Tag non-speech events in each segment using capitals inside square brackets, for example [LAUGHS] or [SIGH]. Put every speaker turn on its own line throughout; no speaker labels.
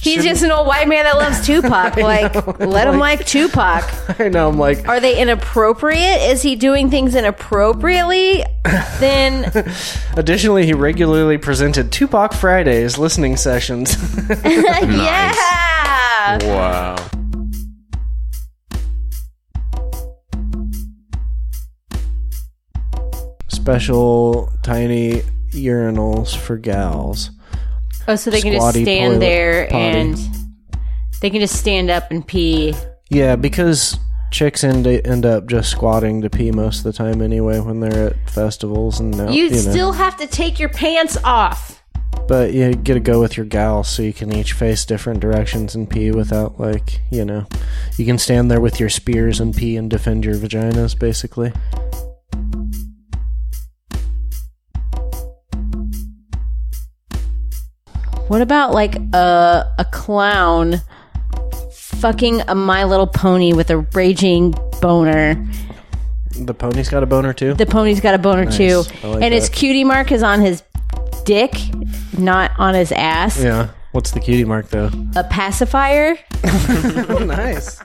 He's
shouldn't-
just an old white man that loves
[LAUGHS]
Tupac. Like, let him like Tupac.
I know. I'm like,
Are they inappropriate? Is he doing things inappropriately? Then [LAUGHS]
Additionally, he regularly presented Tupac Fridays listening sessions. [LAUGHS]
yeah.
Wow.
Special tiny urinals for gals.
Oh, so they can just
Squatty
stand
toilet
there
potty.
and they can just stand up and pee.
Yeah, because chicks end, end up just squatting to pee most of the time anyway when they're at festivals and out,
You
you know.
still have to take your pants off.
But you get to go with your gals so you can each face different directions and pee without like, you know. You can stand there with your spears and pee and defend your vaginas basically.
What about like a a clown fucking a My Little Pony with a raging boner?
The pony's got a boner too.
The pony's got a boner too,
I like
and his
that.
cutie mark is on his dick, not on his ass.
yeah. What's the cutie mark
[LAUGHS]
though?
A pacifier.
nice.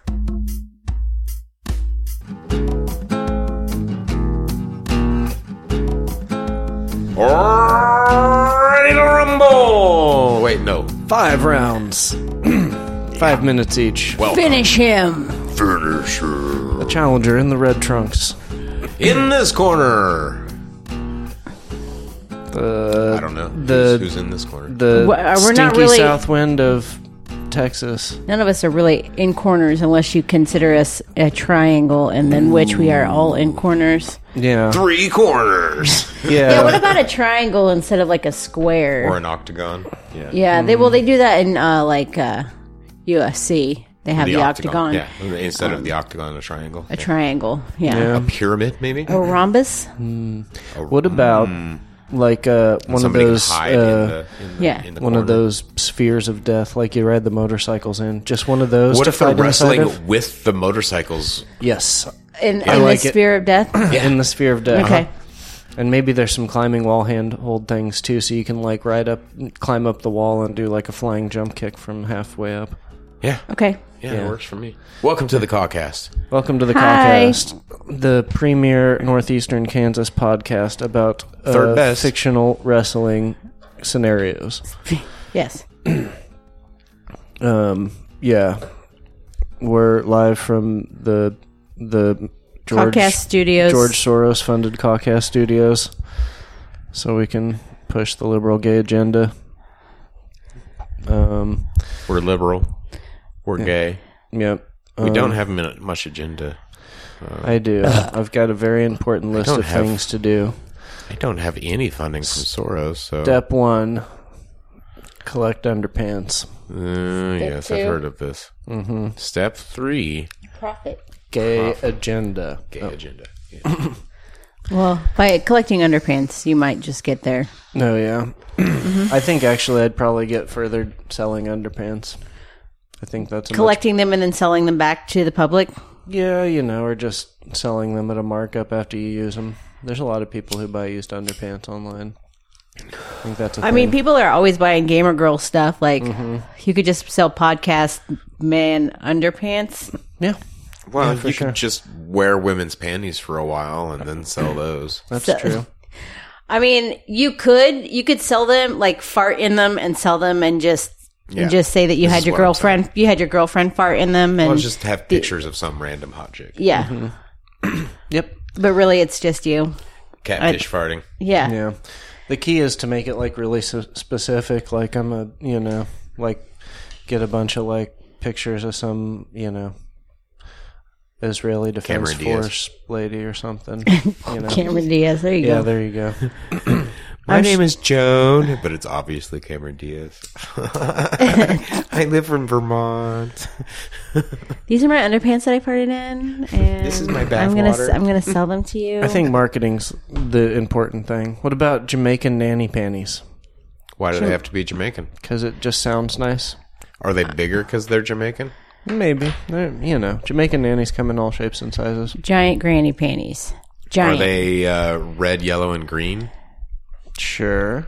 Ready to rumble! Wait, no.
Five rounds. [CLEARS THROAT] Five minutes each.
Well,
Finish him.
finisher.
The challenger in the red trunks.
In this corner.
The
I don't know
The-
who's, who's in this corner.
the
Wha- uh, we're
stinky
not really-
south wind of Texas.
None of us are really in corners unless you consider us a triangle, and then which we are all in corners.
Yeah.
Three corners.
Yeah.
Yeah, what about a triangle instead of like a square?
or an octagon. Yeah.
Yeah,
Hmm.
they well they do that in uh, like uh, UFC. They have the, octagon,
Yeah. Instead
Um,
of the octagon, a triangle.
a triangle, yeah,
Yeah.
Pyramid, maybe?
Oh,
a rhombus,
What about like uh, one of
Hmm. Somebody
those
can hide in
uh,
the, in the,
yeah.
in the
one
corner.
of those spheres of death, like you ride the motorcycles in? Just one of those.
What
to
if they're
fight inside
wrestling
of?
with the motorcycles?
Yes.
in,
I
in
like
the
it. Uh-huh.
sphere of death.
In the sphere of death.
Okay,
And maybe there's some climbing wall handhold things too, so you can like ride up, climb up the wall, and do like a flying jump kick from halfway up.
Yeah.
okay.
Yeah,
Yeah.
it works for me. Welcome to the Cawcast.
Welcome to the
Hi.
Cawcast, the premier northeastern Kansas podcast about uh,
Third best.
fictional wrestling scenarios.
Yes,
Um, yeah, we're live from the the George
podcast studios.
George Soros funded Cawcast Studios, so we can push the liberal gay agenda. Um,
We're liberal. We're gay.
yep.
We don't have min- much agenda.
I
[COUGHS]
do. I've got a very important list
don't
of
have-
things to do.
I don't have any funding from Soros, so
Step one: collect underpants.
Uh, yes, I've
two.
heard of this. Mm-hmm. Step three,
profit.
Gay
Uh-huh.
agenda.
gay agenda. Oh. Yeah.
Well, by collecting underpants, you might just get there.
No, Oh, yeah.
Mm-hmm.
I think actually, I'd probably get further selling underpants. I think that's a much-
Collecting them and then selling them back to the public.
yeah, you know, or just selling them at a markup after you use them. There's a lot of people who buy used underpants online. I think that's. A
I mean, people are always buying gamer girl stuff. Like,
Mm-hmm.
you could just sell podcast man underpants.
yeah,
Well, you
sure.
could just wear women's panties for a while and then [LAUGHS] sell those.
that's
So-
true.
I mean, you could you could sell them like fart in them and sell them and just
Yeah.
and just say that you
This
had
is
your
what I'm
girlfriend you had your girlfriend fart in them and
I'll just have pictures of some random hot chick.
yeah.
Mm-hmm.
[CLEARS THROAT]
Yep.
But really, it's just you.
Catfish farting.
Yeah.
Yeah. The key is to make it like really s- specific. Like I'm a, you know, like get a bunch of like pictures of some, you know, Israeli defense
Cameron Diaz.
force lady
[LAUGHS]
or something. You know.
Cameron Diaz. There you
yeah,
go.
there you go.
My name is Joan, but it's obviously Cameron [LAUGHS] Diaz. I live in Vermont.
These are my underpants that I farted in, and
This is my
I'm gonna
bathwater.
I'm gonna sell them to you.
I think marketing's the important thing. What about Jamaican nanny panties?
Why do they have to be Jamaican?
Because it just sounds nice.
Are they bigger because they're Jamaican?
Maybe. They're, you know, Jamaican nannies come in all shapes and sizes.
giant granny panties.
Are
Giant.
they uh, red, yellow, and green
Sure.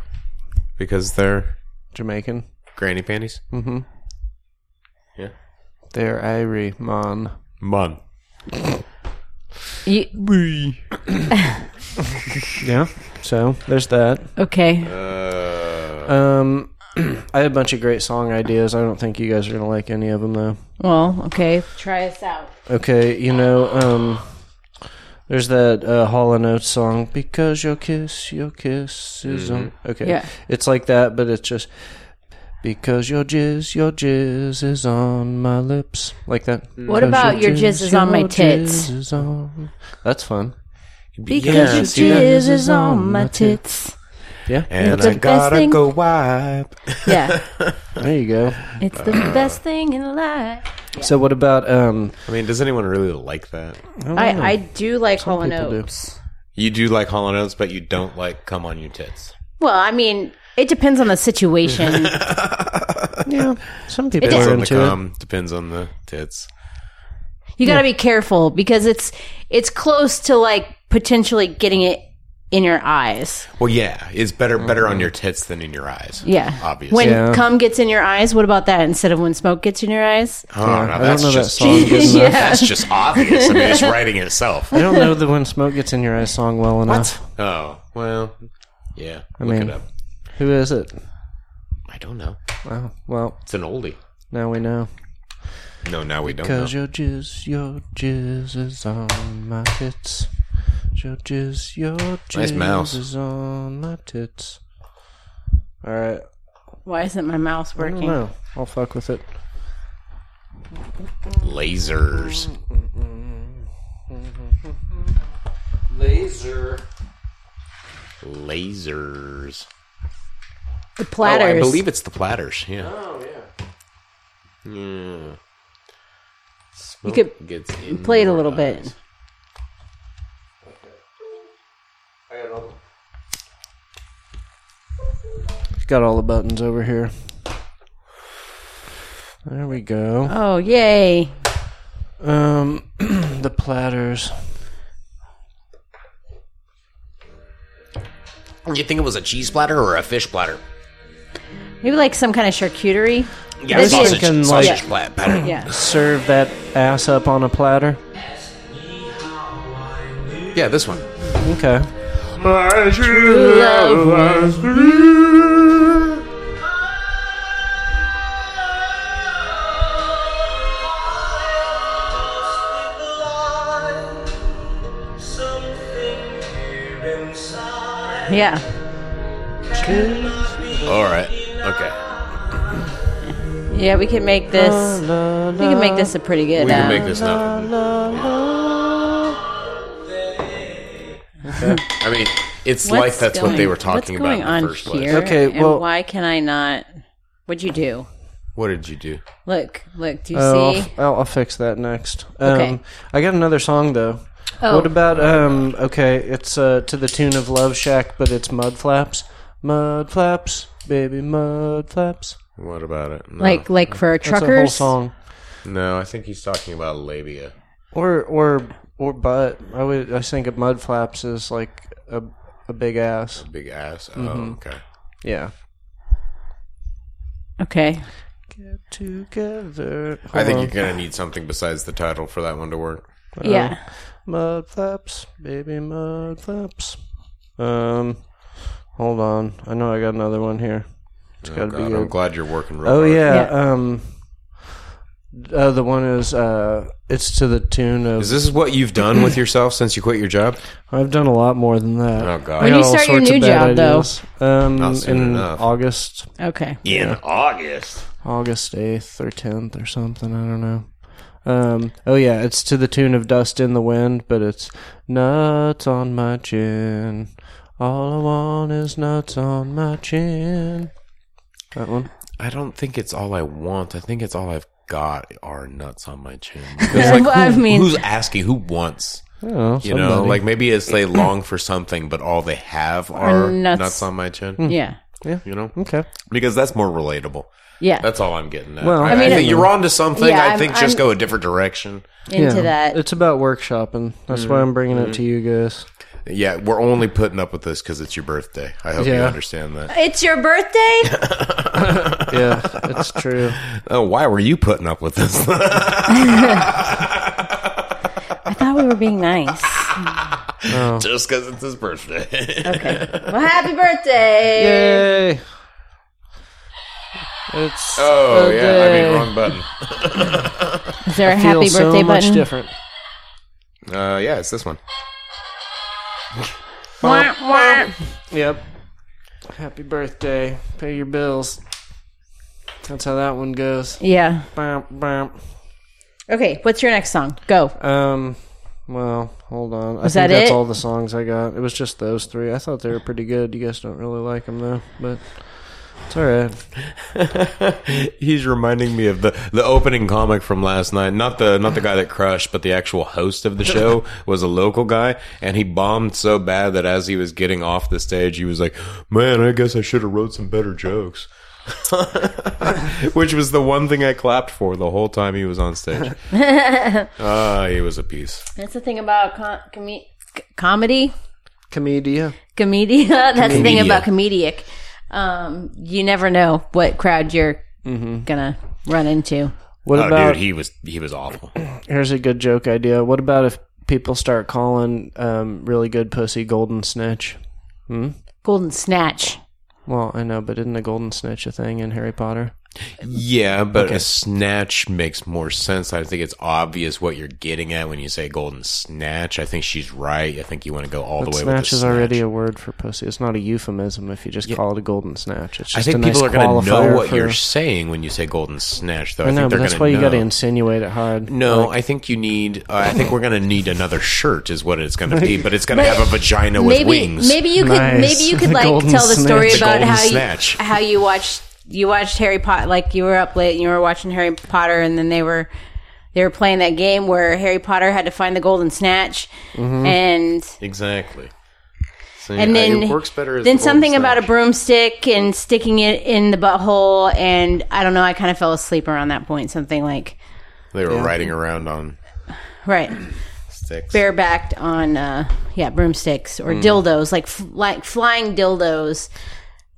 because they're
Jamaican. Mm-hmm.
granny panties? Yeah.
They're Irie Mon.
Mon.
You,
Yeah. So there's that.
okay.
Uh,
Um, [CLEARS THROAT] I had a bunch of great song ideas. I don't think you guys are gonna like any of them though.
Well, okay. Try us out.
Okay, you know, um, there's that uh, Hall and Oates song because your kiss, your kiss is on.
Mm-hmm.
Okay,
Yeah.
it's like that, but it's just because your jizz, your jizz is on my lips, like that.
Mm-hmm.
What
'Cause
about your jizz is on my
your
tits?
jizz is on- That's fun.
yeah,
Because
see
your
that?
jizz is on my tits.
Yeah,
and
It's the
I
best
gotta
thing.
go wipe.
Yeah.
there you go.
It's the best thing in life.
So what about um?
I mean, does anyone really like that?
I, I do like Hall and
people do.
Oates.
You do like Hall and Oates, but you don't like Come on Your Tits.
Well, I mean, it depends on the situation.
Yeah, some people
Depends
are
Depends on
into
the
it.
cum. Depends on the tits.
you got to be careful because it's it's close to like potentially getting it in your eyes.
Well, yeah, it's better better
Mm-hmm.
on your tits than in your eyes.
Yeah.
obviously.
When
Yeah.
cum gets in your eyes, what about that instead of when smoke gets in your eyes?
oh,
Yeah, I
no,
don't
that's
know that
just
song good enough.
that's just obvious. I
[LAUGHS]
mean, it's writing itself.
I don't know the "When Smoke Gets in Your Eyes" song well enough.
Oh well, yeah.
I
look
mean-
it up.
Who is it?
I don't know.
Wow. Well,
It's an oldie.
now we know.
No, now we don't know.
Cause your jizz, your jizz is on my tits. Your jizz, your jizz
Nice mouse.
is on my tits. All right.
Why isn't my mouse
I don't
working?
know. I'll fuck with it.
Lasers.
Laser.
Lasers.
The
Oh,
platters.
I believe it's the platters. Yeah.
Oh yeah.
yeah.
you could
Gets in
play it a
your
little bit.
eyes.
I got all. Got all the buttons over here. There we go.
Oh, yay.
Um, [CLEARS THROAT] the platters.
You think it was a cheese platter or a fish platter?
Maybe like some kind of charcuterie.
Yeah,
This is-
sausage,
Thinking like-
sausage plat- platter.
Yeah.
Serve that ass up on a platter.
yeah, this one.
Okay.
Yeah.
All right. Okay.
Yeah, we can make this. We can make this a pretty good.
We can
uh,
make this nothing. I mean, it's like
what's
that's what they
going-
were
what's
talking about
going
in the
on
first
here?
place.
Okay,
and
well-
why can I not? What'd you do?
What did you do?
Look, look. Do you
Oh, I'll,
see?
f- I'll, I'll fix that next. Um,
Okay.
I got another song though.
Oh.
What about um? Okay, it's uh to the tune of Love Shack, but it's Mud Flaps. Mud Flaps, baby, Mud Flaps.
What about it? No.
Like, like for
That's
truckers.
a whole song.
no, I think he's talking about labia.
Or or or butt. I would. I think of Mud Flaps is like a a big ass.
Big ass. Oh,
Mm-hmm.
okay.
Yeah.
Okay.
Get together.
I think
Hold
you're gonna need something besides the title for that one to work.
Oh.
Yeah.
Mud flaps, baby mud flaps. Um, hold on. I know I got another one here. It's
Oh,
got to
God,
be
I'm
good.
glad you're working real
Oh
hard.
yeah. Um, uh, the one is uh, it's to the tune of.
Is this what you've done with yourself since you quit your job?
I've done a lot more than that.
Oh God.
I
When
got
you
all
start your
sorts of
new
bad
job, though?
ideas. Um,
Not soon
in
enough.
August,
Okay.
in August.
August eighth or tenth or something. I don't know. Um, oh yeah, it's to the tune of "Dust in the Wind," but it's nuts on my chin. All I want is nuts on my chin. That one.
I don't think it's all I want. I think it's all I've got are nuts on my
[LAUGHS]
chin.
Well, I mean, Oh,
Who's asking? Who wants?
I don't know.
You
somebody.
know, like maybe it's they long for something, but all they have are nuts,
nuts. Hmm.
on my chin.
yeah.
You know,
okay.
because that's more relatable.
Yeah.
That's all I'm getting at.
Well,
I,
I
I
mean,
think
it-
you're on to something.
Yeah,
I
I'm-
think just
I'm-
go a different direction.
into
Yeah.
that.
Mm-hmm.
It's about workshopping. That's why I'm bringing it to you guys.
Yeah, we're only putting up with this because it's your birthday. I hope you
Yeah.
understand that.
It's your birthday?
Yeah, [LAUGHS] it's true.
Oh, why were you putting up with this?
[LAUGHS] I thought we were being nice.
Just because it's his birthday. [LAUGHS]
Okay. Well, happy birthday.
Yay! It's
oh,
a
yeah. I
day.
mean, wrong button.
Is there a happy
Feels
birthday button?
so much different.
Uh, yeah, it's this one.
Wah, wah.
Yep. Happy birthday. Pay your bills. That's how that one goes.
Yeah.
Bam, bam.
Okay, what's your next song? Go.
Um. Well, hold on.
Was
I think
that
that's
it?
all the songs I got. It was just those three. I thought they were pretty good. You guys don't really like them though, but it's all right.
He's reminding me of the, the opening comic from last night. Not the not the guy that crushed, but the actual
[LAUGHS]
host of the show was a local guy, and he bombed so bad that as he was getting off the stage, he was like, "Man, I guess I should have wrote some better jokes." [LAUGHS] Which was the one thing I clapped for the whole time he was
[LAUGHS]
on stage. Ah, he was a piece.
That's the thing about com- comi- c- comedy.
Comedia.
Comedia. [LAUGHS] That's the thing
Comedia.
about comedic. Um, you never know what crowd you're
Mm-hmm.
gonna run into.
What
Oh,
about?
dude, he was he was awful.
here's a good joke idea. What about if people start calling um, really good pussy golden snitch?
Golden Snatch.
Well, I know, but isn't a golden snitch a thing in Harry Potter?
Yeah, but a snatch makes more sense. I think it's obvious what you're getting at when you say golden snatch. I think she's right. I think you want to go all the way with
snatch
the
is
snatch.
already a word for pussy. It's not a euphemism if you just call it a golden snatch. It's
I
just
think
a nice
people are going to know
qualifier
what
for-
you're saying when you say golden snatch, though. I,
I know,
think
but
they're
that's
gonna
why you
know. Mm.
got to insinuate it hard.
No, I think you need. Uh, I think we're going to need another shirt, is what it's going
[LAUGHS]
to be. But it's going to have a vagina with
maybe
wings.
maybe you could
Nice.
maybe you could
[LAUGHS] The
like
golden
tell the story
snitch.
The
about
golden
how
snatch.
you how you watched you watched Harry Potter like you were up late and you were watching Harry Potter and then they were they were playing that game where Harry Potter had to find the golden snatch
Mm-hmm.
and
Exactly. So,
and
yeah,
then
it works better. As
then
the golden
something about a
snatch.
broomstick and sticking it in the butthole and I don't know I kind of fell asleep around that point something like
They were riding around on
right
sticks.
barebacked on uh yeah broomsticks
Hmm.
or dildos like f- like flying dildos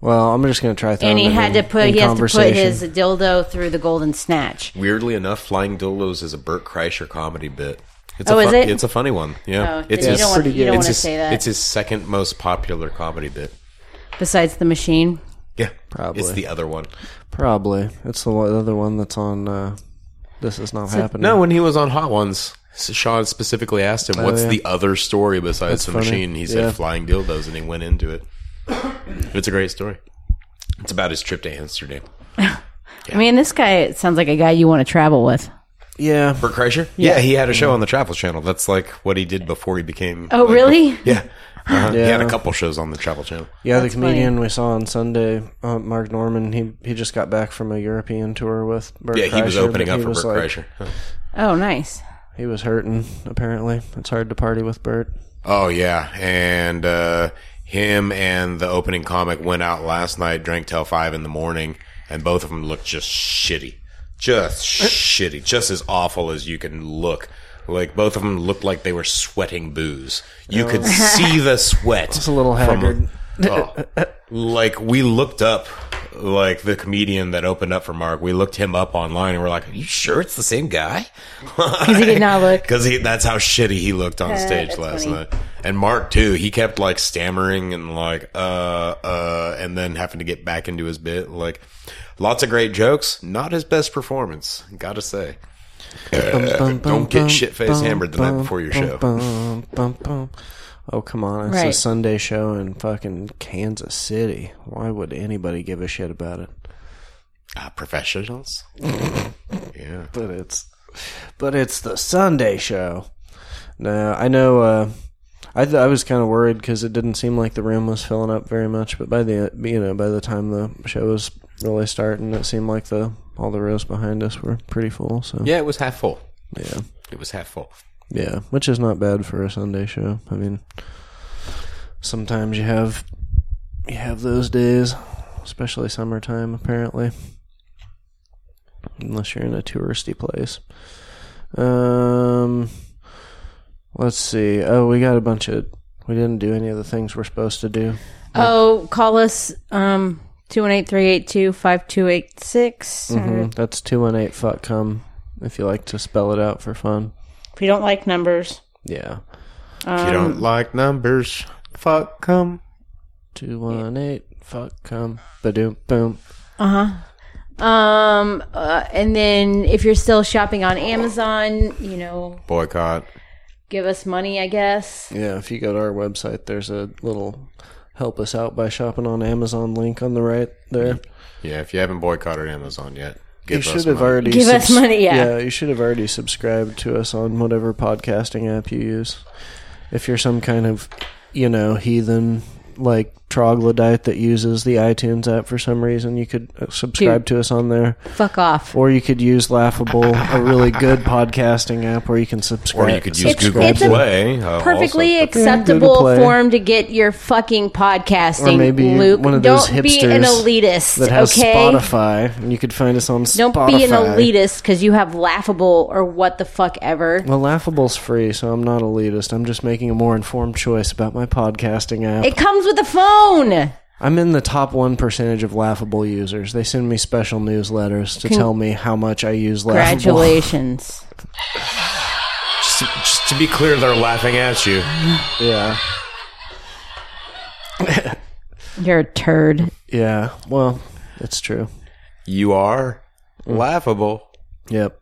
Well, I'm just going to try throwing
and he
it
had to
in-
put
in
he has to put
conversation.
his dildo through the golden snatch.
Weirdly enough, flying dildos is a Burt Kreischer comedy bit. It's
Oh,
a
is it?
It's a funny one. Yeah,
Oh, then you
his-
don't want
pretty good.
you don't want
it's
to
his,
say that.
It's his second most popular comedy bit.
Besides the machine,
Yeah,
Probably.
It's the other one.
Probably. It's the one- the other one that's on. Uh, this is not happening.
No, when he was on Hot Ones, Sean specifically asked him, "What's
Oh, yeah.
the other story
That's
besides the
funny.
machine?" He said,
Yeah.
"Flying dildos," and he went into it. it's a great story. It's about his trip to Amsterdam.
I mean, this guy sounds like a guy you want to travel with.
Yeah.
Burt Kreischer? Yeah, he had a show on the Travel Channel. That's like what he did before he became.
Oh,
like,
really?
[LAUGHS] Yeah. Uh-huh. He had a
Yeah.
couple shows on the Travel Channel.
Yeah,
That's
the comedian we saw on Sunday, uh, Mark Norman, he he just got back from a European tour with Bert
Yeah, he was opening up
he
for
was
Burt
like-
Kreischer.
Oh, nice.
He was hurting, apparently. It's hard to party with Bert.
Oh yeah, and uh, him and the opening comic went out last night, drank till five in the morning, and both of them looked just shitty, just
Uh,
shitty, just as awful as you can look. Like both of them looked like they were sweating booze. You could
Oh. [LAUGHS]
see the sweat. It's
a little
[LAUGHS]
haggard.
like we looked up, like the comedian that opened up for Mark. We looked him up online, and we're like, "Are you sure it's the same guy?"
Because he did
[LAUGHS]
not look.
Because that's how shitty he looked on stage
that's
last
funny.
night. And Mark too, he kept like stammering and like uh uh, and then having to get back into his bit. Like lots of great jokes, not his best performance. Gotta say, Uh, don't get shit-faced hammered the night before your show.
show. Oh, come on. It's a
Right.
Sunday show in fucking Kansas City. Why would anybody give a shit about it?
ah, professionals. yeah,
but it's but it's the Sunday show. No, I know. Uh, I th- I was kind of worried because it didn't seem like the room was filling up very much. But by the you know by the time the show was really starting, it seemed like the all the rows behind us were pretty full. So
yeah, it was half full.
yeah,
It was half full.
yeah, which is not bad for a Sunday show. I mean, sometimes you have you have those days, especially summertime, apparently. Unless you're in a touristy place. Um, let's see. Oh, we got a bunch of We didn't do any of the things we're supposed to do.
Oh, call us um
Mm.
218-382-5286. Or
Mm-hmm. That's 218 fuck come if you like to spell it out for fun.
If you don't like numbers,
Yeah.
Um,
if you don't like numbers, fuck come.
218 fuck come. Badoom boom.
um uh, and then if you're still shopping on Amazon, you know,
Boycott.
give us money, I guess.
Yeah, if you go to our website, there's a little help us out by shopping on Amazon link on the right there.
Yeah, if you haven't boycotted Amazon yet, give
you
us
should have
money.
already
Give us money, yeah.
you should have already subscribed to us on whatever podcasting app you use. If you're some kind of, you know, heathen like troglodyte that uses the iTunes app for some reason, you could uh, subscribe to us on there,
Fuck off.
or you could use Laughable, a really good podcasting app where you can subscribe.
Or you could use
It's-
Google
it's a
Play. uh,
Perfectly
also.
acceptable
Play.
form to get your fucking podcasting,
Or maybe
Luke.
one of those
don't be an
hipsters
elitist,
that has
okay?
Spotify, and you could find us on
Don't
Spotify.
be an elitist because you have laughable or what the fuck ever.
Well, Laughable's free, so I'm not elitist. I'm just making a more informed choice about my podcasting app.
It comes with a phone.
I'm in the top one percentage of Laughable users. They send me special newsletters to tell me how much I use Laughable.
Congratulations.
Just to, just to be clear, they're laughing at you.
Yeah,
You're a turd.
yeah. Well, it's true.
You are laughable.
Yep,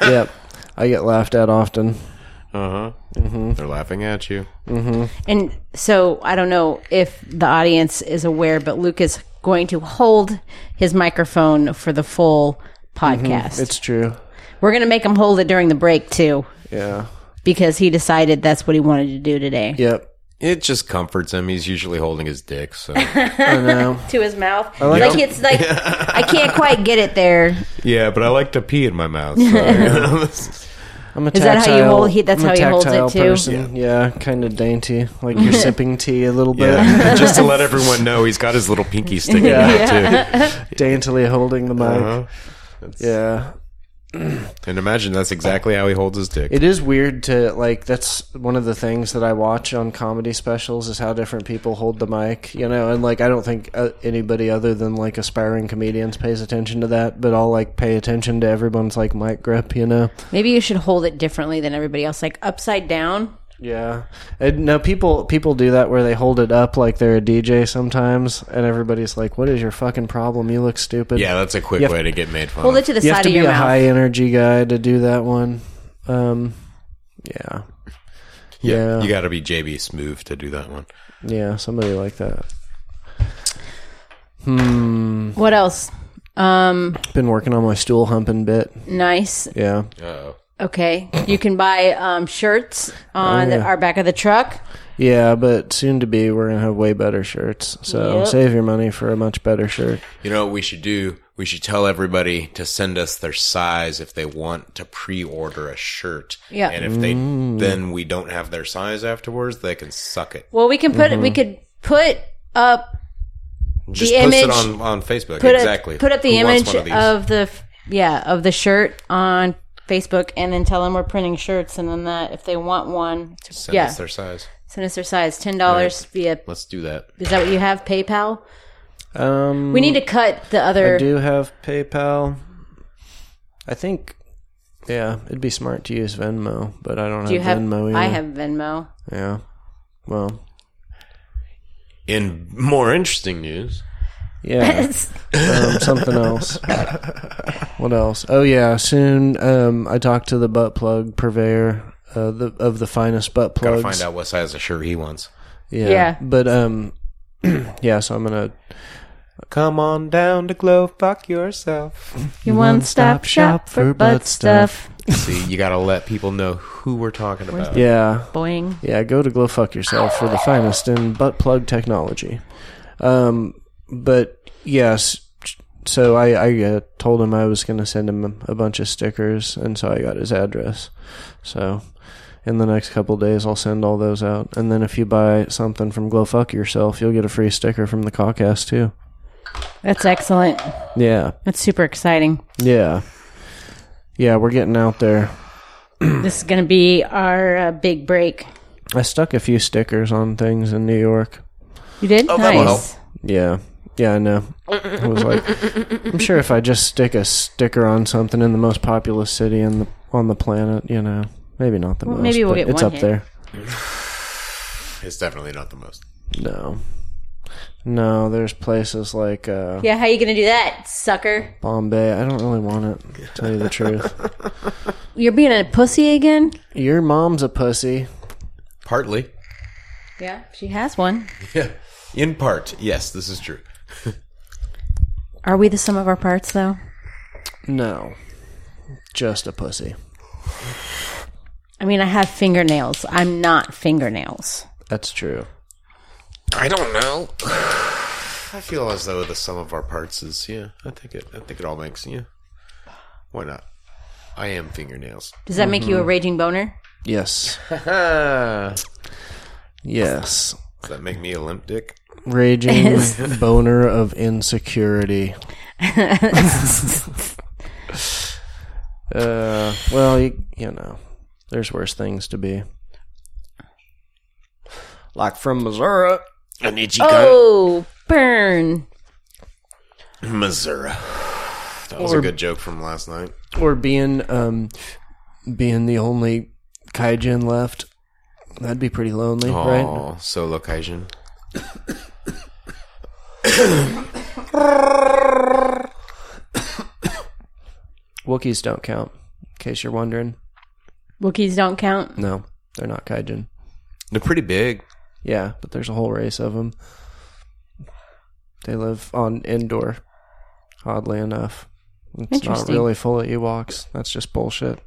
yep. I get laughed at often.
Uh huh. They're laughing at you.
And so I don't know if the audience is aware, but Luke is going to hold his microphone for the full podcast.
Mm-hmm. It's true.
We're going to make him hold it during the break too
Yeah.
because he decided that's what he wanted to do today.
Yep.
It just comforts him. He's usually holding his dick. So
I know.
To his mouth. Like, it's like I can't quite get it there.
[LAUGHS] yeah, but I like to pee in my mouth. So.
I'm a
Is that how you
tactile-
hold- he- that's
I'm a
how he holds it,
tactile
too?
Person. Yeah, kind of dainty, like
[LAUGHS]
you're sipping tea a little bit,
yeah, just to let everyone know, he's got his little pinky sticking out too.
daintily holding the mic.
Uh-huh.
Yeah,
And imagine that's exactly how he holds his dick.
It is weird to like. That's one of the things that I watch on comedy specials is how different people hold the mic, you know. And like, I don't think uh, anybody other than like aspiring comedians pays attention to that, but I'll like pay attention to everyone's like mic grip, you know.
Maybe you should hold it differently than everybody else, like upside down.
Yeah. And no, people people do that where they hold it up like they're a DJ sometimes, and everybody's like, "What is your fucking problem? You look stupid."
yeah, that's a quick
You have-
way to get made fun.
Hold
of.
it to the
You have
side
to
of
be
your
a
mouth.
high energy guy to do that one. Um, yeah. Yeah.
You got to be JB Smooth to do that one.
Yeah. Somebody like that.
What else? Um,
Been working on my stool humping bit.
nice.
Yeah.
Oh,
Okay, you can buy um, shirts on
Oh, yeah.
our back of the truck.
Yeah, but soon to be we're gonna have way better shirts. So
Yep.
save your money for a much better shirt.
you know what we should do? We should tell everybody to send us their size if they want to pre-order a shirt.
Yeah.
and if they then we don't have their size afterwards, they can suck it.
Well, we can put
Mm-hmm.
we could put up
Just
The
post it
image-
on on Facebook.
put
exactly.
up, put up the
Who wants
image
one of these?
of the f- yeah of the shirt on Facebook, and then tell them we're printing shirts, and then that if they want one, to,
send
yeah,
us their size.
send us their size, ten dollars via.
Let's do that.
Is that what you have? PayPal.
Um
We need to cut the
I
other.
do have PayPal. I think yeah, it'd be smart to use Venmo, but I don't
Do you
have,
have?
Venmo either.
I have Venmo.
Yeah. Well
In more interesting news,
[LAUGHS]
yeah, um, something
[LAUGHS]
else. What else? Oh yeah, soon. Um, I talked to the butt plug purveyor uh, the, of the finest butt
gotta
plugs.
find out what size of shirt he wants.
Yeah.
Yeah.
But um [CLEARS THROAT] yeah, so I'm gonna
Come on down to glow, fuck yourself.
Your
one stop shop for butt stuff.
See, you gotta let people know who we're talking about.
yeah.
Boing.
Yeah, go to Glow Fuck Yourself for the finest in butt plug technology. Um but yes so I, I uh, told him I was going to send him a bunch of stickers, and so I got his address. So in the next couple days, I'll send all those out. And then if you buy something from Glow Fuck Yourself, you'll get a free sticker from the Caucast, too.
That's excellent.
Yeah,
That's super exciting.
yeah. Yeah, we're getting out there.
This is going to be our uh, big break.
I stuck a few stickers on things in New York.
You did?
Oh, that will
nice.
Yeah. Yeah, I know. I was like, I'm sure if I just stick a sticker on something in the most populous city in the, on the planet, you know, maybe not the
Well,
most.
maybe we'll
but
get
It's
one
up
here.
It's definitely not the most.
there. No. No, there's places like uh,
Yeah, how you going to do that, sucker?
Bombay. I don't really want it, to tell you the truth.
[LAUGHS] You're being a pussy again?
Your mom's a pussy.
Partly.
Yeah, she has one.
Yeah. In part. Yes, this is true.
Are we the sum of our parts, though?
No. Just a pussy.
I mean, I have fingernails. I'm not fingernails.
That's true.
I don't know. I feel as though the sum of our parts is yeah. I think it. I think it all makes yeah. Why not? I am fingernails.
Does that make
Mm-hmm.
you a raging boner?
Yes.
Does
Yes.
that make me a limp dick?
Raging boner of insecurity. uh, well, you, you know, there's worse things to be. Like from Missouri.
An itchy
Oh, burn.
Missouri. That was a good joke from last night.
Or being, um, being the only kaijin left. That'd be pretty lonely, right?
Oh, solo kaijin.
Wookiees don't count, in case you're wondering.
Wookiees don't count.
No, they're not kaijin.
They're pretty big.
Yeah, but there's a whole race of them. They live on indoor, oddly enough. It's not
Interesting.
really full of Ewoks. That's just bullshit.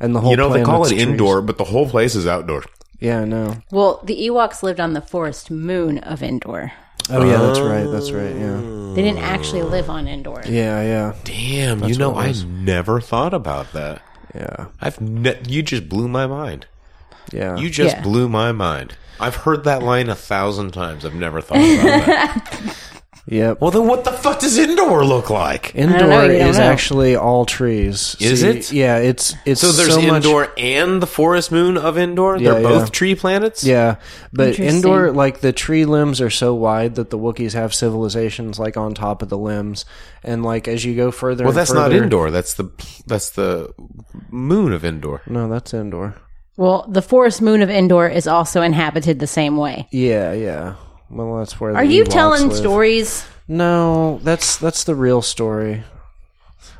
And the whole
You know they call it
planet's trees.
indoor, but the whole place is outdoor.
Yeah, I know.
Well, the Ewoks lived on the forest moon of Endor.
Oh yeah, that's right. That's right.
Oh.
Yeah,
They didn't actually live on Endor.
yeah, yeah,
Damn, you know I never thought about that.
yeah,
I've ne- you just blew my mind.
yeah.
You just
Yeah.
blew my mind. I've heard that line a thousand times. I've never thought
[LAUGHS]
about that.
yep.
Well, then what the fuck does indoor look like?
Indoor
know, you don't
is
know.
actually all trees.
Is
See,
it?
Yeah, it's it's
So there's
much-
indoor and the forest moon of indoor. They're
Yeah,
both
yeah.
tree planets.
Yeah, but
Interesting.
indoor, like the tree limbs are so wide that the Wookiees have civilizations like on top of the limbs, and like as you go further,
Well,
and
that's not
further-
indoor. That's the that's the moon of indoor.
No, that's indoor.
Well, the forest moon of Endor is also inhabited the same way.
Yeah, yeah. Well, that's where.
Are
the
you
Ewoks
telling
live.
stories?
No, that's that's the real story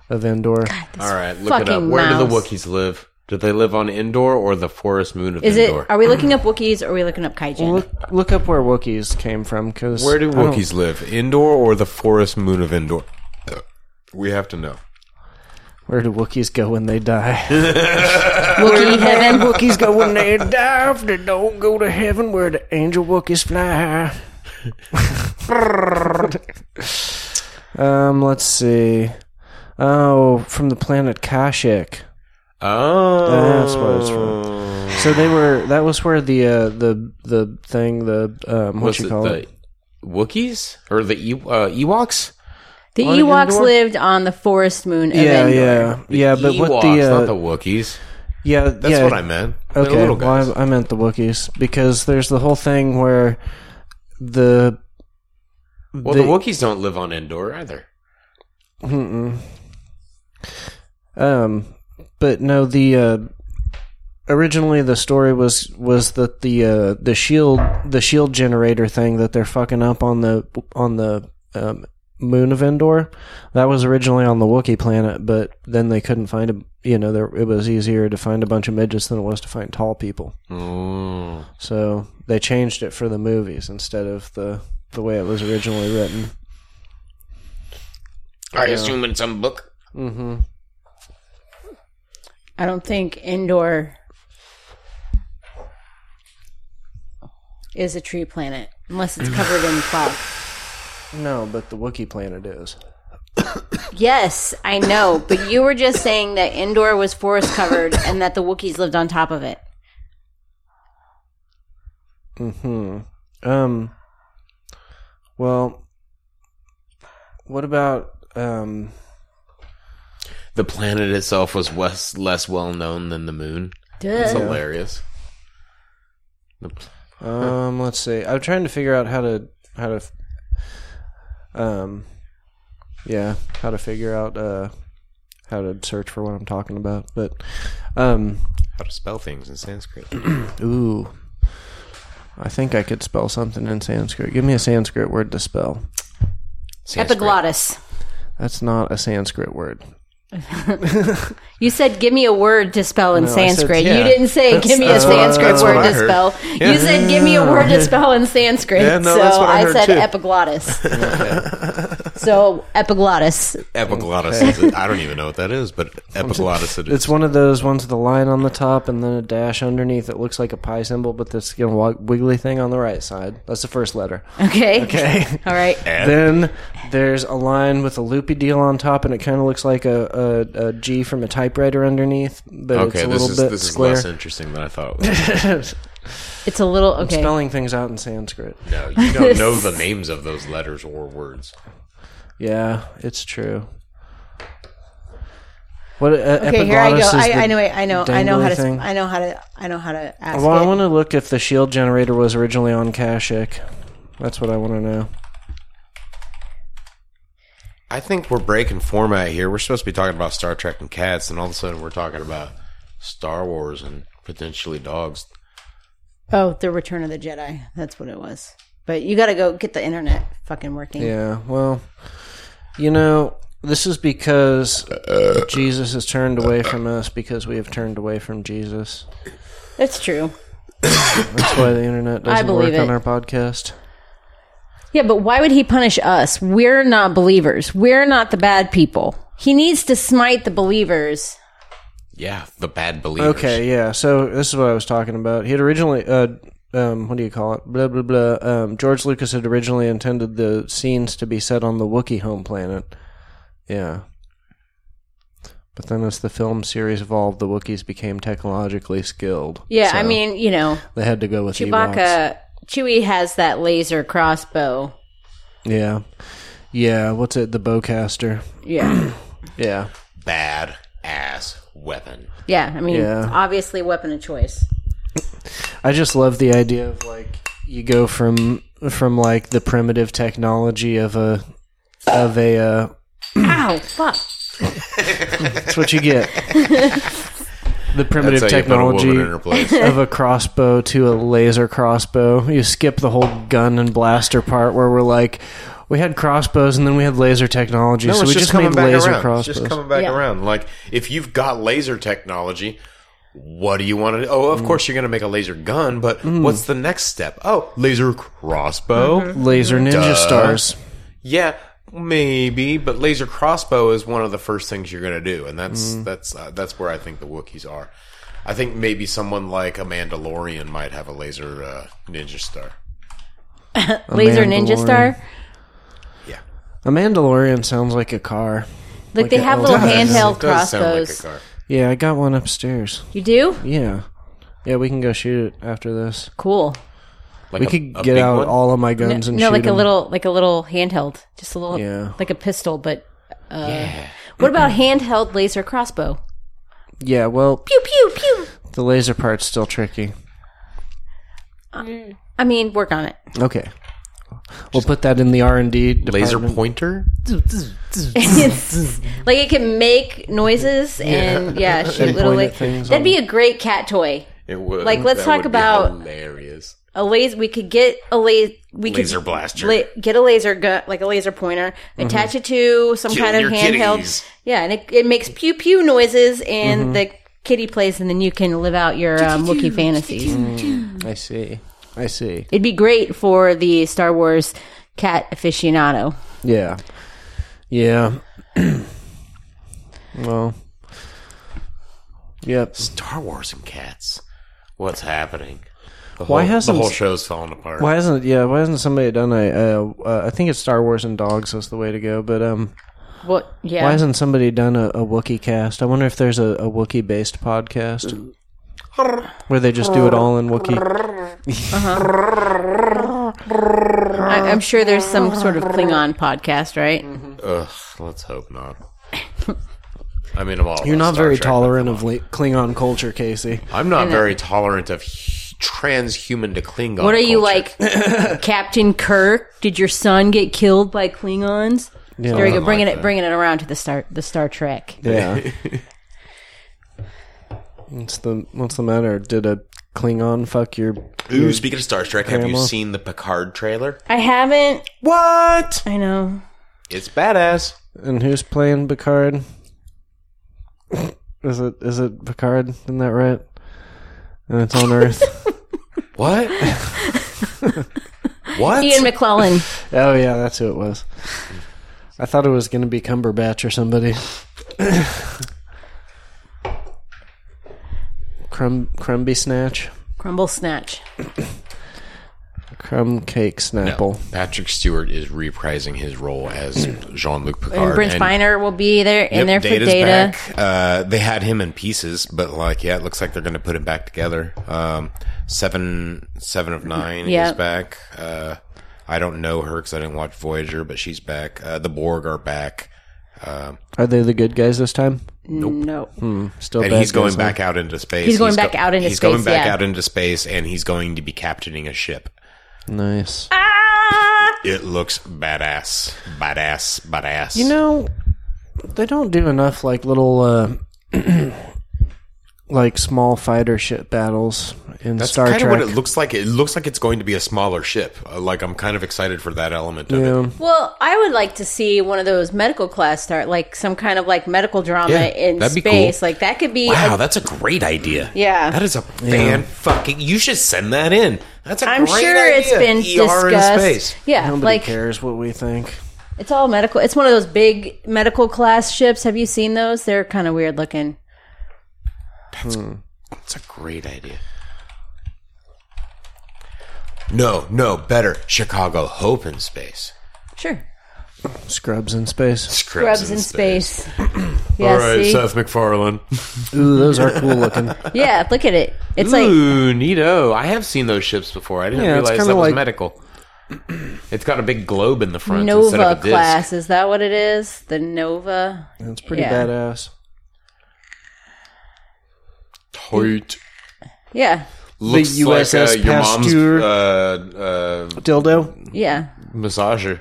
of indoor.
All right, look it up.
fucking
Where do the
mouse.
Wookiees live? Do they live on indoor or the forest moon of
Is it?
indoor?
Are we looking up Wookiees or are we looking up Kaijin?
Look, look up where Wookiees came from, because
Where do Wookiees live? Indoor or the forest moon of indoor? We have to know.
where do Wookiees go when they
[LAUGHS]
die? Uh,
Wookiee heaven.
Wookiees go when they die. If they don't go to heaven, where the angel Wookiees
[LAUGHS]
fly. um, let's see. Oh, from the planet Kashik.
Oh,
That's what it's from. So they were. That was where the uh, the the thing the um, what
What's
you
it?
call
The
it?
Wookiees or the e- uh, Ewoks?
The
Are they
Ewoks
indoor?
lived on the forest moon of
Yeah,
Endor.
yeah, yeah. But
Ewoks,
what the, uh,
not the Wookiees.
yeah,
That's what I meant. They're
Okay,
little guys.
well, I, I meant the Wookiees because there's the whole thing where the
well, the,
the-
Wookiees don't live on indoor either.
Um, but no, the uh, originally the story was was that the uh, the shield the shield generator thing that they're fucking up on the on the um, moon of Endor that was originally on the Wookiee planet, but then they couldn't find a you know there, it was easier to find a bunch of midgets than it was to find tall people,
Mm.
so they changed it for the movies instead of the the way it was originally written.
I assume in some book.
I don't think Endor is a tree planet unless it's covered in fog.
No, but the Wookiee planet is.
Yes, I know, but you were just saying that Endor was forest covered and that the Wookiees lived on top of it.
Um. Well, what about um?
The planet itself was less, less well known than the moon. That's
Duh.
hilarious.
Um, let's see. I'm trying to figure out how to how to um yeah, how to figure out uh how to search for what I'm talking about. But um
How to spell things in Sanskrit.
ooh. I think I could spell something in Sanskrit. Give me a Sanskrit word to spell.
[CLEARS THROAT] Sanskrit.
Epiglottis.
That's not a Sanskrit word.
You said, "Give me a word to spell in
I said,
Sanskrit."
yeah.
you didn't say,
That's-
"Give me a
that's
what I-
Sanskrit
that's
word
what I
to
heard.
spell."
Yeah.
You said, "Give me a word to spell in Sanskrit."
Yeah, no,
so
that's what I heard,
said
too.
epiglottis.
[LAUGHS]
so epiglottis.
[LAUGHS]
Epiglottis. is it. I don't even know what that is, but epiglottis it is.
It's one of those ones with a line on the top and then a dash underneath. It looks like a pie symbol, but this you know, wiggly thing on the right side. That's the first letter.
Okay.
Okay.
[LAUGHS] All right.
Then there's a line with a loopy deal on top, and it kind of looks like a, a, a G from a typewriter underneath, but it's
Okay,
a
this
little
is
bit
this is
square.
less interesting than I thought. It was.
It's a little okay.
Spelling things out in Sanskrit.
No,
[LAUGHS]
you don't know the names of those letters or words.
Yeah, it's true. What? Uh,
okay, here I go.
epiglottis is
I,
the
I know. I know. I know how
dangly
to.
thing?
Thing. I know how to. I know how to ask
Well, I
it.
want to look if the shield generator was originally on Kashik. That's what I want to know.
I think we're breaking format here. We're supposed to be talking about Star Trek and cats, and all of a sudden we're talking about Star Wars and potentially dogs.
Oh, the Return of the Jedi. That's what it was. But you got to go get the internet fucking working.
Yeah, well, you know, this is because Jesus has turned away from us because we have turned away from Jesus.
That's true.
That's why the internet doesn't work
believe
on
it.
our podcast.
Yeah, but why would he punish us? We're not believers. We're not the bad people. He needs to smite the believers.
Yeah, the bad believers.
Okay, yeah. So this is what I was talking about. He had originally, uh, um, what do you call it? Blah blah blah. Um, George Lucas had originally intended the scenes to be set on the Wookiee home planet. Yeah. But then, as the film series evolved, the Wookiees became technologically skilled.
Yeah,
So
I mean, you know,
they had to go with Ewoks.
Chewbacca, Chewie has that laser crossbow.
Yeah, yeah. What's it? The bowcaster. [CLEARS THROAT]
Yeah.
Yeah,
Bad ass weapon.
Yeah, I mean,
Yeah.
it's obviously weapon of
[CLEARS THROAT]
choice.
I just love the idea of like you go from from like the primitive technology of a of a uh,
Ow, fuck.
That's what you get. the primitive
That's how you put a
technology
woman in her
[LAUGHS]
place.
of a crossbow to a laser crossbow. You skip the whole gun and blaster part where we're like, we had crossbows and then we had laser technology, so we just, made laser
around. It's
crossbows.
just coming back
Yeah.
around. Like if you've got laser technology, what do you want to do? Oh, of
Mm.
course you're going to make a laser gun, but what's the next step? Oh, laser crossbow.
laser ninja
Duh.
stars.
Yeah, maybe, but laser crossbow is one of the first things you're going to do, and that's
Mm.
that's uh, that's where I think the Wookiees are. I think maybe someone like a Mandalorian might have a laser uh, ninja star.
Laser Ninja
Mandalorian.
Star.
Yeah,
A Mandalorian sounds like a car.
Like, they
an
have
old-
little
Does.
handheld
It does sound like a
crossbows.
car.
Yeah, I got one upstairs.
you do?
Yeah. Yeah, we can go shoot it after this.
Cool.
Like
We
a-
could
a
get
big
out
one?
all of my guns and
No,
shoot
like a
'em.
little, like a little handheld, just a little,
Yeah.
like a pistol. But uh, what
[CLEARS THROAT]
about handheld laser crossbow?
Yeah, well,
Pew pew pew.
the laser part's still tricky.
I mean, work on it. [LAUGHS]
Okay. We'll put that in the R and D
laser pointer.
It's- like it can make noises and
[LAUGHS]
yeah, shoot little
point at
like
things
that'd
on-
be a great cat toy.
It would.
Like, let's
That
talk
would be
about-
hilarious.
A laser. We could get a laser. We
Laser
could
blaster.
la- get a laser gun, like a laser pointer,
Mm-hmm.
attach it to some
Kill
kind of
your
handheld.
kitties.
Yeah, and it, it makes pew pew noises, and
Mm-hmm.
the kitty plays, and then you can live out your um, Wookiee fantasies.
I see. I see.
It'd be great for the Star Wars cat aficionado.
Yeah. Yeah. [CLEARS THROAT] well. Yep.
Star Wars and cats. What's happening? The
Why
whole,
hasn't-
the whole show's falling apart?
Why hasn't yeah? Why hasn't somebody done a? Uh, uh, I think it's Star Wars and dogs is the way to go. But um,
What? Yeah.
why hasn't somebody done a, a Wookiee cast? I wonder if there's a, a Wookiee based podcast where they just do it all in Wookiee.
I, I'm sure there's some sort of Klingon podcast, right?
Ugh, let's hope not. [LAUGHS] I mean, I'm all
You're
about
not
Star
very
Trek, but
tolerant of le- Klingon culture, Casey.
I'm not very tolerant of h- transhuman to Klingon.
What are you
culture. [COUGHS]
like, Captain Kirk? Did your son get killed by Klingons? there we go,
Something
bringing
like
it,
that.
bringing it around to the Star, the Star Trek.
Yeah. [LAUGHS] what's the What's the matter? Did a Klingon fuck your?
Ooh, speaking of Star Trek, have you
Grandma.
seen the Picard trailer?
I haven't.
What?
I know.
It's badass.
And who's playing Picard? [LAUGHS] Is it Is it Picard? Isn't that right? And it's on [LAUGHS] Earth.
[LAUGHS]
What? [LAUGHS] what?
Ian
[LAUGHS]
McClellan.
oh yeah, that's who it was. I thought it was going to be Cumberbatch or somebody. Crumb Crumby Snatch,
Crumble Snatch.
Crumb Cake Snapple.
Patrick Stewart is reprising his role as Jean Luc Picard.
And Brent Spiner will be there in
Yep,
there for
Data's
Data.
back. Uh, they had him in pieces, but like, yeah, it looks like they're going to put him back together. Um, seven, seven of nine
Yeah.
is back. Uh, I don't know her because I didn't watch Voyager, but she's back. Uh, the Borg are back,
Are they the good guys this time?
No.
Hmm.
Still,
and
bad
he's going
guys, huh?
back out into space.
He's going back out into
he's going
space,
back
yeah.
out into space, and he's going to be captaining a ship.
Nice.
Ah!
It looks badass, badass, badass.
You know, they don't do enough like little uh [CLEARS THROAT] like small fighter ship battles in
That's
Star
kind
Trek.
of what it looks like. It looks like it's going to be a smaller ship. Uh, like I'm kind of excited for that element of it.
yeah.
Well, I would like to see one of those medical class start, like some kind of like medical drama
Yeah,
in
that'd be cool.
space. Like that could be.
Wow,
a-
that's a great idea.
Yeah.
that is a fan fucking. You should send that in. That's a
I'm
great
sure
idea.
it's been
ER
discussed.
in space.
Yeah,
Nobody
like
cares what we think.
it's all medical. It's one of those big medical class ships. Have you seen those? They're kind of weird looking.
That's a great idea. No, no, better Chicago Hope in space.
Sure,
Scrubs in space.
Scrubs,
grubs in space. [LAUGHS] yeah, see?
MacFarlane.
Ooh, those are cool looking.
yeah, look at it. It's like
Ooh, neato. I have seen those ships before. I didn't
Yeah, it's
realize
kinda
that was
like-
medical. [CLEARS THROAT] It's got a big globe in the front instead
Nova
of a disc.
class. Is that what it is? The Nova.
That's pretty
Yeah.
badass.
Tight.
Yeah,
Looks
USS
like uh, your mom's
Pasteur.
uh, uh,
Dildo?
yeah.
massager.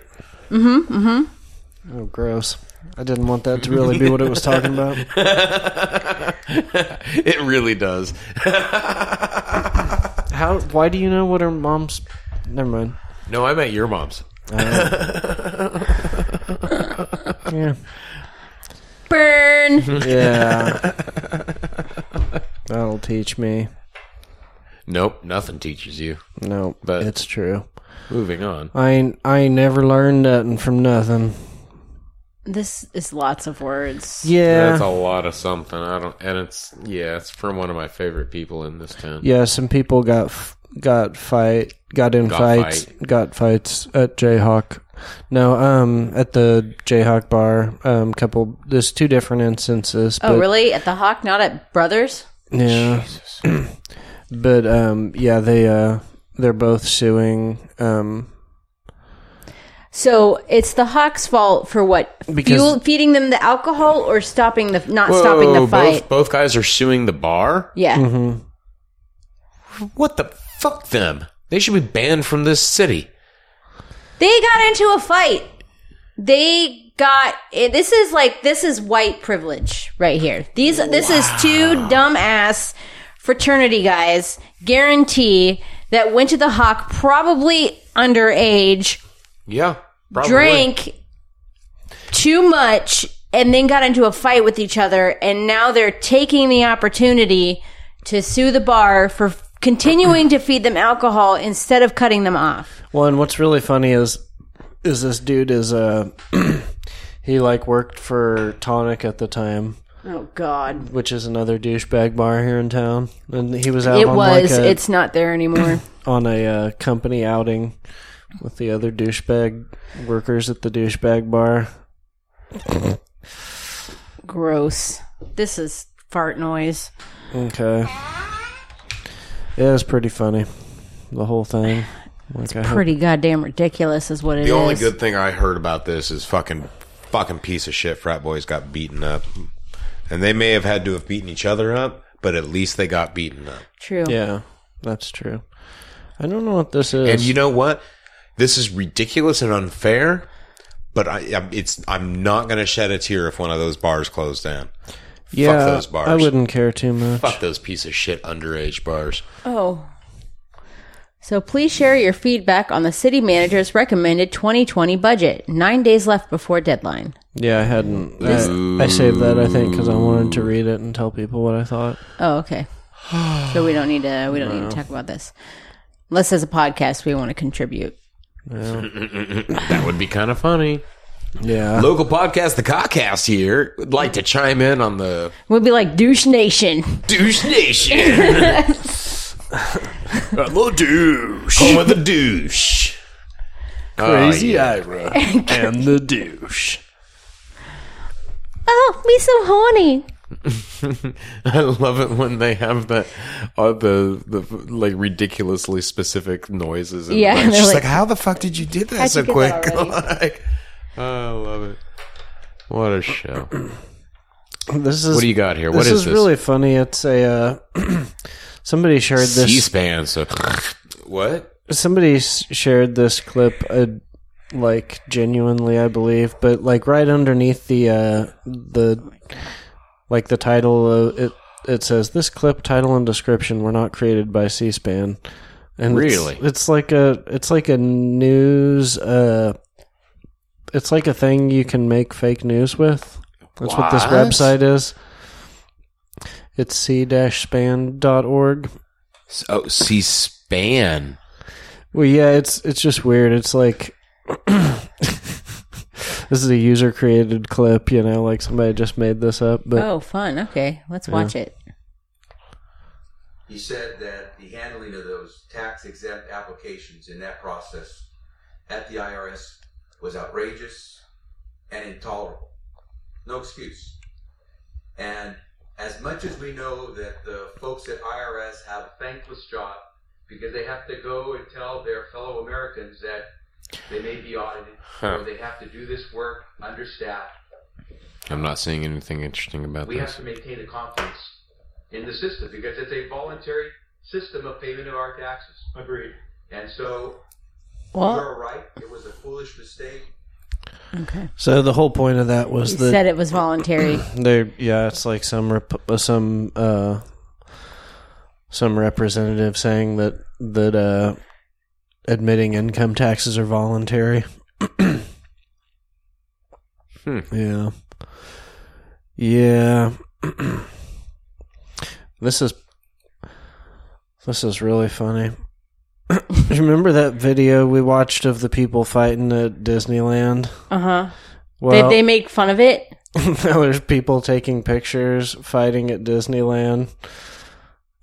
Oh, gross. I didn't want that to really be what it was talking about.
It really does.
[LAUGHS] How? Why do you know what her mom's? Never mind. Uh,
No, I'm at your mom's. [LAUGHS]
Yeah.
[LAUGHS]
Burn.
Yeah. That'll teach me.
Nope, nothing teaches you.
No,
But-
it's true.
Moving on.
I ain't- I ain't never learned nothing from nothing.
this is lots of words.
Yeah.
That's a lot of something. I don't, and it's yeah, it's from one of my favorite people in this town.
yeah, some people got f- got fight got in
Got
fights
fight.
got fights at Jayhawk. No, um, at the Jayhawk bar, um, couple. There's two different instances. But,
Oh, really? At the Hawk, not at Brothers.
Yeah. [CLEARS THROAT] but um, yeah, they uh, they're both suing um
So it's the Hawks' fault for what?
Because-
Fuel, feeding them the alcohol or stopping the not stopping the fight?
Both, both guys are suing the bar.
Yeah.
What the fuck? Them? They should be banned from this city.
They got into a fight. They got eh, this is like this is white privilege right here. These this is two dumbass fraternity guys guarantee that went to the Hawk probably underage,
Yeah, probably.
drank too much and then got into a fight with each other and now they're taking the opportunity to sue the bar for continuing to feed them alcohol instead of cutting them off.
Well, and what's really funny is is this dude is uh [CLEARS THROAT] he like worked for Tonic at the time,
Oh god.
which is another douchebag bar here in town, and he was out
It
on
was.
like a,
it's not there
[CLEARS THROAT]
anymore.
on a uh, company outing with the other douchebag workers at the douchebag bar.
Gross. This is fart noise.
Okay, yeah, it was pretty funny, the whole thing. Like, I hope-
Pretty goddamn ridiculous is what it is.
The only good thing I heard about this is fucking fucking piece of shit frat boys got beaten up, and they may have had to have beaten each other up, but at least they got beaten up.
True.
yeah, That's true. I don't know what this is.
And you know what? This is ridiculous and unfair. But I, I'm, it's I'm not going to shed a tear if one of those bars closed down.
yeah,
those bars.
I wouldn't care too much.
Fuck those piece of shit underage bars.
Oh. So please share your feedback on the city manager's recommended 2020 budget. Nine days left before deadline.
Yeah, I hadn't. I, I saved that I think because I wanted to read it and tell people what I thought.
Oh, okay. so we don't need to. We don't need to talk about this. Unless as a podcast, we want to contribute.
That would be kind of funny.
Yeah,
Local podcast, the Cockcast here, would like to chime in on the
We'll be like douche nation.
[LAUGHS]
douche nation. [LAUGHS] I'm a douche. Home of the douche.
Crazy
Oh, yeah.
Ira and the douche.
Oh, me so horny.
[LAUGHS] I love it when they have that, uh, the the like ridiculously specific noises. And
Yeah,
like,
they're
she's like,
like,
"How the fuck did you do that
How'd
so
you
quick?" [LAUGHS]
get that
like, oh, I love it. What
[CLEARS THROAT]
a show!
This is
What do you got here? What
this
is
is
this?
really funny. It's a uh, [CLEARS THROAT] somebody shared this.
C-SPAN. So [LAUGHS] what?
somebody s- shared this clip uh, like genuinely i believe but like right underneath the uh the like the title uh, it it says this clip title and description were not created by c-span and it's-
Really?
it's, like a it's like a news uh it's like a thing you can make fake news with that's what, this
What?
website is it's c-span.org
Oh, C-SPAN.
Well, yeah, it's it's just weird. It's like [CLEARS THROAT] this is a user created clip, you know, like somebody just made this up. But
Oh, fun. Okay, let's watch it.
He said that the handling of those tax exempt applications in that process at the IRS was outrageous and intolerable. No excuse. And as much as we know that the folks at IRS have a thankless job because they have to go and tell their fellow Americans that they may be audited
Huh.
or they have to do this work understaffed,
I'm not seeing anything interesting about
we have
this.
to maintain the confidence in the system because it's a voluntary system of payment of our taxes. Agreed. And so
Well,
you're right. It was a foolish mistake.
okay.
so the whole point of that was
You
that
said it was
[COUGHS]
voluntary.
they yeah, it's like some rep- uh, some uh some representative saying that that uh admitting income taxes are voluntary.
Hmm.
Yeah. Yeah. this is this is really funny. [LAUGHS] You Remember that video we watched of the people fighting at Disneyland?
Uh huh.
Well,
Did they make fun of it?
[LAUGHS] now there's people taking pictures fighting at Disneyland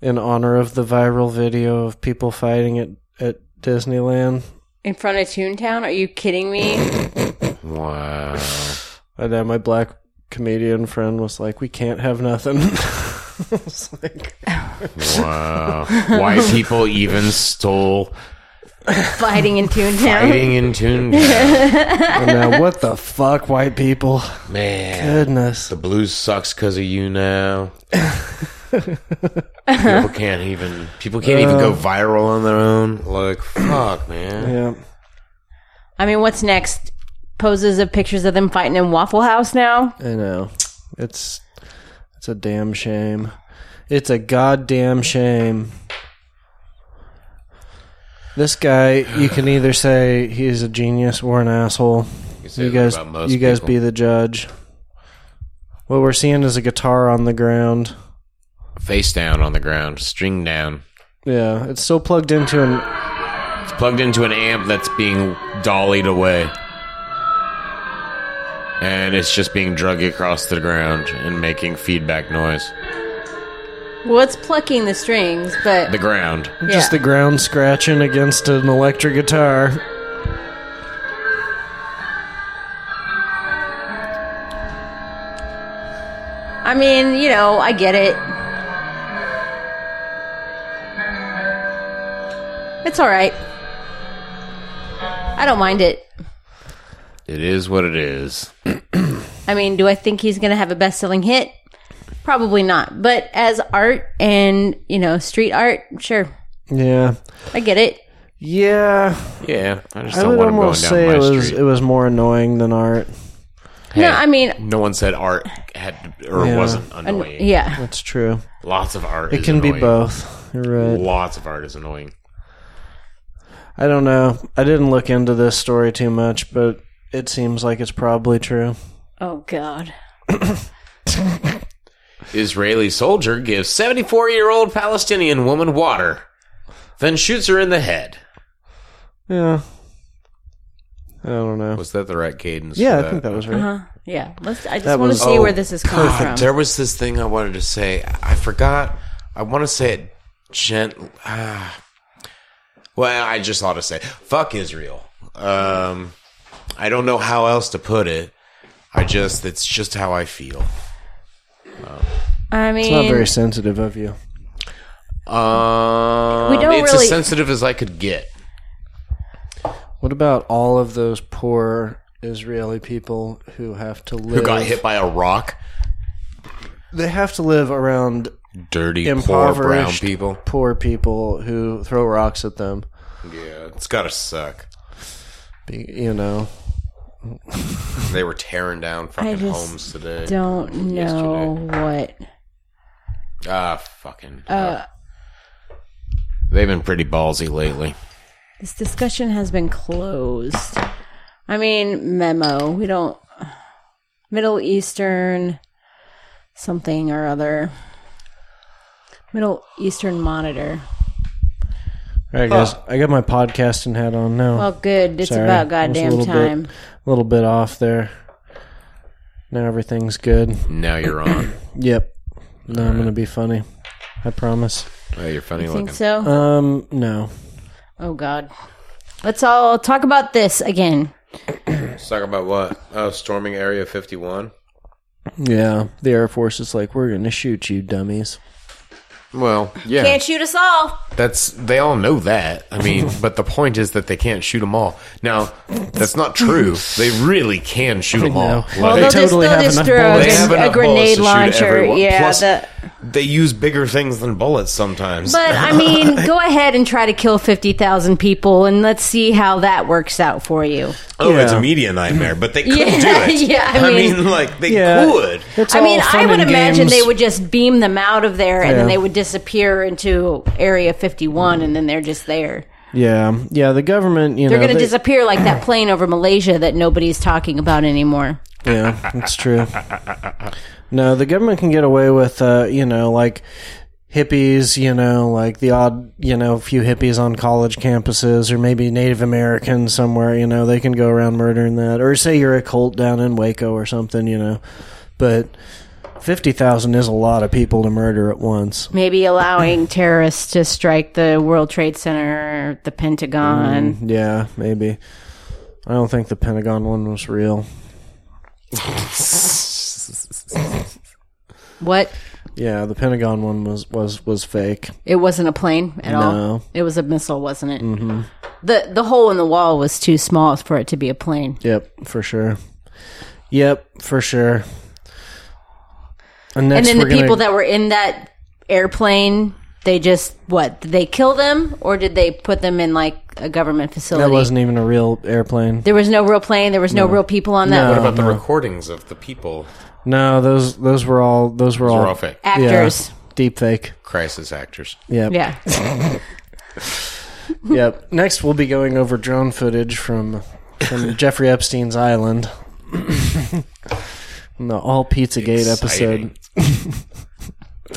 in honor of the viral video of people fighting at, at Disneyland.
In front of Toontown? Are you kidding
[COUGHS]
me? [LAUGHS]
Wow.
I know my black comedian friend was like, "We can't have nothing." [LAUGHS] I was like,
Wow. Why people
[LAUGHS]
even stole
Fighting in Toontown?
fighting in tune?
and now what the fuck, white people?
Man.
Goodness.
The blues sucks because of you now. people can't even people can't even
Uh.
go viral on their own. Like fuck, man.
Yeah.
I mean, what's next? Poses of pictures of them fighting in Waffle House now?
I know. It's it's a damn shame. It's a goddamn shame. This guy, you can either say he's a genius or an asshole.
say
You
that
guys,
about most
you guys
people.
be the judge. What we're seeing is a guitar on the ground.
Face down on the ground, string down.
Yeah, it's still plugged into an
It's plugged into an amp that's being dollied away. And it's just being drug across the ground and making feedback noise.
Well, it's plucking the strings, but.
The ground.
just the ground scratching against an electric guitar.
I mean, you know, I get it. It's all right. I don't mind it.
It is what it is.
I mean, do I think he's going to have a best-selling hit? Probably not. But as art and, you know, street art, sure.
Yeah.
I get it.
Yeah.
Yeah, I just
I
don't
would
want him going
almost
down
say
my
it was
street.
it was more annoying than art.
No,
Hey,
I mean,
no one said art had or
Yeah.
wasn't annoying.
yeah.
That's true.
lots of art.
It
is
can be
annoying.
both. You're right.
Lots of art is annoying.
I don't know. I didn't look into this story too much, but it seems like it's probably true.
Oh God.
Israeli soldier gives 74 year old Palestinian woman water, then shoots her in the head.
Yeah. I don't know.
Was that the right cadence?
Yeah,
for
I think that was right.
Huh? Yeah. Let's. I just
That
want to
was-
see
Oh,
where this is coming
God,
from.
there was this thing I wanted to say. I- I forgot. I want to say it gently. Ah. Well, I just ought to say, fuck Israel. Um, I don't know how else to put it. I just, it's just how I feel.
I mean,
It's not very sensitive of you.
Um,
We don't
it's
really-
as sensitive as I could get.
What about all of those poor Israeli people who have to live?
Who got hit by a rock?
They have to live around
Dirty, poor brown
impoverished
people.
poor people who throw rocks at them.
Yeah, it's gotta suck.
Be- You know,
They were tearing down fucking
just
homes today.
don't know what.
Ah, fucking.
Uh,
They've been pretty ballsy lately.
This discussion has been closed. I mean, memo. We don't. Middle Eastern something or other. Middle Eastern monitor.
all right, guys. I got my podcasting hat on now.
Well, good. It's
Sorry,
about
I was a
goddamn
little bit-
time.
a little bit off there. Now everything's good.
Now you're
[COUGHS]
on.
Yep. Now I'm gonna be funny. I promise.
Oh, you're funny
Think
looking.
so?
Um, no.
Oh God. Let's all talk about this again.
Let's talk about what? Oh, storming Area 51.
Yeah, the Air Force is like, we're gonna shoot you, dummies.
Well, yeah,
Can't shoot us all.
that's they all know that. I
[LAUGHS]
mean, but the point is that they can't shoot them all. Now, that's not true. They really can shoot them all.
know. Well,
they'll
They
Like,
just,
totally
they'll
have
just
enough
throw
bullets.
They have
a,
enough
grenade
bullets to shoot
launcher.
everyone.
Yeah.
Plus-
the-
they use bigger things than bullets sometimes.
but
[LAUGHS]
I mean, go ahead and try to kill fifty thousand people, and let's see how that works out for you.
Oh, it's
Yeah.
a media
[LAUGHS]
nightmare, but they could
Yeah,
do it.
yeah, I
I
mean-
mean, like they
Yeah.
could.
It's
I mean,
all fun
I would
and
imagine
games.
they would just beam them out of there, and then
Yeah.
they would disappear into Area Fifty One, and then they're just there.
Yeah, yeah. The government, you
They're
know,
going to
they-
disappear like that plane over Malaysia that nobody's talking about anymore.
Yeah, that's true. No, the government can get away with, uh, you know, like hippies, you know, like the odd, you know, few hippies on college campuses or maybe Native Americans somewhere, you know, they can go around murdering that. Or say you're a cult down in Waco or something, you know. But 50,000 is a lot of people to murder at once.
Maybe allowing terrorists to strike the World Trade Center, the Pentagon.
Yeah, maybe. I don't think the Pentagon one was real. Mm-hmm.
What?
Yeah, the Pentagon one was was was fake.
It wasn't a plane at all.
No.
It was a missile, wasn't it? Mm-hmm. The the hole in the wall was too small for it to be a plane.
Yep, for sure. Yep, for sure. And,
and
next
then the
we're gonna-
people that were in that airplane, they just what? Did they kill them or did they put them in like a government facility?
that wasn't even a real airplane.
there was no real plane. There was no, real people on that.
No.
What
What
about
about the recordings of the people?
No, those those were all those were
They're
all,
all fake.
yeah,
actors?
deep fake.
Crisis actors.
Yep.
Yeah.
[LAUGHS] Yep. Next, we'll be going over drone footage from
[LAUGHS]
from Jeffrey Epstein's island. In the all Pizzagate episode.
Exciting.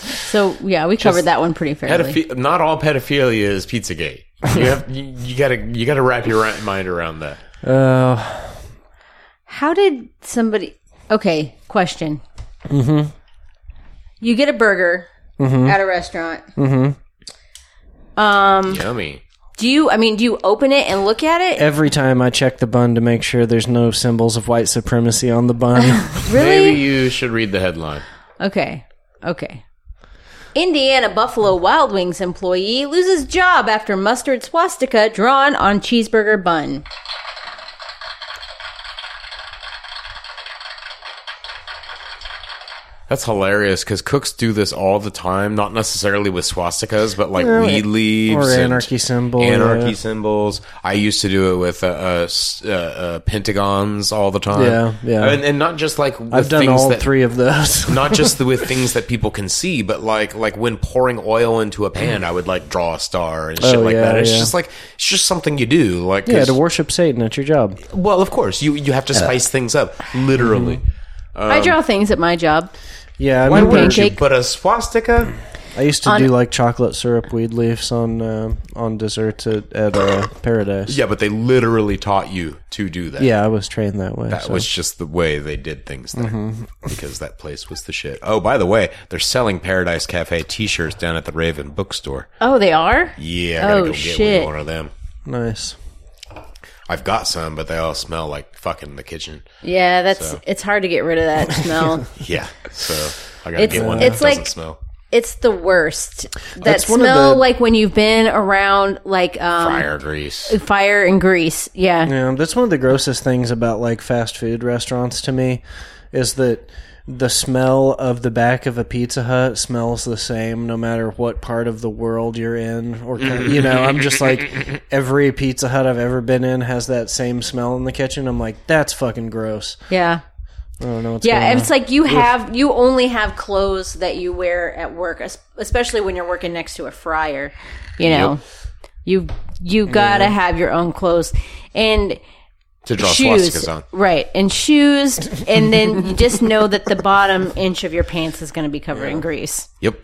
So yeah, we covered that one pretty fairly.
Pedophi- not all pedophilia is Pizzagate. You have you, you gotta you gotta wrap your ri- mind around that.
Uh,
How did somebody? Okay, question. Mm-hmm. You get a burger
Mm-hmm.
at a restaurant. Hmm.
Yummy.
Do you? I mean, do you open it and look at it?
every time I check the bun to make sure there's no symbols of white supremacy on the
[LAUGHS]
bun.
really?
Maybe you should read the headline.
Okay. Okay. Indiana Buffalo Wild Wings employee loses job after mustard swastika drawn on cheeseburger bun.
That's hilarious because cooks do this all the time, not necessarily with swastikas, but like
Yeah,
weed
or-
leaves
or
and
anarchy symbol,
anarchy
yeah.
symbols. I used to do it with uh, uh, s- uh, uh, pentagons all the time.
Yeah, yeah.
and, and not just like with
I've done
things
all
that,
three of those.
[LAUGHS] not just the, with things that people can see, but like like when pouring oil into a pan, I would like draw a star and shit
Oh,
like
yeah,
that. It's
yeah.
just like it's just something you do.
[LAUGHS]
Like
yeah,
'cause-
to worship Satan at your job.
well, of course you you have to spice things up literally.
Mm-hmm.
I
Um,
draw things at my job.
Yeah, I
Why
remember-
wouldn't you?
Pancake.
But a swastika.
I used to
On-
do like chocolate syrup weed leaves on uh, on desserts at, at uh, Paradise.
Yeah, but they literally taught you to do that.
Yeah, I was trained that way.
That
so.
was just the way they did things there because that place was the shit. Oh, by the way, they're selling Paradise Cafe t shirts down at the Raven bookstore.
Oh, they are.
Yeah, I gotta
Oh,
go get
shit.
me one of them.
nice.
I've got some, but they all smell like fucking the kitchen.
Yeah, that's
So-
it's hard to get rid of
[LAUGHS]
that smell.
Yeah, so I gotta
It's-
get one
it's
that doesn't
like-
smell.
it's the worst. That
That's one of
smell
the-
like when you've been around like um
Fire grease.
fire and grease. Yeah.
Yeah, that's one of the grossest things about like fast food restaurants to me is that the smell of the back of a Pizza Hut smells the same no matter what part of the world you're in or kind- you know I'm just
[LAUGHS]
like every Pizza Hut I've ever been in has that same smell in the kitchen I'm like that's fucking gross
Yeah.
I don't know what's
Yeah,
going
and
on.
it's like you have you only have clothes that you wear at work, es- especially when you're working next to a fryer. You know, you you gotta have your own clothes and
To draw
shoes,
swastikas on.
right? And shoes, and then you just know that the bottom inch of your pants is going to be covered in grease.
Yep.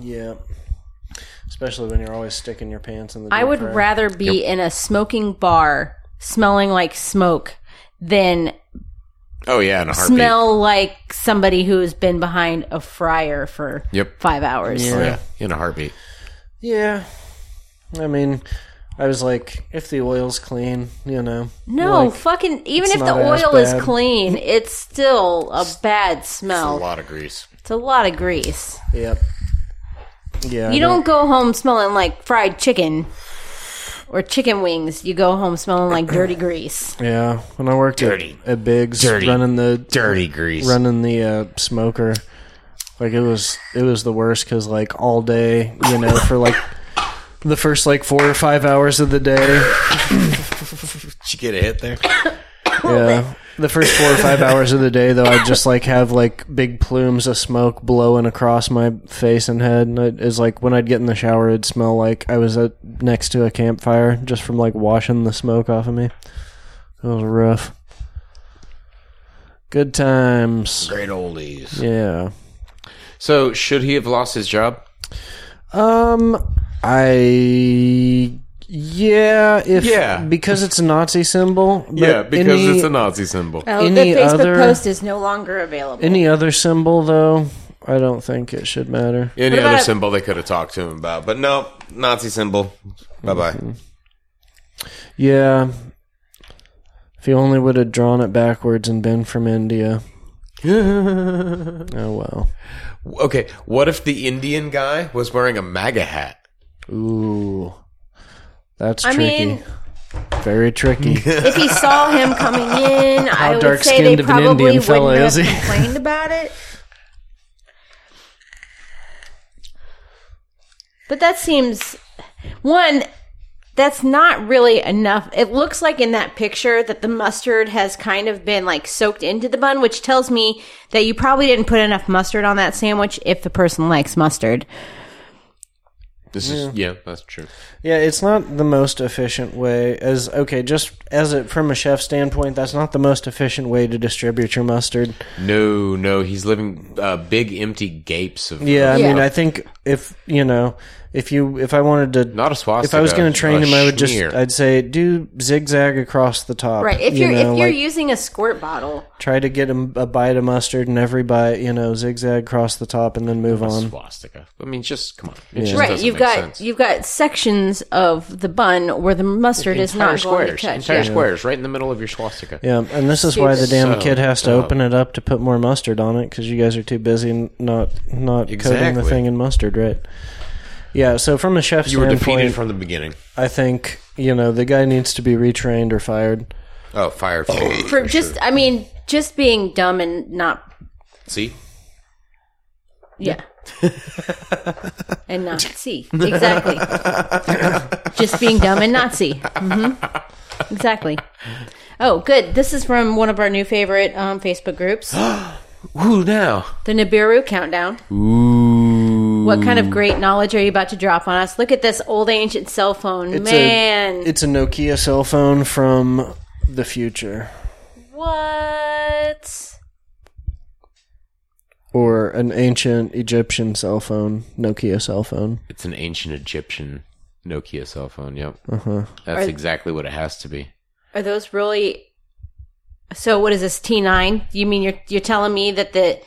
yeah especially when you're always sticking your pants in the
I
deep
would
fryer.
rather be in a smoking bar smelling like smoke than
Oh, yeah, in a heartbeat.
smell like somebody who's been behind a fryer for
Yep.
five hours.
Oh, yeah, in a heartbeat.
Yeah. I mean, I was like, if the oil's clean, you know.
No,
Like,
fucking. Even if the
not as
oil is
bad.
clean, it's still a bad
A
smell.
lot of grease.
It's a lot of grease.
Yep. Yeah.
You don't go home smelling like fried chicken or chicken wings. You go home smelling like dirty grease.
Yeah. When I worked
Dirty.
at, at Biggs,
Dirty.
running the
Dirty grease.
running the uh, smoker, like it was it was the worst because like all day, you know, for like the first like four or five hours of the day,
Did you get a hit there?
Yeah. The first four or five hours of the day, though, I'd just like have like big plumes of smoke blowing across my face and head. And it is like when I'd get in the shower, it'd smell like I was at, next to a campfire just from like washing the smoke off of me. It was rough. Good times.
Great oldies.
Yeah.
So, should he have lost his job?
Um, I. Yeah, if
Yeah.
because it's a Nazi symbol. but
Yeah, because
any- Uh,
it's a Nazi symbol.
Oh,
Any
the Facebook
other-
post is no longer available.
any other symbol though. I don't think it should matter.
Any
What about
other
a-
symbol they could have talked to him about, but no, Nazi symbol. Bye bye.
Yeah. If he only would have drawn it backwards and been from India. Oh well.
[LAUGHS] okay, what if the Indian guy was wearing a MAGA hat?
Ooh. That's
I
tricky.
mean-
Very
[LAUGHS]
tricky.
if he saw him coming in, I would say
dark-skinned
they
of an Indian
probably wouldn't
fella
have
is he?
complained about it. But that seems one. That's not really enough. It looks like in that picture that the mustard has kind of been like soaked into the bun, which tells me that you probably didn't put enough mustard on that sandwich if the person likes mustard.
This is yeah, that's true.
yeah, it's not the most efficient way as okay, just as it from a chef standpoint, that's not the most efficient way to distribute your mustard.
No, no, he's living uh, big empty gapes of
Yeah, I
Yeah.
mean, I think if, you know, if you if I wanted to
not a swastika.
if I was going to train
a
him, I would just
schmear.
I'd say do zigzag across the top.
Right. If
you
you're
know,
if you're
like,
using a squirt bottle,
try to get him a bite of mustard and every bite, you know, zigzag across the top and then move on.
swastika. I mean, just come on. It just
right
doesn't
you've
make
got
sense.
you've got sections of the bun where the mustard is
entire
not going to
squares,
touch
entire
yeah.
squares, right in the middle of your swastika.
Yeah, and this is why the damn
So
kid has to
dumb.
open it up to put more mustard on it because you guys are too busy n- not not coating the
Exactly.
thing in mustard, right? Yeah, so from a chef's
You were defeated
standpoint,
from the beginning.
I think you know the guy needs to be retrained or fired.
Oh, fire!
for just i mean just being dumb and not
See,
Yeah. and Nazi. Exactly. Just being dumb and Nazi. hmm Exactly. Oh, good. This is from one of our new favorite um, Facebook
[GASPS]
groups, the
Ooh, now.
Nibiru Countdown.
Ooh.
What kind of great knowledge are you about to drop on us? Look at this old ancient cell phone. Man.
A, it's a Nokia cell phone from the future,
what?
or an ancient Egyptian cell phone, Nokia cell phone.
It's an ancient Egyptian Nokia cell phone. Yep.
Uh-huh.
That's exactly what it has to be.
Are those really. So what is this T nine? You mean you're you're telling me that the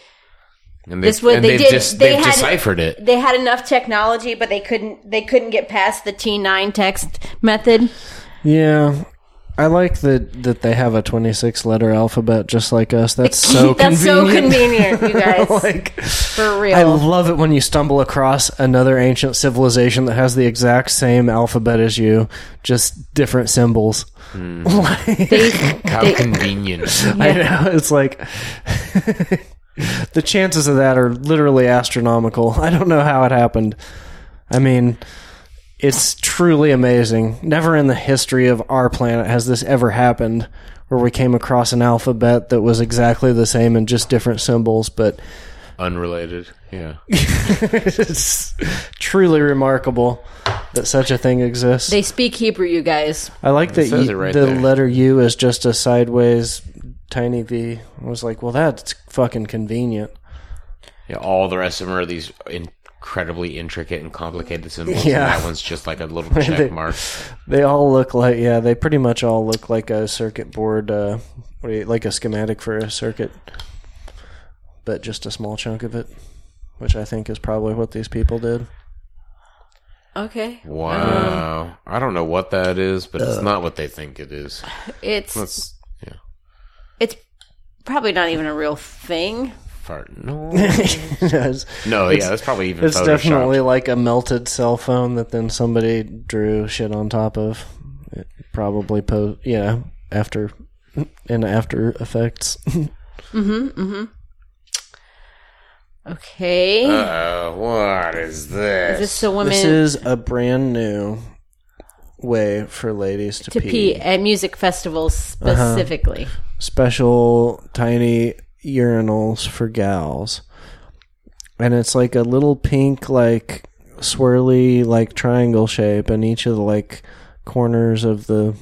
And they've,
This would-
and
they
they've,
did-
dis-
they
they've
had- [LAUGHS]
deciphered it.
they had enough technology, but they couldn't they couldn't get past the T nine text method.
Yeah. I like that that they have a 26 letter alphabet just like us.
[LAUGHS]
That's so
That's so
convenient.
convenient,
[LAUGHS]
you guys.
like
for
I
real.
love it when you stumble across another ancient civilization that has the exact same alphabet as you, just different symbols. [LAUGHS]
How
[LAUGHS]
convenient.
I know [LAUGHS] it's like the chances of that are literally astronomical. [LAUGHS] I don't know how it happened. I mean, it's truly amazing. Never in the history of our planet has this ever happened where we came across an alphabet that was exactly the same and just different symbols, but
Unrelated. Yeah.
it's truly remarkable that such a thing exists.
they speak Hebrew, you guys.
I like that
says
you-
it right
the
there.
letter U is just a sideways tiny V. I was like, well, that's fucking convenient.
yeah. All the rest of them are these incredibly intricate and complicated symbols.
Yeah. Uh-huh.
And that one's just like a little
[LAUGHS]
check mark.
They all look like yeah. They pretty much all look like a circuit board, uh, what do you- like a schematic for a circuit, but just a small chunk of it, which I think is probably what these people did. [LAUGHS]
Okay.
Wow. I don't know what that is, but
Uh.
it's not what they think it is.
It's
That's yeah.
it's probably not even a real thing.
Fart. No.
[LAUGHS] it's
No, yeah, that's probably even
it's
photoshopped.
definitely like a melted cell phone that then somebody drew shit on top of. It probably po yeah after and after effects.
Okay.
Uh, what is this?
is this a woman
this is a brand new way for ladies to,
to pee at music festivals
Uh-huh.
specifically?
special tiny urinals for gals. And it's like a little pink, like swirly, like triangle shape, and each of the like corners of the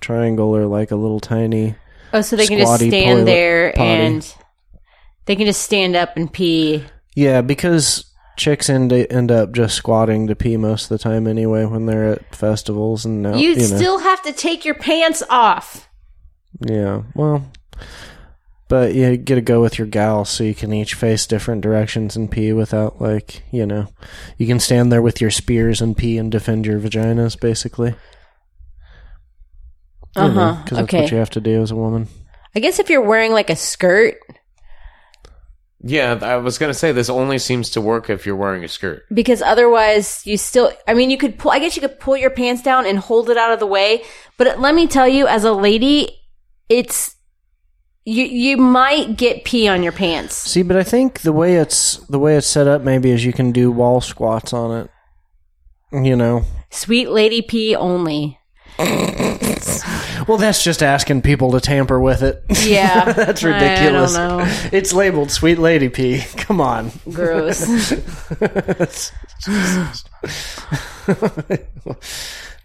triangle are like a little tiny.
Oh, so they can just
Squatty
stand
toilet
there
potty.
and they can just stand up and pee.
Yeah, because chicks end end up just squatting to pee most of the time anyway when they're at festivals and now
You'd
Oh, you know.
still have to take your pants off.
Yeah, well, but you get to go with your gals so you can each face different directions and pee without, like, you know, you can stand there with your spears and pee and defend your vaginas, basically.
Uh huh.
Because Uh-huh. that's
Okay.
what you have to do as a woman.
I guess if you're wearing like a skirt,
Yeah, I was gonna say this only seems to work if you're wearing a skirt.
because otherwise you still i mean you could pull i guess you could pull your pants down and hold it out of the way but let me tell you as a lady it's you you might get pee on your pants
See, but I think the way it's the way it's set up maybe is you can do wall squats on it. You know,
sweet lady pee only
well, that's just asking people to tamper with it. [LAUGHS]
yeah
that's ridiculous.
i don't know
It's labeled "sweet lady pee." [LAUGHS] Come on.
[LAUGHS] gross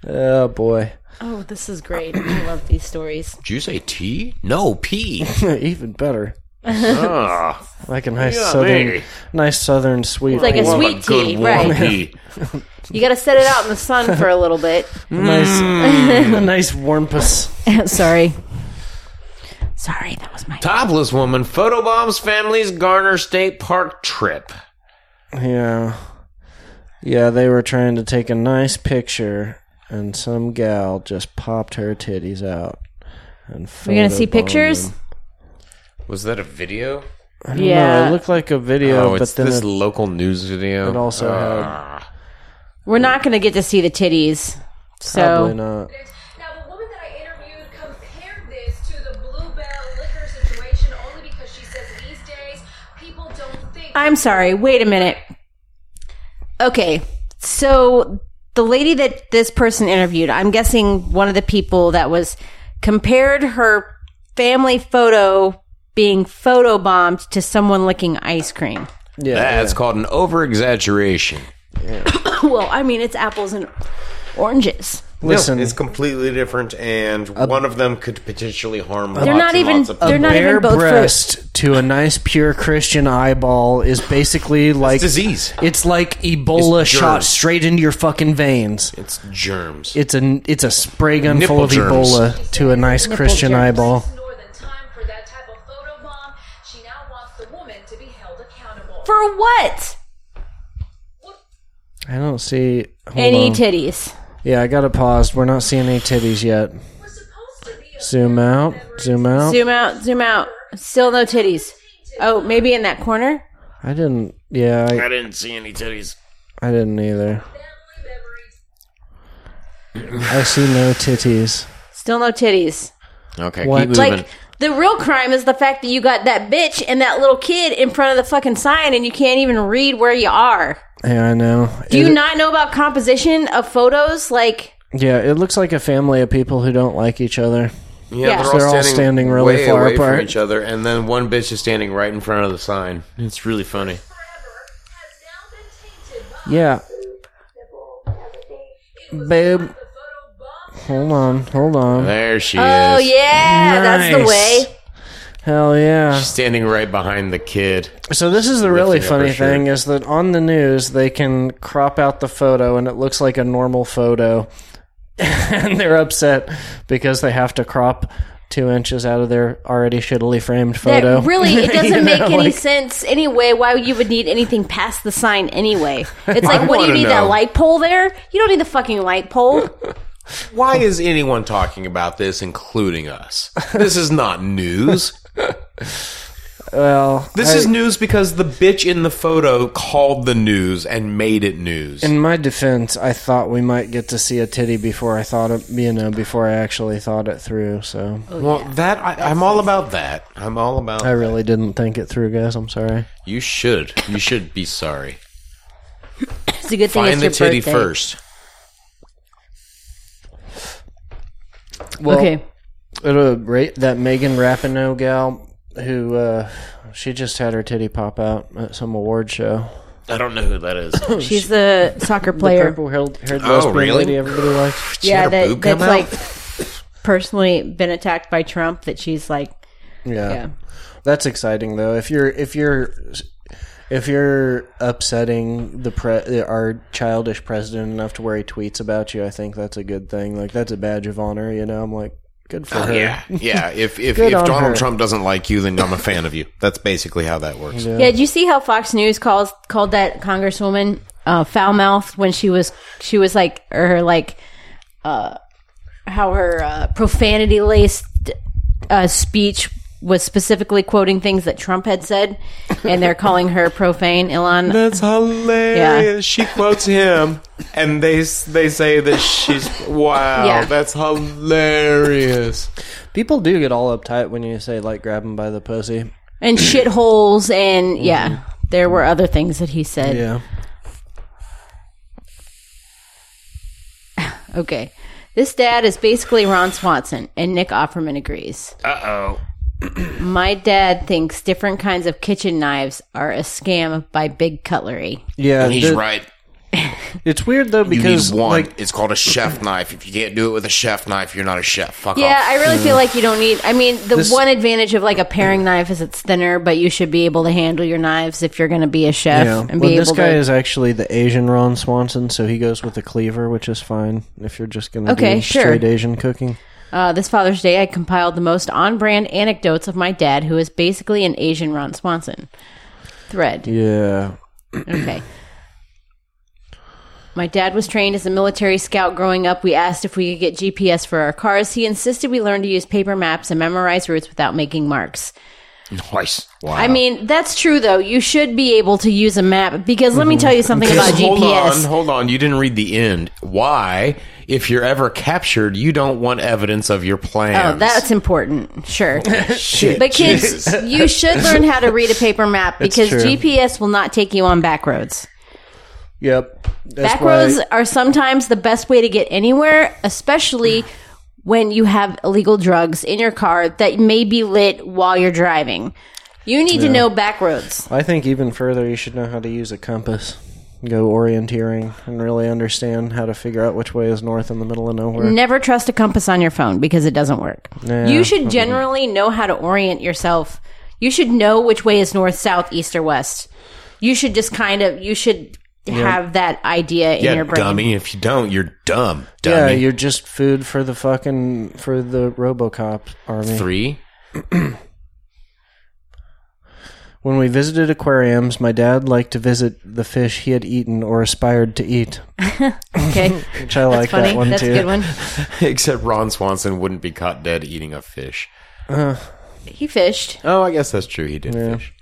oh boy.
[LAUGHS] oh this is great i love these stories
Did you say tea? No, pee.
[LAUGHS] Even better.
[LAUGHS] Ah,
Like a nice
Yeah,
southern,
maybe.
nice southern sweet.
like a
thing.
sweet-
what a good
tea,
warm
right.
pee.
you gotta set it out in the sun for a little bit
a nice, a nice [LAUGHS] warm puss.
[LAUGHS] sorry sorry that was my
Topless woman photobombs family's Garner State Park trip.
Yeah, yeah. They were trying to take a nice picture, and some gal just popped her titties out. And
we're gonna see
photobombed
pictures
them.
Was that a video?
No,
yeah
it looked like a video,
oh,
but
it's
then
this uh,
it,
local news video.
it also
we're not gonna get to see the titties
had
so
probably not.
Now, the woman that I interviewed compared this to the Bluebell liquor situation only because she says these days people don't think
I'm sorry. Wait a minute. Okay. So the lady that this person interviewed, I'm guessing one of the people that was compared her family photo being photobombed to someone licking ice cream. [COUGHS]
Yeah,
That's called an over exaggeration.
well, I mean, it's apples and oranges.
Listen,
it's completely different, and one of them could potentially harm.
They're not even- they're not even
bare
both fruit.
breast to a nice pure Christian eyeball is basically like
disease.
It's like Ebola
It's
shot
germs.
straight into your fucking veins.
It's germs.
It's a it's a spray gun full
Nipple
of
germs.
Ebola to a nice Christian
germs.
eyeball.
Northern time for that type of photo bomb. She now wants the woman to be held accountable.
For what?
I don't see hold
Any
on.
titties.
Yeah, I got it paused. We're not seeing any titties yet.
We're supposed to be a
Zoom out. Zoom out.
Zoom out, zoom out. Still no titties. Oh, maybe in that corner?
I didn't. Yeah, I,
I didn't see any titties.
I didn't either.
family memory.
I see no titties.
Still no titties.
Okay,
What?
keep moving.
Like, the real crime is the fact that you got that bitch and that little kid in front of the fucking sign and you can't even read where you are.
Yeah, I know.
Do you
It-
not know about composition of photos? Like,
Yeah, it looks like a family of people who don't like each other.
yeah,
yeah.
They're all standing really
way
far
away from
apart.
each other, and then one bitch is standing right in front of the sign. It's really funny.
Forever has now been tainted by
Yeah. Babe,
the photo bomb.
hold on, hold on.
There she
oh
is.
yeah, that's the
Nice.
way.
Hell yeah.
Standing right behind the kid.
So this is the really
Lifting up her
funny
shirt.
thing is that on the news they can crop out the photo and it looks like a normal photo. [LAUGHS] and they're upset because they have to crop two inches out of their already shittily framed
That
photo. [LAUGHS]
really, it doesn't
You
make
know,
any
like-
sense anyway. Why you would need anything past the sign anyway? It's like,
I
what do you
wanna
need that
know.
light pole there? You don't need the fucking light pole.
Why is anyone talking about this, including us? This is not news.
Well,
This
I-
is news because the bitch in the photo called the news and made it news.
in my defense. I thought we might get to see a titty before I thought it, you know, before I actually thought it through. So
well, that I, I'm all about that. I'm all about.
I really didn't think it through, guys. I'm sorry.
You should. You should be sorry.
It's a good thing.
Find
it's
the
your
titty
birthday.
first.
Well,
okay.
At a rate, that Megan Rapinoe gal who uh, she just had her titty pop out at some award show.
I don't know who that is.
She's the soccer player.
Purple haired, haired
Oh,
lesbian
really?
lady everybody likes.
She had
yeah,
her
that,
boob
that's
come out?
like personally been attacked by Trump. That she's like,
Yeah.
yeah,
that's exciting though. If you're if you're if you're upsetting the pre- our childish president enough to where he tweets about you, I think that's a good thing. Like that's a badge of honor. You know, I'm like good for her.
Oh, yeah, yeah. If if,
Good
if
on
Donald
her.
Trump doesn't like you, then I'm a fan of you. That's basically how that works.
yeah. Did you see how Fox News calls called that congresswoman uh, foul mouth when she was she was like or her like uh, how her uh, profanity laced uh, speech was specifically quoting things that Trump had said, and they're calling her profane. [LAUGHS] Elon,
That's hilarious. She quotes him, and they they say that she's wow.
Yeah.
That's hilarious.
People do get all uptight when you say like grab him by the pussy.
and shitholes and yeah there were other things that he said
Yeah.
okay this dad is basically ron swanson and nick offerman agrees uh-oh my dad thinks different kinds of kitchen knives are a scam by big cutlery
Yeah,
And he's
the-
right.
It's weird though
You need
because
one.
like
it's called a chef knife. If you can't do it with a chef knife, you're not a chef. Fuck
yeah
off.
i really feel like you don't need i mean the
This-
one advantage of like a paring knife is it's thinner but you should be able to handle your knives if you're going to be a chef
yeah.
and
well,
be
this
able
guy
to
is actually the Asian Ron Swanson, so he goes with the cleaver, which is fine if you're just gonna
Okay,
do
sure.
straight Asian cooking.
Uh, this Father's Day, I compiled the most on brand anecdotes of my dad, who is basically an Asian Ron Swanson. Thread.
Yeah,
Okay. My dad was trained as a military scout growing up. We asked if we could get GPS for our cars. He insisted we learn to use paper maps and memorize routes without making marks.
Nice. Wow.
I mean, that's true though. You should be able to use a map because let me tell you something about
Mhm. Just hold on,
GPS.
hold on. You didn't read the end. Why, if you're ever captured, you don't want evidence of your plans?
Oh, that's important. Sure.
[LAUGHS] shit.
But kids,
Jesus.
you should learn how to read a paper map because
true.
GPS will not take you on back roads.
Yep. That's
Back
why-
roads are sometimes the best way to get anywhere, especially when you have illegal drugs in your car that may be lit while you're driving. You need to know back roads.
I think even further, you should know how to use a compass, go orienteering, and really understand how to figure out which way is north in the middle of nowhere.
Never trust a compass on your phone because it doesn't work. you should generally know how to orient yourself. You should know which way is north, south, east, or west. You should just kind of you should have that idea in
yeah,
your brain.
dummy. If you don't, you're dumb.
Yeah,
Dummy.
you're just food for the fucking for the RoboCop army.
three.
When we visited aquariums, my dad liked to visit the fish he had eaten or aspired to eat,
Okay,
which I [LAUGHS] like
funny.
that one
That's
too.
a good one.
Except Ron Swanson wouldn't be caught dead eating a fish.
He fished.
Oh, I guess that's true. He did fish.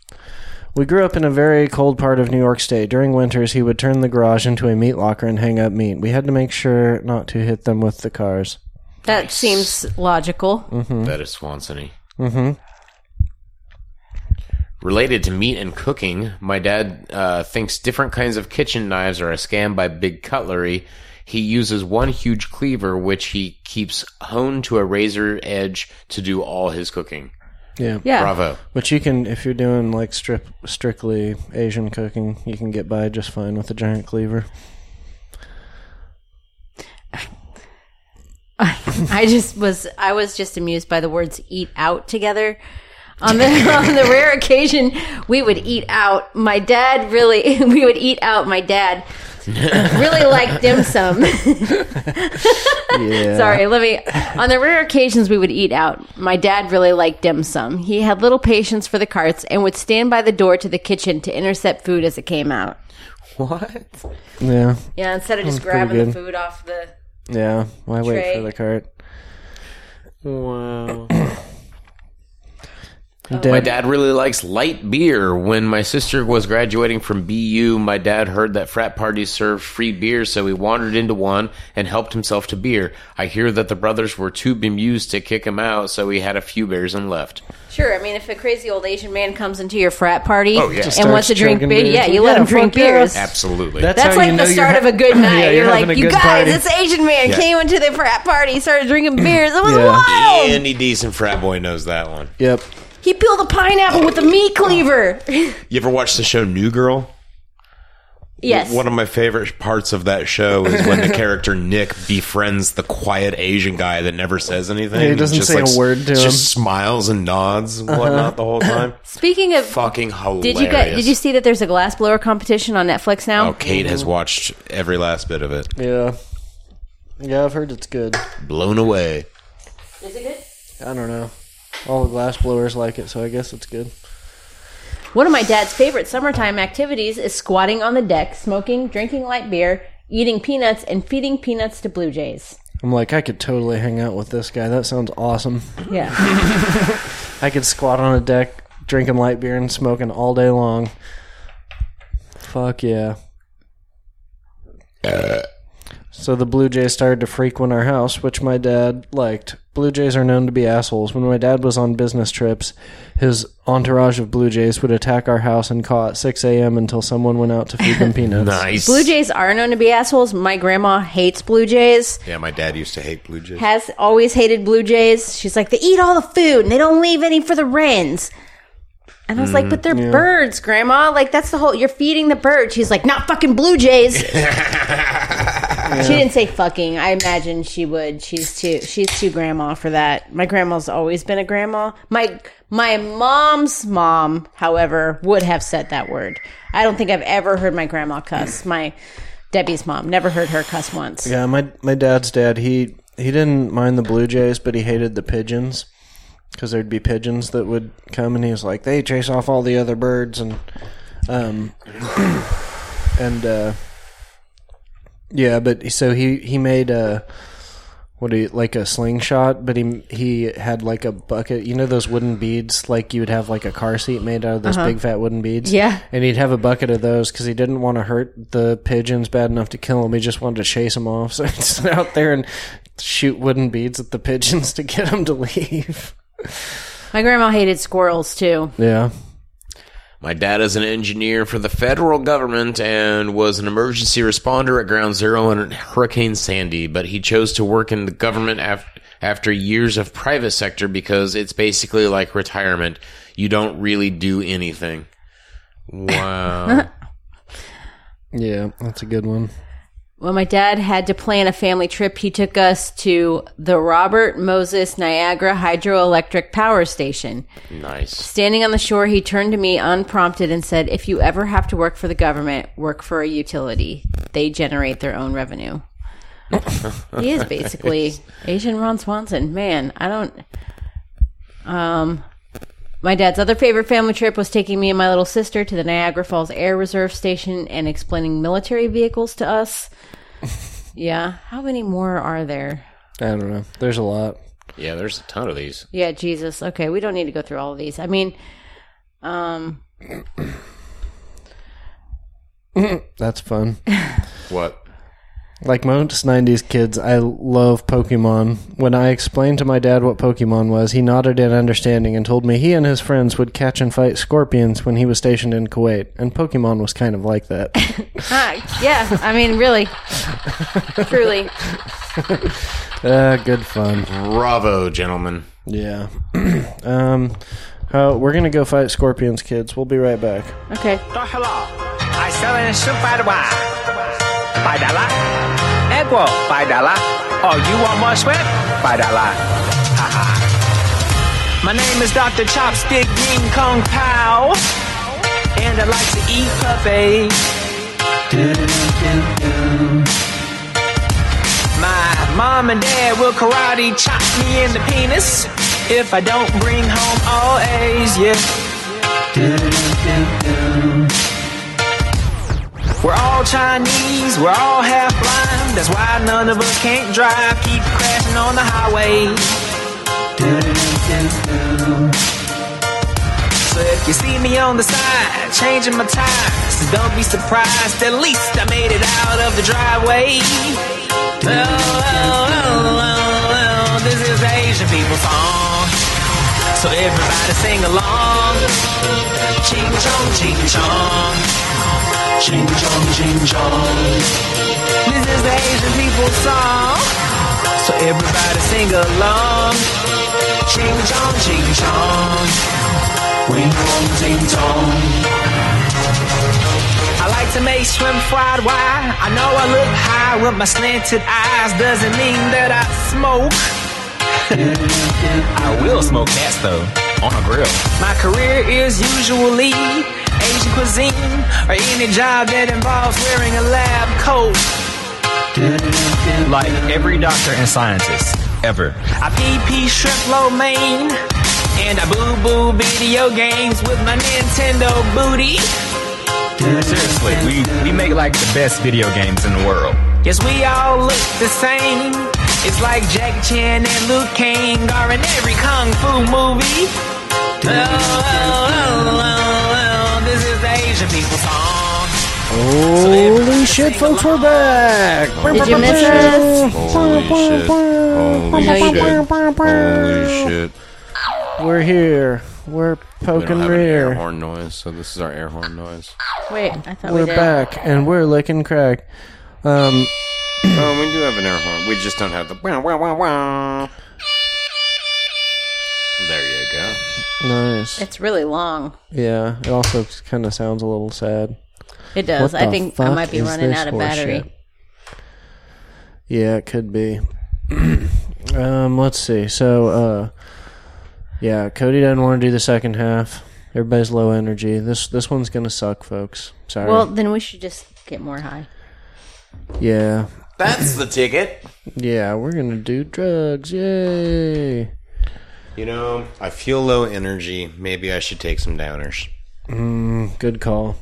We grew up in a very cold part of New York State. During winters, he would turn the garage into a meat locker and hang up meat. We had to make sure not to hit them with the cars.
That seems logical.
That is Swansony. Mm-hmm. Related to meat and cooking, my dad uh, thinks different kinds of kitchen knives are a scam by Big Cutlery. He uses one huge cleaver, which he keeps honed to a razor edge to do all his cooking.
Yeah.
Yeah.
Bravo.
But you can, if you're doing like strip, strictly Asian cooking, you can get by just fine with a giant cleaver.
I just was I was just amused by the words eat out together. On the [LAUGHS] on the rare occasion we would eat out. My dad really [LAUGHS] we would eat out my
[LAUGHS]
dad really liked dim sum. [LAUGHS]
Yeah.
Sorry, let me on the rare occasions we would eat out. My dad really liked dim sum. He had little patience for the carts and would stand by the door to the kitchen to intercept food as it came out.
What?
Yeah.
Yeah, instead of just
Hmm, pretty
grabbing the
good.
food off the
Yeah. Why wait
Tray.
for the cart?
Wow.
Dad-
My dad really likes light beer. When my sister was graduating from BU, my dad heard that frat parties served free beer, so he wandered into one and helped himself to beer. I hear that the brothers were too bemused to kick him out, so he had a few beers and left.
Sure, I mean, if a crazy old Asian man comes into your frat party
yeah. Just
and wants
Oh, starts
to drink beer,
chugging beers.
yeah, you let
Yeah,
him drink
fuck yeah.
beers.
Absolutely.
That's
how you
like
know
the
you're
start
ha-
of a good night.
[LAUGHS] Yeah,
you're,
having
like,
a
you
good
guys,
party." Hmm.
this Asian man
Yeah.
came into the frat party, started drinking beers. It was
Yeah.
wild.
Any decent frat boy knows that one.
Yep.
He peeled a pineapple with a meat cleaver. [LAUGHS]
You ever watch the show New Girl?
yes.
One of my favorite parts of that show is when the character Nick befriends the quiet Asian guy that never says anything.
he doesn't say a word to
just
him. Uh-huh.
smiles and nods and whatnot the
[LAUGHS]
whole time.
Speaking of,
Fucking hilarious.
did you guys, did you see that there's a glass blower competition on Netflix now?
Oh, Kate has watched every last bit of it.
Yeah. Yeah, I've heard it's good.
Blown away.
Is it good?
I don't know. All the glass blowers like it, so I guess it's good.
One of my dad's favorite summertime activities is squatting on the deck, smoking, drinking light beer, eating peanuts, and feeding peanuts to blue jays.
I'm like, I could totally hang out with this guy. That sounds awesome.
Yeah.
I could squat on a deck, drinking light beer and smoking all day long. Fuck yeah. So the Blue Jays started to frequent our house, which my dad liked. Blue Jays are known to be assholes. When my dad was on business trips, his entourage of Blue Jays would attack our house and call at 6 a.m. until someone went out to feed them peanuts.
Nice.
Blue Jays are known to be assholes. My grandma hates Blue Jays.
Yeah, my dad used to hate Blue Jays.
Has always hated Blue Jays. She's like, they eat all the food and they don't leave any for the wrens. And I was like, but they're birds, Grandma. Like that's the whole. You're feeding the bird. She's like, not fucking Blue Jays. She didn't say fucking. I imagine she would. She's too. She's too grandma for that. My grandma's always been a grandma. My my mom's mom, however, would have said that word. I don't think I've ever heard my grandma cuss. My Debbie's mom never heard her cuss once.
Yeah, my my dad's dad he he didn't mind the Blue Jays, but he hated the pigeons because there'd be pigeons that would come, and he was like, they chase off all the other birds, and um, [CLEARS THROAT] and uh, yeah, but so he he made uh what do you like a slingshot? But he he had like a bucket. You know those wooden beads, like you would have like a car seat made out of those big fat wooden beads.
Yeah.
and he'd have a bucket of those because he didn't want to hurt the pigeons bad enough to kill them. He just wanted to chase them off. [LAUGHS] So he'd sit out there and shoot wooden beads at the pigeons to get them to leave.
My grandma hated squirrels too.
Yeah.
My dad is an engineer for the federal government and was an emergency responder at Ground Zero in Hurricane Sandy, but he chose to work in the government af- after years of private sector because it's basically like retirement. You don't really do anything. Wow.
Yeah, that's a good one.
When my dad had to plan a family trip, he took us to the Robert Moses Niagara Hydroelectric Power Station.
nice.
Standing on the shore, he turned to me unprompted and said, If you ever have to work for the government, work for a utility. They generate their own revenue. he is basically Asian Ron Swanson. Man, I don't. Um, my dad's other favorite family trip was taking me and my little sister to the Niagara Falls Air Reserve Station and explaining military vehicles to us. yeah. How many more are there?
I don't know. There's a lot.
Yeah, there's a ton of these.
Yeah, Jesus. Okay, we don't need to go through all of these. I mean, um,
That's fun.
What?
Like most 90s kids, I love Pokemon. When I explained to my dad what Pokemon was, he nodded in understanding and told me he and his friends would catch and fight scorpions when he was stationed in Kuwait. And Pokemon was kind of like that.
Ah, yeah, I mean, really, truly.
uh, good fun.
Bravo, gentlemen.
Yeah. [CLEARS THROAT] um, uh, we're going to go fight scorpions, kids. We'll be right back.
Okay.
Hello, I sell in super one. Five dollar. Egg roll, five dollar. Oh, you want more shrimp? Five dollar. My name is Dr. Chopstick Ying Kong Pow, and I like to eat puppies. Doo-doo-doo-doo. My mom and dad will karate chop me in the penis if I don't bring home all A's. Yeah. Doo-doo-doo-doo. We're all Chinese, we're all half blind. That's why none of us can't drive. Keep crashing on the highway. Doo-doo-doo-doo. So if you see me on the side, changing my tires, don't be surprised. At least I made it out of the driveway. Oh, oh, oh, oh, oh. This is the Asian people song. So everybody sing along. Ching chong, ching chong. Ching chong, ching chong. This is the Asian people song. So everybody sing along. Ching chong, ching chong. Wing wong, ting tong. I like to make shrimp fried wine. I know I look high with my slanted eyes. Doesn't mean that I smoke. [LAUGHS] I will smoke cats though on a grill. My career is usually Asian cuisine or any job that involves wearing a lab coat. Like every doctor and scientist ever. I pee pee shrimp lo mein and I boo boo video games with my Nintendo booty.
Seriously, we, we make like the best video games in the world.
Yes, we all look the same. It's like Jack Chan and Luke Kang are in every kung fu movie. Oh, oh, oh, oh, oh, this is the Asian people song.
Holy shit, folks, we're back!
Did you miss us?
Holy shit. Holy
No, you
shit. Holy shit.
We're here. We're
We don't
poking
have an air
rear.
horn noise, so this is our air horn noise.
Wait, I thought we
We're
did.
back, and we're licking crack. Um,
Oh, we do have an air horn. We just don't have the. Wah, wah, wah, wah. There you go.
nice.
It's really long.
Yeah, it also kind of sounds a little sad.
It does.
What
I
the
think I
fuck
might be
is
running
this
out of
horse
battery.
shit? Yeah, it could be. [CLEARS THROAT] um, let's see. So, uh, yeah, Cody doesn't want to do the second half. Everybody's low energy. This this one's gonna suck, folks. Sorry.
Well, then we should just get more high.
yeah,
That's the ticket.
yeah, we're gonna do drugs. Yay!
You know, I feel low energy. Maybe I should take some downers.
Good call.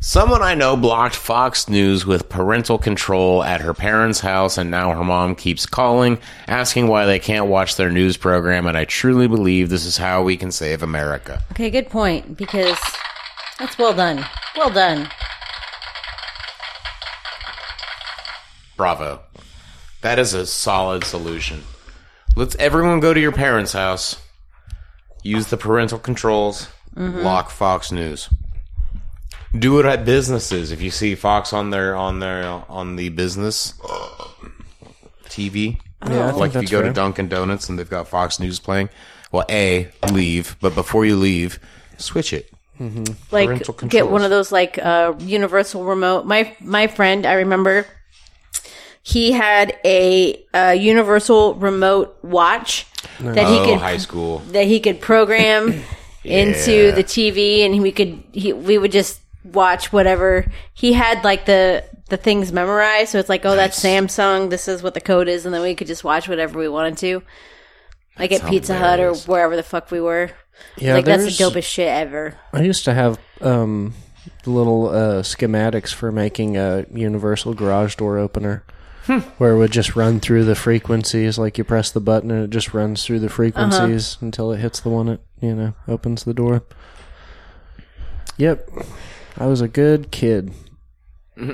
Someone I know blocked Fox News with parental control at her parents' house, and now her mom keeps calling, asking why they can't watch their news program. And I truly believe this is how we can save America.
Okay, good point because that's well done. Well done.
Bravo. That is a solid solution. Let's everyone go to your parents' house, use the parental controls,
Mm-hmm.
lock Fox News. Do it at businesses. If you see Fox on their on their on the business TV,
Yeah, I think
like if you
that's
go to
fair.
Dunkin' Donuts and they've got Fox News playing, well, a leave, but before you leave, switch it.
like
Parental
get
controls.
one of those like uh universal remote my my friend i remember he had a, uh universal remote watch that he
oh,
could
high school.
that he could program into
Yeah.
the tv and we could he, we would just watch whatever he had like the the things memorized so it's like oh that's samsung this is what the code is and then we could just watch whatever we wanted to like at pizza
hilarious.
hut or wherever the fuck we were
Yeah,
like that's the
there's-
dopest shit ever
I used to have um, little uh, schematics for making a universal garage door opener, where it would just run through the frequencies. Like you press the button and it just runs through the frequencies until it hits the one that you know opens the door. Yep, I was a good kid. All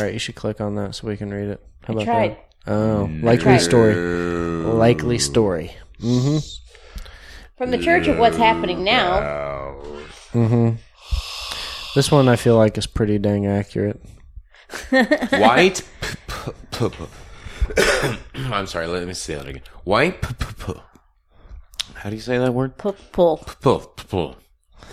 right, you should click on that so we can read it. How about
tried.
that? Oh, likely story. Likely story.
from the church of what's happening now
This one I feel like is pretty dang accurate.
White. p- p- p- p- [COUGHS] I'm sorry. Let me say that again. White. p- p- p- How do you say that word? P-
Pull.
p- p- p- p-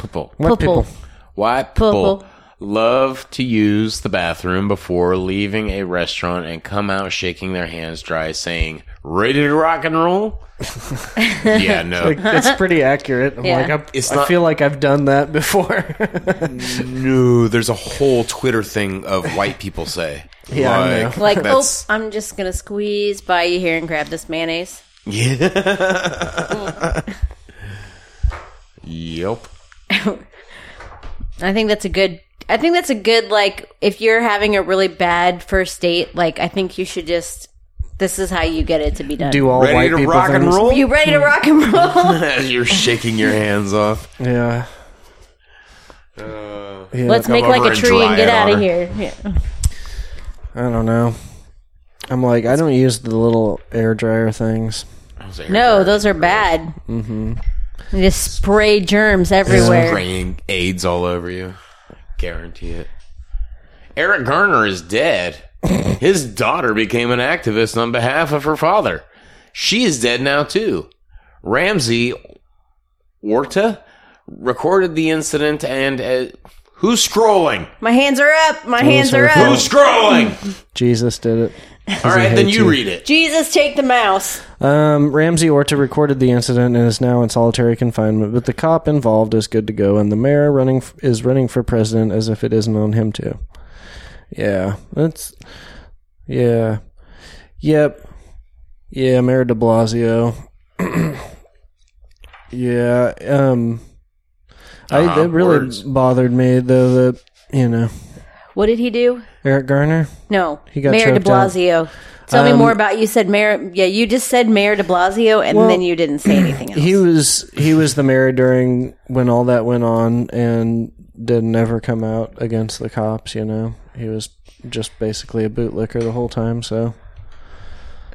p-
What
Pull.
White
p-
people love to use the bathroom before leaving a restaurant and come out shaking their hands dry, saying "Ready to rock and roll." yeah, no,
it's pretty accurate. I'm
Yeah.
like, I'm,
It's
I
not-
feel like I've done that before. [LAUGHS]
no. There's a whole Twitter thing of white people say.
Yeah, I
like,
know.
Like, oh,
[LAUGHS] that's-
I'm just gonna squeeze by you here and grab this mayonnaise.
[LAUGHS] yep.
I think that's a good. I think that's a good like if you're having a really bad first date, like I think you should just. This is how you get it to be done.
Do all
Ready
white
to
people
rock and
things.
roll
you ready to rock and
[LAUGHS]
roll?
as [LAUGHS] you're shaking your hands off.
Yeah. yeah.
Let's make like
over
a
and
tree and
dry
get
it on
out of
her.
here. Yeah.
I don't know. I'm like, I don't use the little air dryer things.
No, those are bad. Mm-hmm. You just spray germs everywhere.
spraying AIDS all over you. Guarantee it. Eric Garner is dead. His daughter became an activist on behalf of her father. She is dead now too. Ramsey Orta recorded the incident and uh, who's scrolling?
My hands are up. My hands are
sorry.
up.
Who's scrolling?
Jesus did it.
All right, then
hates
you
you.
read it.
Jesus, take the mouse.
Um, Ramsey Orta recorded the incident and is now in solitary confinement, but the cop involved is good to go, and the mayor running f- is running for president as if it isn't on him too. Yeah, that's yeah, yep, yeah. Mayor De Blasio. [CLEARS THROAT] yeah. Um, I that really
words.
bothered me though that you know
What did he do?
Eric Garner.
No,
He got
Mayor De
choked Um, up.
Blasio. Tell me more about you said Mayor. Yeah, you just said Mayor De Blasio, and then you didn't say anything else.
He was he was the mayor during when all that went on and did never come out against the cops. You know, he was just basically a bootlicker the whole time. So,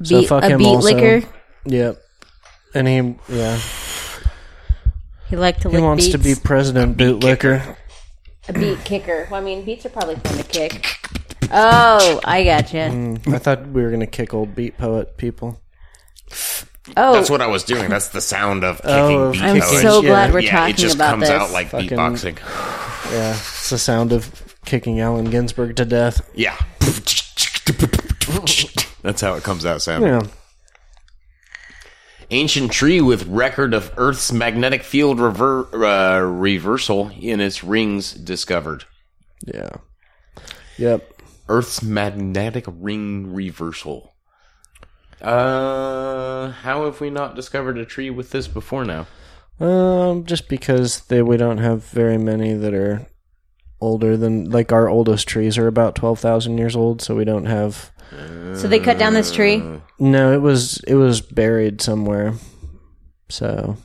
so
Beat-
fuck
a
him
beat
also.
licker.
Yep. And he yeah
He liked to.
he
lick
wants
beats.
to be president bootlicker.
a beat kicker. Well, I mean, beats are probably fun to kick. Oh, I gotcha.
Mm,
I thought we were gonna kick old beat poet people.
Oh,
That's what I was doing. That's the sound of kicking
Oh,
beat
I'm
codes.
so
Yeah.
glad we're
yeah,
talking
it just
about
comes
this.
out like
Fucking-
beatboxing.
Yeah, it's the sound of kicking Allen Ginsberg to death.
Yeah. That's how it comes out, Sam.
Yeah.
Ancient tree with record of Earth's magnetic field rever- uh, reversal in its rings discovered.
Yeah. Yep.
Earth's magnetic ring reversal. Uh, how have we not discovered a tree with this before now?
Um, just because they, we don't have very many that are older than like our oldest trees are about twelve thousand years old, so we don't have.
So they cut down this tree.
Mm.
No, it was it was buried somewhere. So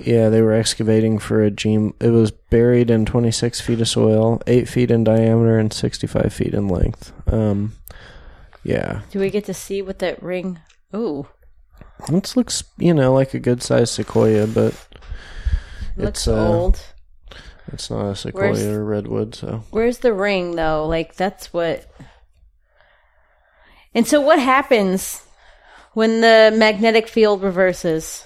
yeah, they were excavating for a gene. It was buried in twenty six feet of soil, eight feet in diameter, and sixty five feet in length. Um, yeah,
Do we get to see what that ring? Ooh,
it looks you know like a good sized sequoia, but
looks
It's, uh,
old.
it's not a sequoia
Where's-
or redwood. So
Where's the ring though? Like that's what. And so what happens when the magnetic field reverses?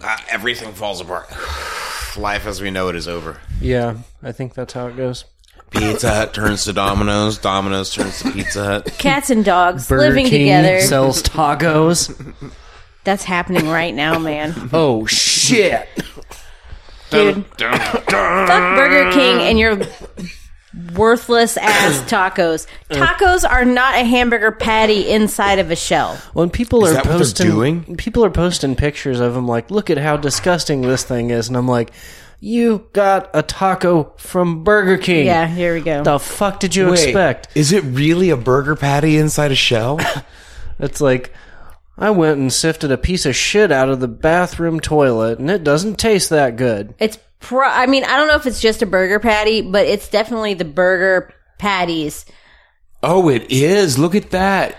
Ah, everything falls apart. [SIGHS] Life as we know it is over.
yeah, I think that's how it goes.
Pizza Hut turns to Domino's. Domino's turns to Pizza Hut.
Cats and dogs living together.
sells
[LAUGHS]
tacos.
that's happening right now,
[LAUGHS]
man.
oh shit!
Dude, fuck Burger King and your worthless ass tacos. Tacos are not a hamburger patty inside of a shell.
When people are
that what they're
posting,
doing?
people are posting pictures of them. Like, look at how disgusting this thing is, and I'm like, you got a taco from Burger King.
Yeah, here we go.
The fuck did you expect?
Is it really a burger patty inside a shell?
It's like. I went and sifted a piece of shit out of the bathroom toilet, and it doesn't taste that good.
It's pro. I mean, I don't know if it's just a burger patty, but it's definitely the burger patties.
[LAUGHS] oh, it is. Look at that.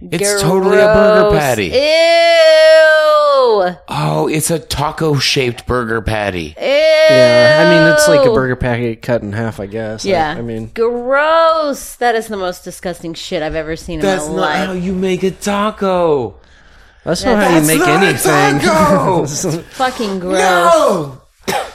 It's totally a burger
Gross.
patty.
Ew.
oh, it's a taco shaped burger patty.
Ew.
Yeah, I mean it's like a burger patty cut in half, I guess. I-
Yeah.
I, mean
gross. That is the most disgusting shit I've ever seen in
That's
my
not
life.
how you make a taco.
that's not how you make anything.
Fucking gross.
Oh,
[LAUGHS]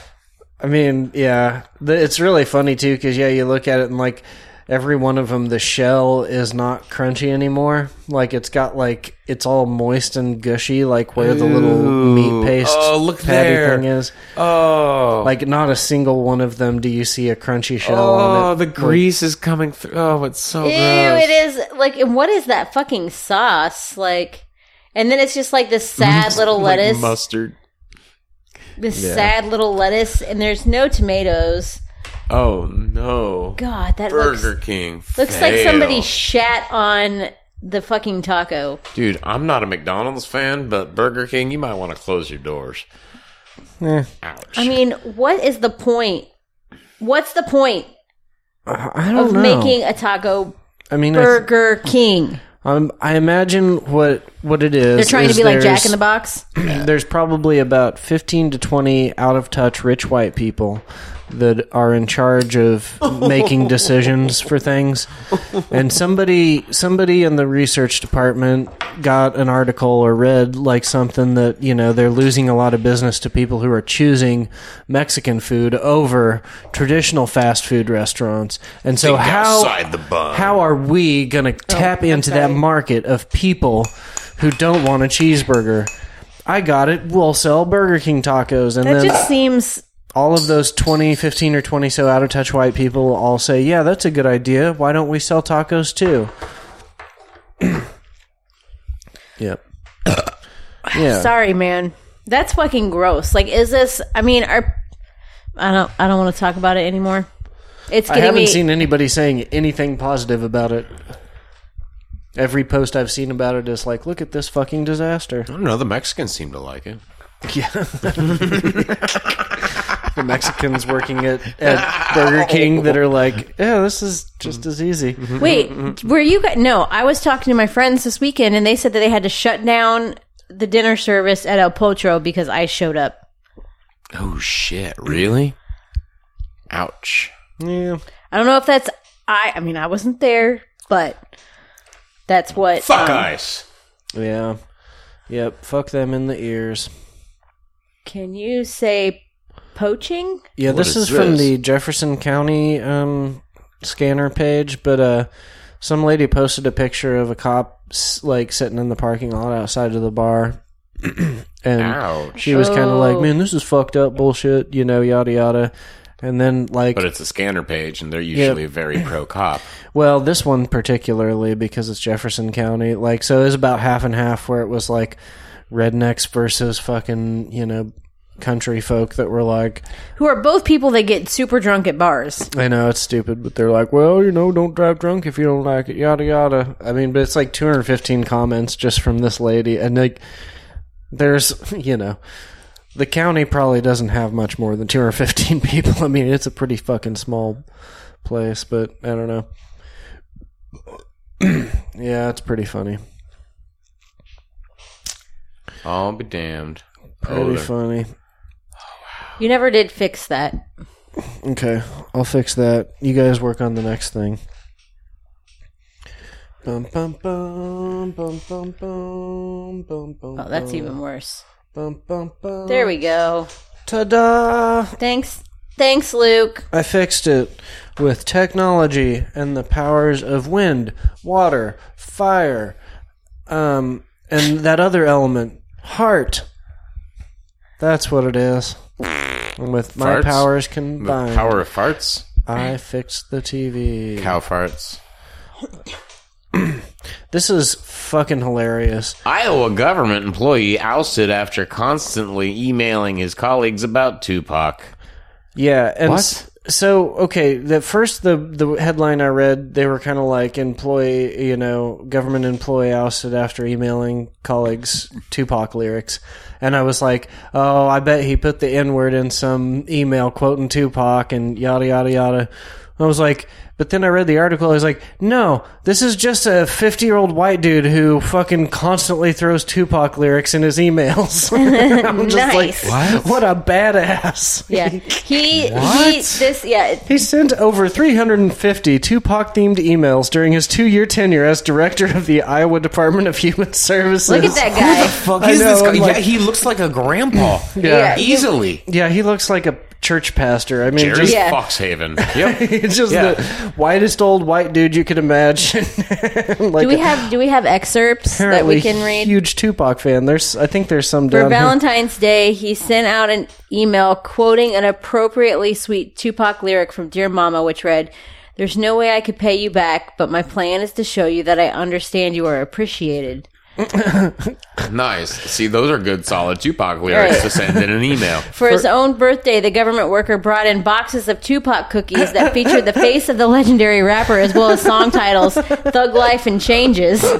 I mean, yeah, Th- it's really funny too because yeah, you look at it and like every one of them, the shell is not crunchy anymore. Like it's got like it's all moist and gushy, like where the little meat paste
Oh, look
patty
there.
thing is.
oh,
Like not a single one of them do you see a crunchy shell. on
oh,
it.
the grease is coming through. Oh, it's so
Ew,
gross.
it is like, and what is that fucking sauce like? And then it's just like
[LAUGHS]
this sad little
Like
lettuce,
mustard.
this sad little lettuce, and there's no tomatoes.
Oh no,
God, that
Burger
looks
King.
looks like somebody
fail.
shat on the fucking taco.
Dude, I'm not a McDonald's fan, but Burger King, you might want to close your doors. Ouch.
I mean, what is the point? What's the point
I
Oh, of
don't know.
making a taco
I mean, I, th-
Burger King?
I'm- I imagine what what it is.
They're trying to
is
be like Jack
there's-
in the Box.
there's probably about 15 to 20 out of touch rich white people that are in charge
[LAUGHS]
of making decisions for things and somebody somebody in the research department got an article or read like something that you know they're losing a lot of business to people who are choosing Mexican food over traditional fast food restaurants and so
Think
how
outside the bun.
how are we going to tap into that market of people who don't want a cheeseburger I got it. We'll sell Burger King tacos. And
That
then
just seems
all of those 20, 15, or 20 so out of touch white people all say, Yeah, that's a good idea. Why don't we sell tacos too? [CLEARS THROAT] yep.
[COUGHS]
yeah.
Sorry, man. That's fucking gross. Like, is this? I mean, are I don't I don't want to talk about it anymore. It's
I
getting
haven't
me.
seen anybody saying anything positive about it. Every post I've seen about it is like, Look at this fucking [LAUGHS] disaster.
I don't know. The Mexicans seem to like it.
Yeah. the Mexicans working at,
[LAUGHS]
at Burger King that are like, Mm-hmm. yeah, this is just as easy.
Wait, were you guys? No, I was talking to my friends this weekend, and they said that they had to shut down the dinner service at El Potro because I showed up.
Oh, shit. Really? Ouch.
Yeah.
I don't know if that's I. I mean, I wasn't there, but that's what.
Fuck
um,
ice.
Yeah. Yep. Fuck them in the ears.
Can you say poaching?
Yeah,
What
this
is
is, from
this?
the Jefferson County um, scanner page, but uh, some lady posted a picture of a cop s- like sitting in the parking lot outside of the bar, [CLEARS THROAT] and
Ouch.
she was kind of like,
Oh.
"Man, this is fucked up bullshit," you know, yada yada. And then like,
But it's a scanner page, and they're usually very pro cop.
Well, this one particularly because it's Jefferson County, like so, it was about half and half where it was like rednecks versus fucking you know country folk that were like,
Who are both people that get super drunk at bars.
I know it's stupid, but they're like, well, you know, don't drive drunk if you don't like it, yada yada. I mean, but it's like 215 comments just from this lady, and like, there's, [LAUGHS] you know, the county probably doesn't have much more than 215 [LAUGHS] people. I mean, it's a pretty fucking small place, but I don't know. [CLEARS THROAT] yeah, it's pretty funny.
I'll be damned.
Pretty
there.
funny.
You never did fix that.
Okay, I'll fix that. You guys work on the next thing. Bum, bum, bum, bum, bum, bum, bum, bum,
Oh, that's
bum,
even worse.
Bum, bum, bum.
There we go.
Ta-da!
Thanks. Thanks, Luke.
I fixed it with technology and the powers of wind, water, fire, um, and that other element, heart. That's what it is. And with my
Farts?
powers
The
combined,
power of farts.
I fixed the TV.
Cow farts.
This is fucking hilarious.
Iowa government employee ousted after constantly emailing his colleagues about Tupac.
Yeah, and
What?
s- so okay, the first the the headline I read, they were kind of like employee, you know, government employee ousted after emailing colleagues Tupac lyrics, and I was like, oh, I bet he put the N word in some email quoting Tupac and yada yada yada. I was like, but then I read the article. I was like, no, this is just a 50 year old white dude who fucking constantly throws Tupac lyrics in his emails. [LAUGHS] I'm just
Nice.
like, what? a badass. [LAUGHS]
Yeah. He,
What?
he, this, yeah.
He sent over 350 Tupac themed emails during his two year tenure as director of the Iowa Department of Human [LAUGHS] Services.
Look at that guy.
Fuck
I
is
know,
this guy?
I'm like-
yeah, he looks like a grandpa.
Yeah.
easily.
Yeah, he looks like a church pastor. I mean,
Jerry
just,
Yeah.
Foxhaven.
[LAUGHS]
Yep.
it's just
Yeah.
the whitest old white dude you could imagine. [LAUGHS] like
Do we have, do we have excerpts that
apparently
we can read?
Huge Tupac fan. There's, I think there's some
For
down here.
Valentine's Day, he sent out an email quoting an appropriately sweet Tupac lyric from Dear Mama, which read, There's no way I could pay you back, but my plan is to show you that I understand you are appreciated.
nice. See, those are good, solid Tupac lyrics to send in an email.
For, his own birthday, the government worker brought in boxes of Tupac cookies that featured the face of the legendary rapper as well as song titles Thug Life and Changes. [LAUGHS]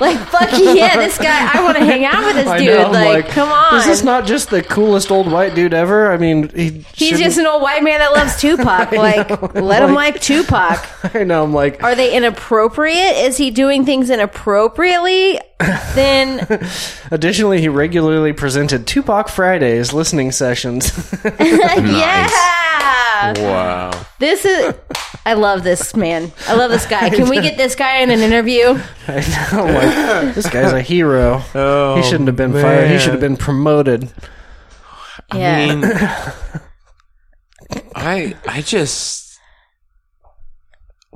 Like, fuck yeah, this guy, I want to hang out with this
I
dude.
know, I'm
like, come on.
Is this not just the coolest old white dude ever? I mean, he
He's
shouldn't-
just an old white man that loves Tupac. Like, let him like Tupac.
[LAUGHS] I know. I'm like,
Are they inappropriate? Is he doing things inappropriately? Then [LAUGHS]
Additionally, he regularly presented Tupac Fridays listening sessions. [LAUGHS]
yeah.
[LAUGHS] Wow.
This is I love this man. I love this guy. Can we get this guy in an interview?
I know,
[LAUGHS]
like, this guy's a hero.
Oh,
he shouldn't have been fired. He
man.
should have been promoted.
Yeah.
mean, I I just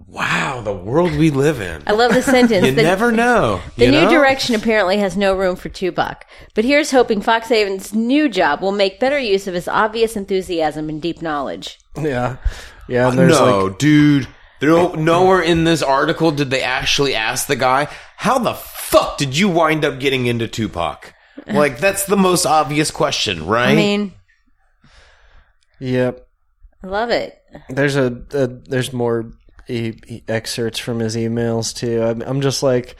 wow the world we live in.
I love this sentence.
You
Uh, The-
never know.
The
you
new
know?
direction apparently has no room for Tupac, but here's hoping Foxhaven's new job will make better use of his obvious enthusiasm and deep knowledge.
Yeah, yeah. And there's
no,
like,
dude. There no, nowhere in this article did they actually ask the guy, "How the fuck did you wind up getting
[LAUGHS]
into Tupac?" Like that's the most obvious question, right?
I mean,
yep.
I love it.
There's a, a there's more e- e- excerpts from his emails too. I'm, I'm just like,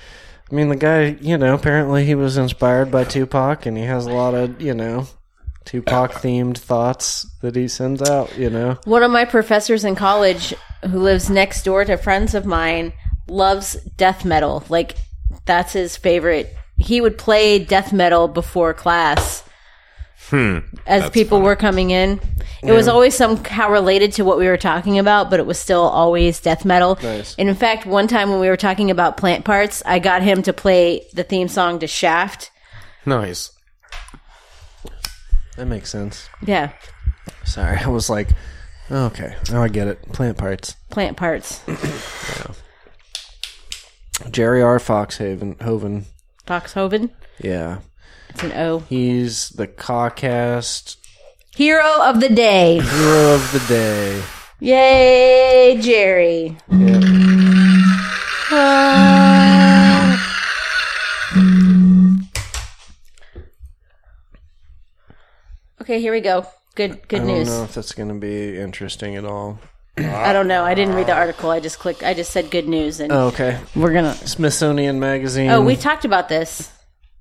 I mean, the guy, you know, apparently he was inspired by Tupac, and he has a lot of, you know. Tupac themed thoughts that he sends out, you know.
One of my professors in college who lives next door to friends of mine loves death metal. Like that's his favorite. He would play death metal before class. As people were coming in, it was always somehow related to what we were talking about, but it was still always death metal. And in fact, one time when we were talking about plant parts, I got him to play the theme song to Shaft.
nice.
That makes sense.
Yeah,
Sorry, I was like, okay, now I get it. Plant parts.
plant parts.
Jerry R. Foxhaven. Hoven.
Foxhoven.
Yeah.
It's an O.
He's the cawcast
Hero of the day.
hero of the day.
Yay, Jerry. Ah. [SIGHS] Okay, here we go. Good good
I don't
news.
know if that's going to be interesting at all.
I don't know. I didn't read the article. I just clicked I just said good news and
Oh, Okay.
we're going to
Smithsonian Magazine.
Oh, we talked about this.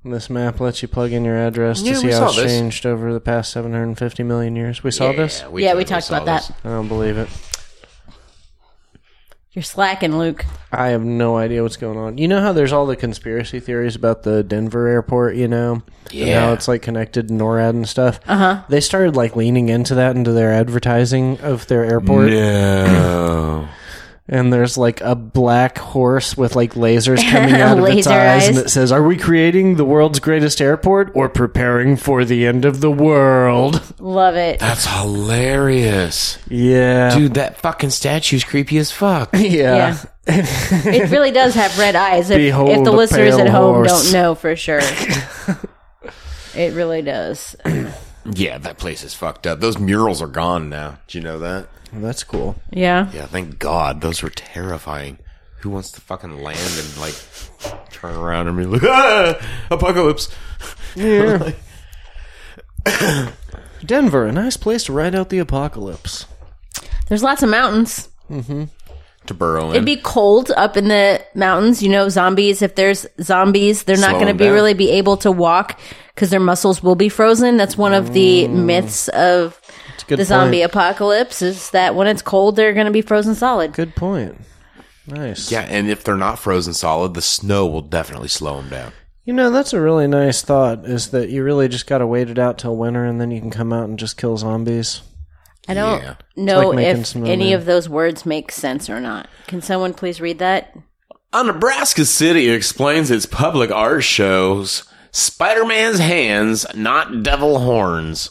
This map lets you plug in your address
Yeah,
to see
we
how
saw
it's
this.
changed over the past 750 million years. We saw this?
we
yeah,
did.
we talked
saw
about that.
this.
I don't believe it.
You're slacking, Luke.
I have no idea what's going on. You know how there's all the conspiracy theories about the Denver airport, you know? And
Yeah.
how it's like connected to NORAD and stuff. Uh
Uh-huh.
huh. They started like leaning into that into their advertising of their airport.
[CLEARS THROAT] No.
And there's like a black horse with
[LAUGHS]
like lasers coming out of its
Laser
eyes, and
eyes.
it says, Are we creating the world's greatest airport or preparing for the end of the world?
Love it.
That's hilarious.
Yeah.
Dude, that fucking statue's creepy
[LAUGHS]
as fuck.
Yeah. it really does have red eyes. If,
uh, Behold
if the
a
listeners
pale
at home
horse.
don't know for sure, [LAUGHS] it really does.
yeah, that place is fucked up. Those murals are gone now. Do you know that?
That's cool.
Yeah.
Yeah, thank God. Those were terrifying. Who wants to fucking land and like turn around and be like, ah, apocalypse?
Yeah. Denver, a nice place to ride out the apocalypse.
There's lots of mountains.
To burrow in.
It'd be cold up in the mountains. You know, zombies, if there's zombies, they're
Slow
not going to
them
be
down.
really be able to walk because their muscles will be frozen. That's one of the myths of
a Mm. good
the zombie
point.
apocalypse is that when it's cold, they're going to be frozen solid.
Good point. Nice.
yeah, and if they're not frozen solid, the snow will definitely slow them down.
You know, that's a really nice thought is that you really just got to wait it out till winter and then you can come out and just kill zombies.
I don't
Yeah.
know
like making
if
some
any
lemonade.
of those words make sense or not. Can someone please read that?
A Nebraska city explains its public art shows Spider Man's hands, not devil horns.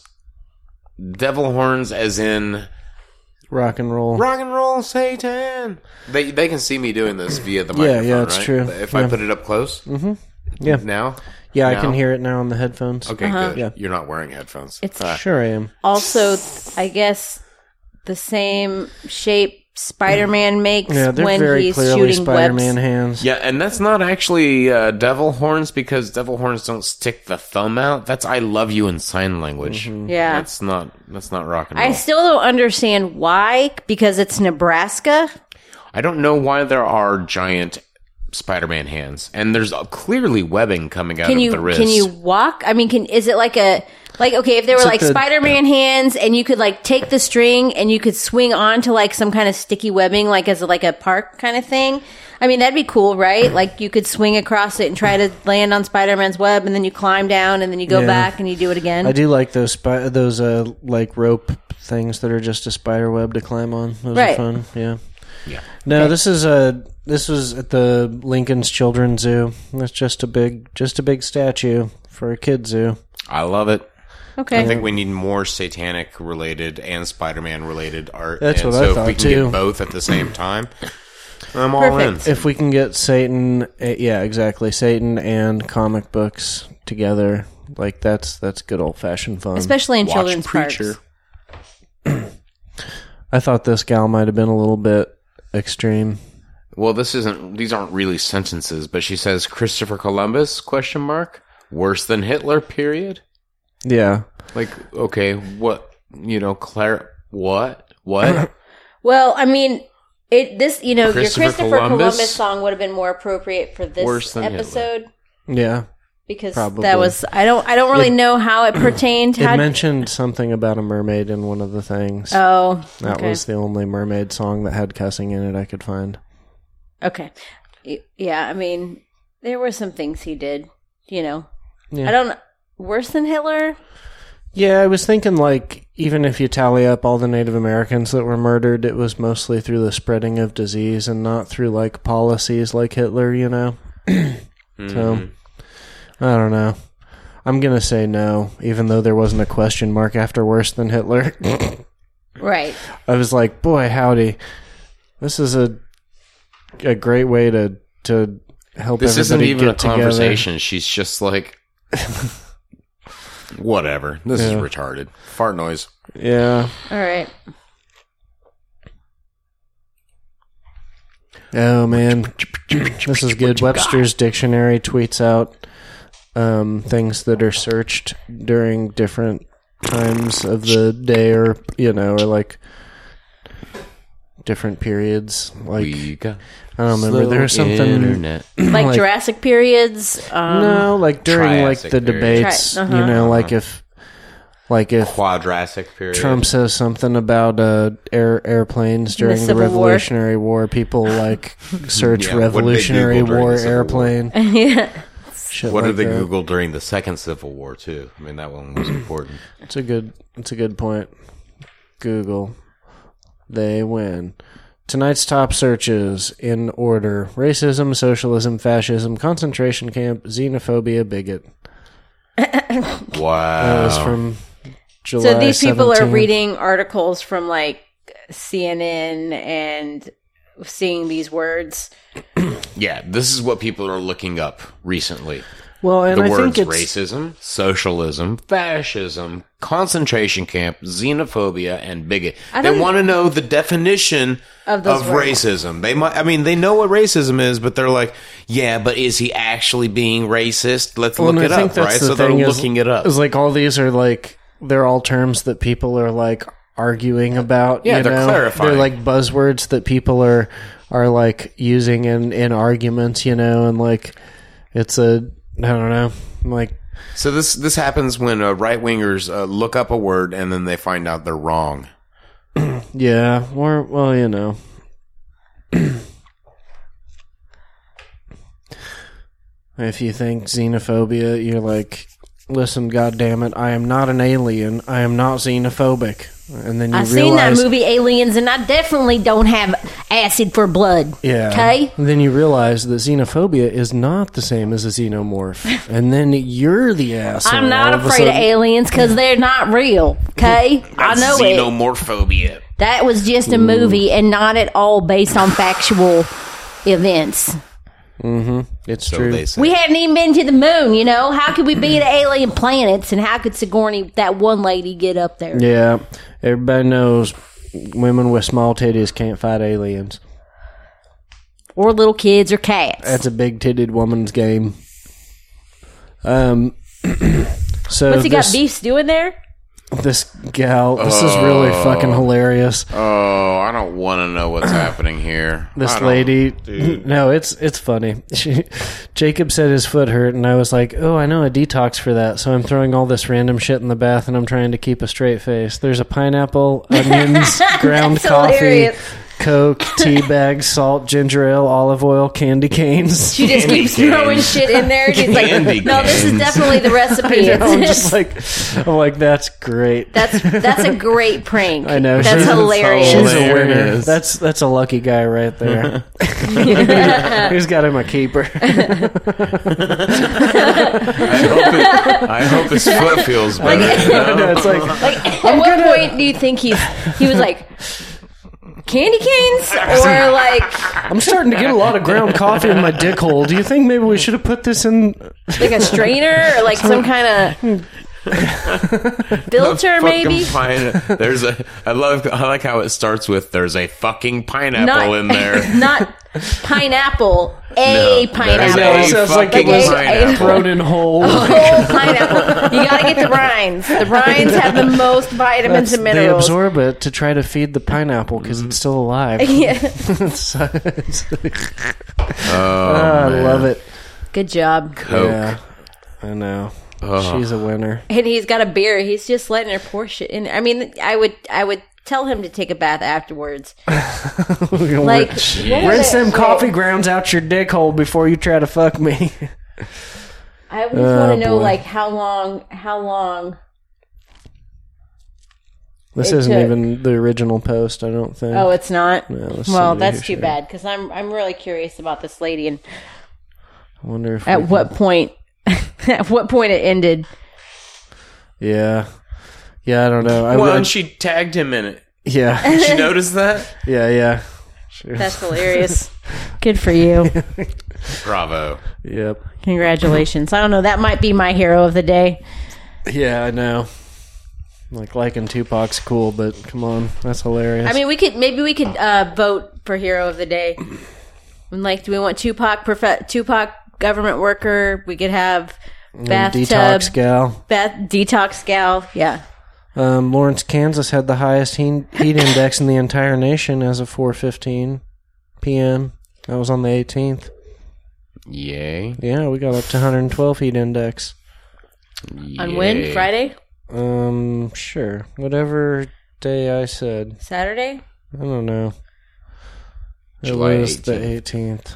Devil horns, as in
Rock and roll.
rock and roll Satan. They they can see me doing this via the microphone.
yeah, it's
right?
true.
If
Yeah.
I put it up close, mm-hmm.
Yeah.
now,
yeah, I
now?
can hear it now on the headphones.
Okay, good.
Yeah.
You're not wearing headphones.
It's
Sure I am.
also, I guess, the same shape Spider-Man makes
Yeah, they're
when
very
he's
clearly
shooting
Spider-Man
webs.
hands.
yeah, and that's not actually uh, devil horns because devil horns don't stick the thumb out. That's I love you in sign language.
Yeah.
That's not that's not rock and roll.
I still don't understand why, because it's Nebraska.
I don't know why there are giant Spider-Man hands, and there's uh, clearly webbing coming out
Can
of
you
the wrist.
can you walk? I mean, can is it like a like okay, if there were
like
like,
the-
Spider-Man hands and you could like take the string and you could swing onto like some kind of sticky webbing, like as like a park kind of thing. I mean, that'd be cool, right? Like you could swing across it and try to land on Spider-Man's web, and then you climb down, and then you go
Yeah.
back and you do it again.
I do like those spi- those uh like rope things that are just a spider web to climb on. Those are
Right.
fun. Yeah. No, this is a this was at the Lincoln's Children's Zoo. It's just a big just a big statue for a kid zoo.
I love it.
Okay,
I think we need more satanic related and Spider-Man related art.
That's
and
what I
so
thought,
if we can
too.
get both at the same time, I'm all in.
Perfect.
If we can get Satan, uh, yeah, exactly, Satan and comic books together, like that's that's good old fashioned fun.
especially in
Watch
children's
Preacher.
parks.
I thought this gal might have been a little bit extreme.
Well, this isn't these aren't really sentences, but she says Christopher Columbus question mark worse than Hitler period.
Yeah,
Like okay, what you know, Claire what?
[COUGHS]
What?
Well, I mean, it this you know
Christopher
your Christopher Columbus,
Columbus
song would have been more appropriate for
Worse
this
than Hitler.
episode.
yeah.
Because
Probably.
that was I don't I don't really
It-
know how
[CLEARS THROAT]
it pertained.
It
How,
mentioned something about a mermaid in one of the things.
oh,
that
okay.
was the only mermaid song that had cussing in it I could find.
Okay. Y- Yeah, I mean, there were some things he did, you know.
Yeah.
I don't worse than Hitler?
Yeah, I was thinking like even if you tally up all the Native Americans that were murdered, it was mostly through the spreading of disease and not through like policies like Hitler, you
[CLEARS THROAT]
know. So I don't know. I'm gonna say no, even though there wasn't a question mark after worse than
[LAUGHS]
Hitler.
Right.
I was like, boy, howdy, this is a a great way to to help.
This isn't
everybody
even a
get together.
conversation. She's
[LAUGHS]
just like whatever. This is
Yeah.
retarded. Fart noise.
Yeah.
All
[CLEARS THROAT]
right.
Oh man, this is good. Webster's Dictionary tweets out um, things that are searched during different times of the day, or you know, or like different periods. Like
got
I don't remember. There was something.
Internet.
like,
Like-
Jurassic periods. Um,
No, like during like
Triassic
the
period.
debates,
Tri- uh-huh.
you know, like if like if
Quadrasic period.
Trump says something about uh, air airplanes during the,
Civil War.
Revolutionary War.
[LAUGHS]
People like search
Yeah, what did they
Revolutionary
Google during
War
the Civil War?
airplane.
[LAUGHS] yeah.
Shit
What
like
did they
that.
Google during the Second Civil War too? I mean, that one was important.
It's a good. It's a good point. Google, they win. Tonight's top searches in order: racism, socialism, fascism, concentration camp, xenophobia, bigot. That
Wow.
was from July.
So these people are
17th.
reading articles from like CNN and seeing these words.
yeah, this is what people are looking up recently.
Well, and
the
I
words
think it's
racism, socialism, fascism, concentration camp, xenophobia, and bigot. They
don't-
want to know the definition
Of
of,
those words.
racism. They might, I mean, they know what racism is, but they're like, yeah, but is he actually being racist? Let's
Well,
look it
and I think
up, right?
that's the
So they're
thing is-
looking it up.
Is like all these are like they're all terms that people are like arguing about.
Yeah,
you
they're
know?
clarifying.
They're like buzzwords that people are are like using in in arguments, you know, and like it's a I don't know, like
So this this happens when uh, right wingers uh, look up a word and then they find out they're wrong.
yeah, or well, you know. If you think xenophobia, you're like, listen, God damn it, I am not an alien. I am not xenophobic. And then you
I've
realize
seen that movie Aliens, and I definitely don't have acid for blood.
Yeah.
Okay.
And then you realize that xenophobia is not the same as a xenomorph,
[LAUGHS]
and then you're the asshole.
I'm not
all a
afraid of
sudden.
aliens because they're not real. Okay, I know it.
Xenomorphphobia.
That was just a movie and not at all based on factual events.
It's
So
true.
they say.
We haven't even been to the moon, you know. How could we be to alien planets, and how could Sigourney, that one lady, get up there?
yeah. Everybody knows women with small titties can't fight aliens.
Or little kids or cats?
That's a big titted woman's game. Um. [CLEARS THROAT] so
What's he got
this,
beef stew in there?
this gal, this is really fucking hilarious.
oh, I don't want to know what's happening here. I
this
don't-
lady [CLEARS THROAT] no it's it's funny [LAUGHS] she, jacob said his foot hurt and i was like oh i know a detox for that so i'm throwing all this random shit in the bath and i'm trying to keep a straight face there's a pineapple
[LAUGHS]
onions ground
That's
coffee
hilarious.
coke
[LAUGHS]
tea bags salt ginger ale olive oil candy canes
She just keeps throwing shit in there. She's like,
Candy
"No, this is
canes.
definitely
[LAUGHS]
the recipe."
[LAUGHS] You
[LAUGHS]
know, i'm just like i'm like that's great
that's that's a great prank.
[LAUGHS] I know
that's
she's-
hilarious.
She's a winner.
Hilarious.
That's that's a lucky guy right there. [LAUGHS] Who's got him a keeper? [LAUGHS]
I hope, it, I hope his foot
[LAUGHS]
feels better.
no, it's like
Like, at what point do you think he's he was like candy canes or like
I'm starting to get a lot of ground coffee in my dick hole. Do you think maybe we should have put this in?
like a strainer or like some kind
[LAUGHS]
of filter maybe?
Fucking pine- there's a. I love. I like how it starts with "There's a fucking pineapple in
[LAUGHS]
there."
not pineapple. A
No,
pineapple.
that is a
Sounds like
fucking
it was
pineapple.
Thrown
[LAUGHS]
in whole.
Whole pineapple. You gotta get the brines. The brines have the most vitamins and
they
minerals.
absorb it to try to feed the pineapple because it's still
[LAUGHS] [LAUGHS]
alive. [LAUGHS]
Yeah.
So it's-
Oh,
Ah, I
man.
love it.
Good job.
Coke.
Yeah, I know.
Oh.
She's a winner.
and he's got a beer. He's just letting her pour shit in. I mean, I would, I would tell him to take a bath afterwards.
Oh,
Like, what was
[LAUGHS] rinse
it?
them
Wait,
coffee grounds out your dick hole before you try to fuck me.
I just want to
Oh,
know,
boy.
like, how long, how long?
This
It
isn't
took-
even the original post. I don't think.
Oh, it's not.
that's
well,
somebody
that's
who
too
shared.
bad because I'm, I'm really curious about this lady and
I wonder if we
at
can-
what point, [LAUGHS] at what point it ended.
Yeah, yeah. I don't know. I
Well,
would.
and she tagged him in it.
[LAUGHS]
yeah,
Did you notice that?
yeah, yeah. Sure.
That's
[LAUGHS]
hilarious. Good for you.
Bravo.
Yep.
Congratulations. I don't know. That might be my hero of the day.
Yeah, I know. Like liking Tupac's cool, but come on, that's hilarious.
I mean, we could maybe we could uh, vote for hero of the day. And like, do we want Tupac? Prof- Tupac government worker. We could have
And
bathtub
detox gal.
bath detox gal. Yeah,
Um, Lawrence, Kansas had the highest heat, heat index in the entire nation as of 4:15 p.m. That was on the 18th.
Yay.
Yeah, we got up to 112 heat index.
On when?
Yay.
Friday?
Um, sure, whatever day I said.
Saturday?
I don't know. It
July
was the 18th,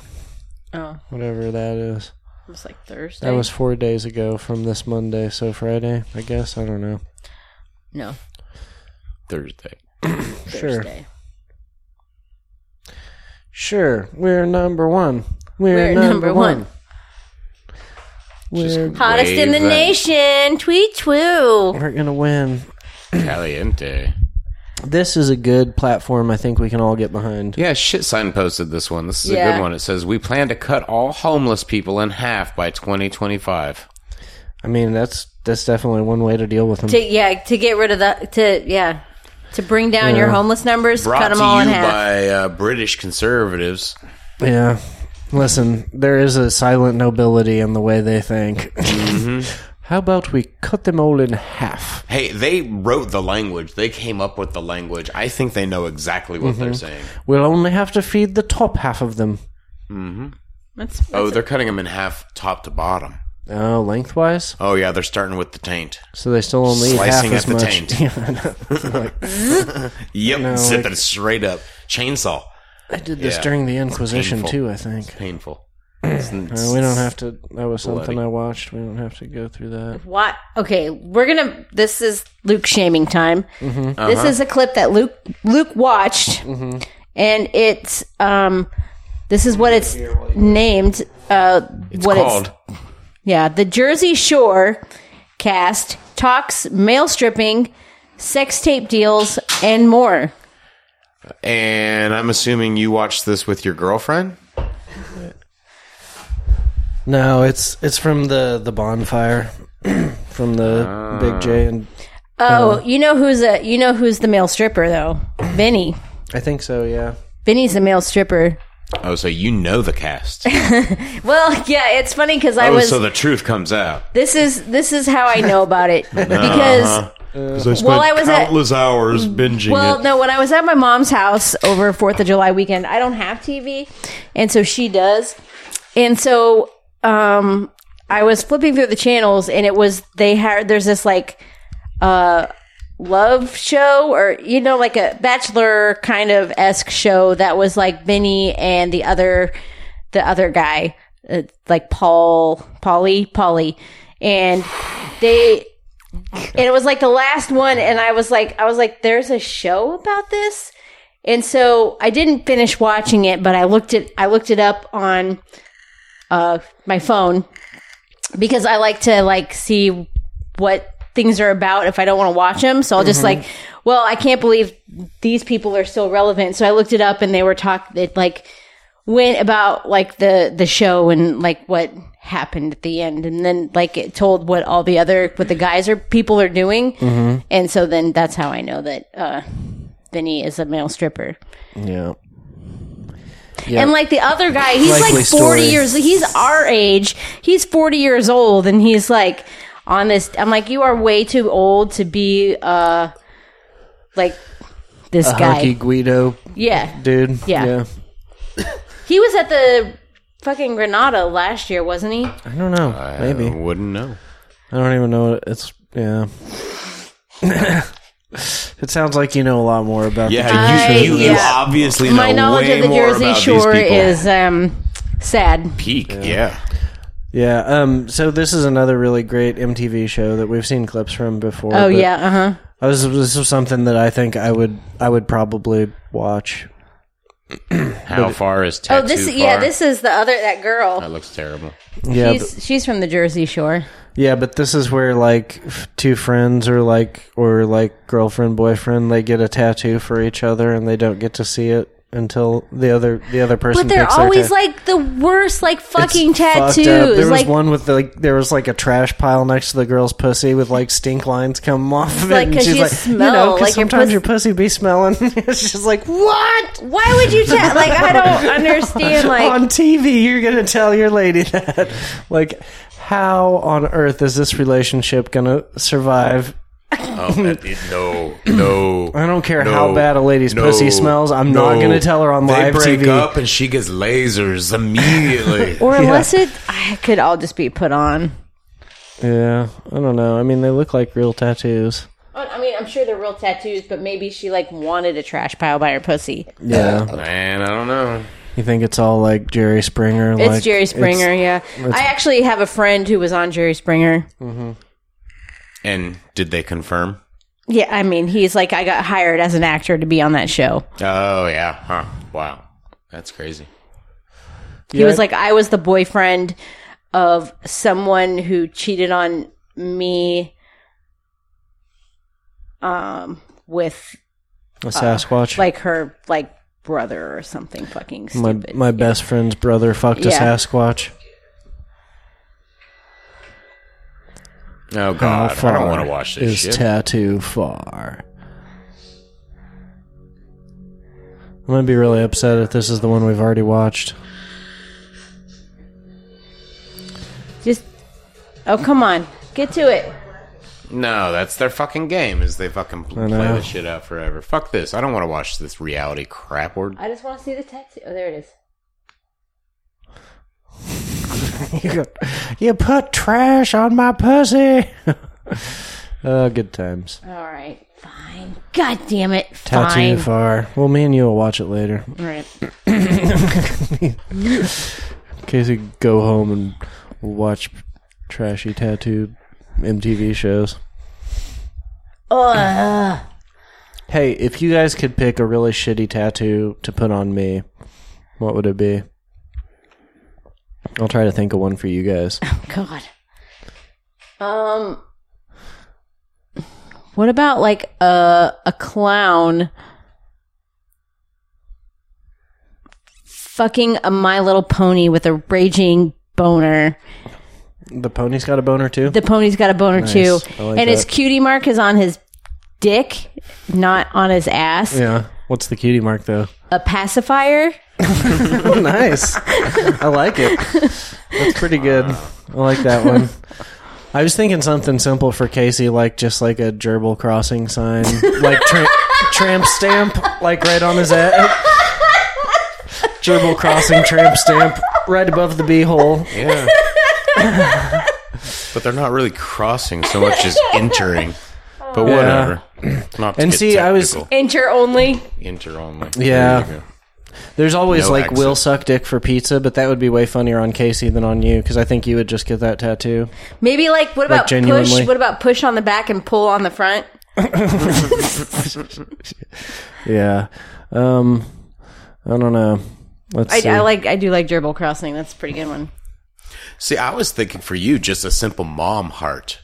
Oh,
whatever that is.
it was like Thursday.
That was four days ago from this Monday, so Friday, I guess. I don't know.
no
Thursday.
Sure.
Thursday.
Sure, we're number one. We're,
We're
number,
number
one.
one.
We're,
Hottest in the
Wave that.
nation. Tweet twoo.
we're gonna win.
Caliente.
This is a good platform. I think we can all get behind.
Yeah, shit sign posted this one. This is a
Yeah.
good one. It says, We plan to cut all homeless people in half by 2025.
I mean, that's that's definitely one way to deal with them.
To, yeah, to get rid of the to yeah, to bring down your
Yeah.
homeless numbers,
Brought
cut them
to
all
you
in half.
by uh, British conservatives.
Yeah. Listen, there is a silent nobility in the way they think. [LAUGHS] How about we cut them all in half?
Hey, they wrote the language. They came up with the language. I think they know exactly what they're
Mm-hmm.
saying.
We'll only have to feed the top half of them.
That's,
Oh, they're cutting them in half, top to bottom.
Oh, lengthwise?
Oh yeah, they're starting with the taint.
So they still only eat half
Slicing
as
at
much.
the
[LAUGHS]
taint.
Yeah, I know.
Yep,
No,
zip
like-
it straight up. Chainsaw.
I did this
Yeah.
during the Inquisition
Painful.
too, I think.
Painful.
Uh, we don't have to. That was something
Bloody.
I watched. We don't have to go through that.
What? Okay, we're gonna. This is Luke shaming time.
Mm-hmm. Uh-huh.
This is a clip that Luke Luke watched, and it's um, this is what it's named. Uh, what
Called.
yeah, the Jersey Shore cast talks male stripping, sex tape deals, and more.
And I'm assuming you watched this with your girlfriend.
No, it's it's from the the bonfire, [CLEARS THROAT] from the
Ah.
Big J, and
Oh,
Uh-huh.
you know who's a you know who's the male stripper though? Vinny.
I think so. Yeah.
Vinny's the male stripper.
Oh, so you know
[LAUGHS]
the cast.
Well, [LAUGHS] yeah, it's funny because I
Oh,
was.
so the truth comes out.
this is this is how I know about it because while I was at
hours binging
well, no, when I was at my mom's house over Fourth of July weekend, I don't have TV, and so she does, and so um, I was flipping through the channels, and it was they had there's this like uh love show or you know like a bachelor kind of esque show that was like Benny and the other the other guy uh, like Paul Paulie Paulie and they and it was like the last one and i was like i was like there's a show about this and so i didn't finish watching it but i looked it i looked it up on uh my phone because i like to like see what things are about if i don't want to watch them so i'll just like well i can't believe these people are still relevant so i looked it up and they were talking it like went about like the the show and like what happened at the end and then like it told what all the other what the guys or people are doing
Mm-hmm.
and so then that's how i know that uh Vinny is a male stripper.
Yeah. Yeah.
And like the other guy, he's
Likely
like 40
story.
years he's our age. He's 40 years old and he's like on this I'm like you are way too old to be uh like this
a
guy.
hunky Guido
yeah.
dude.
Yeah. He was at the fucking Granada last year, wasn't he?
I don't know. Maybe
I wouldn't know.
I don't even know. what It's yeah. [LAUGHS] it sounds like you know a lot more about.
Yeah,
The-
I-
you, you,
yeah.
you obviously
my
know
knowledge
way
of the
more
Jersey
about
Shore
these people.
is um, sad.
peak. Yeah.
yeah. Um. So this is another really great MTV show that we've seen clips from before.
Oh
but
yeah, uh huh.
I was, this was something that I think I would I would probably watch.
How far is
Oh,
tattoo?
this
far?
yeah, this is the other that girl.
that looks terrible.
Yeah. but-
she's she's from the Jersey Shore.
Yeah, but this is where like f- two friends or like or like girlfriend boyfriend they get a tattoo for each other and they don't get to see it until the other the other person.
But they're
picks their
always
ta-
like the worst, like
It's
fucking
fucked up.
tattoos.
There was
like
one with like there was like a trash pile next to the girl's pussy with like stink lines coming off of it,
Like,
and
'cause
she's
you
like, you
smell,
know, 'cause
like, your
sometimes
pus-
your pussy be smelling. [LAUGHS] She's just like, what?
why would you
[LAUGHS]
ta- like? I don't understand. Like
on TV, you're gonna tell your lady that. [LAUGHS] Like, how on earth is this relationship gonna survive?
[LAUGHS] Oh, that- it- [CLEARS THROAT] no, no.
I don't care how bad a lady's pussy smells, I'm not gonna tell her on
they
live
break
TV.
up and she gets lasers immediately.
Or unless it I could all just be put on.
Yeah, I don't know. I mean, they look like real tattoos.
I mean, I'm sure they're real tattoos, but maybe she like wanted a trash pile by her pussy.
Yeah,
[LAUGHS] Man, I don't know.
Uh, you think it's all like Jerry Springer?
It's
like,
Jerry Springer, yeah. I actually have a friend who was on Jerry Springer.
And did they confirm?
Yeah, I mean, he's like I got hired as an actor to be on that show.
Oh yeah. Huh. Wow. That's crazy.
He was like, I was the boyfriend of someone who cheated on me um with
a Sasquatch.
like her like brother or something fucking
my
stupid.
my best friend's brother fucked
Yeah.
a Sasquatch.
Oh
How
god, I don't want
far
to watch
Is
this shit.
tattoo far? I'm gonna be really upset if this is the one we've already watched. [LAUGHS]
Just Oh, come on. Get to it.
no, that's their fucking game. Is they fucking pl-
know.
play this shit out forever. Fuck this. I don't want to watch this reality crap. Or
I just want to see the tattoo. Oh, there it is.
you, go, you put trash on my pussy. [LAUGHS] uh, good times.
All right. Fine. God damn it.
Tattoo
Fine.
far. Well, me and you will watch it later.
All right.
In case we go home and watch trashy tattooed MTV shows.
Ugh.
Hey, if you guys could pick a really shitty tattoo to put on me, what would it be? I'll try to think of one for you guys.
[LAUGHS] God. Um. What about like a a clown? Fucking a My Little Pony with a raging boner.
The pony's got a boner too.
The pony's got a boner
Nice.
too,
I like
and his
that.
cutie mark is on his dick, not on his ass.
yeah. What's the cutie mark though?
A pacifier.
[LAUGHS] nice. I like it. That's pretty good. I like that one. [LAUGHS] I was thinking something simple for Casey, like just like a gerbil crossing sign, like [LAUGHS] tra- tramp stamp, like right on his ass. gerbil crossing tramp stamp, right above the beehole.
yeah. [LAUGHS] but they're not really crossing so much as entering. But whatever. Not to
And
get
see, I was-
technical.
Enter only.
enter only.
Yeah.
There you go.
There's always
No
like
accent.
will suck dick for pizza, but that would be way funnier on Casey than on you because I think you would just get that tattoo.
Maybe like what about
genuinely.
push? What about push on the back and pull on the front?
Yeah. Um, I don't know. Let's
I,
see.
I like I do like gerbil crossing. That's a pretty good one.
See, I was thinking for you just a simple mom heart.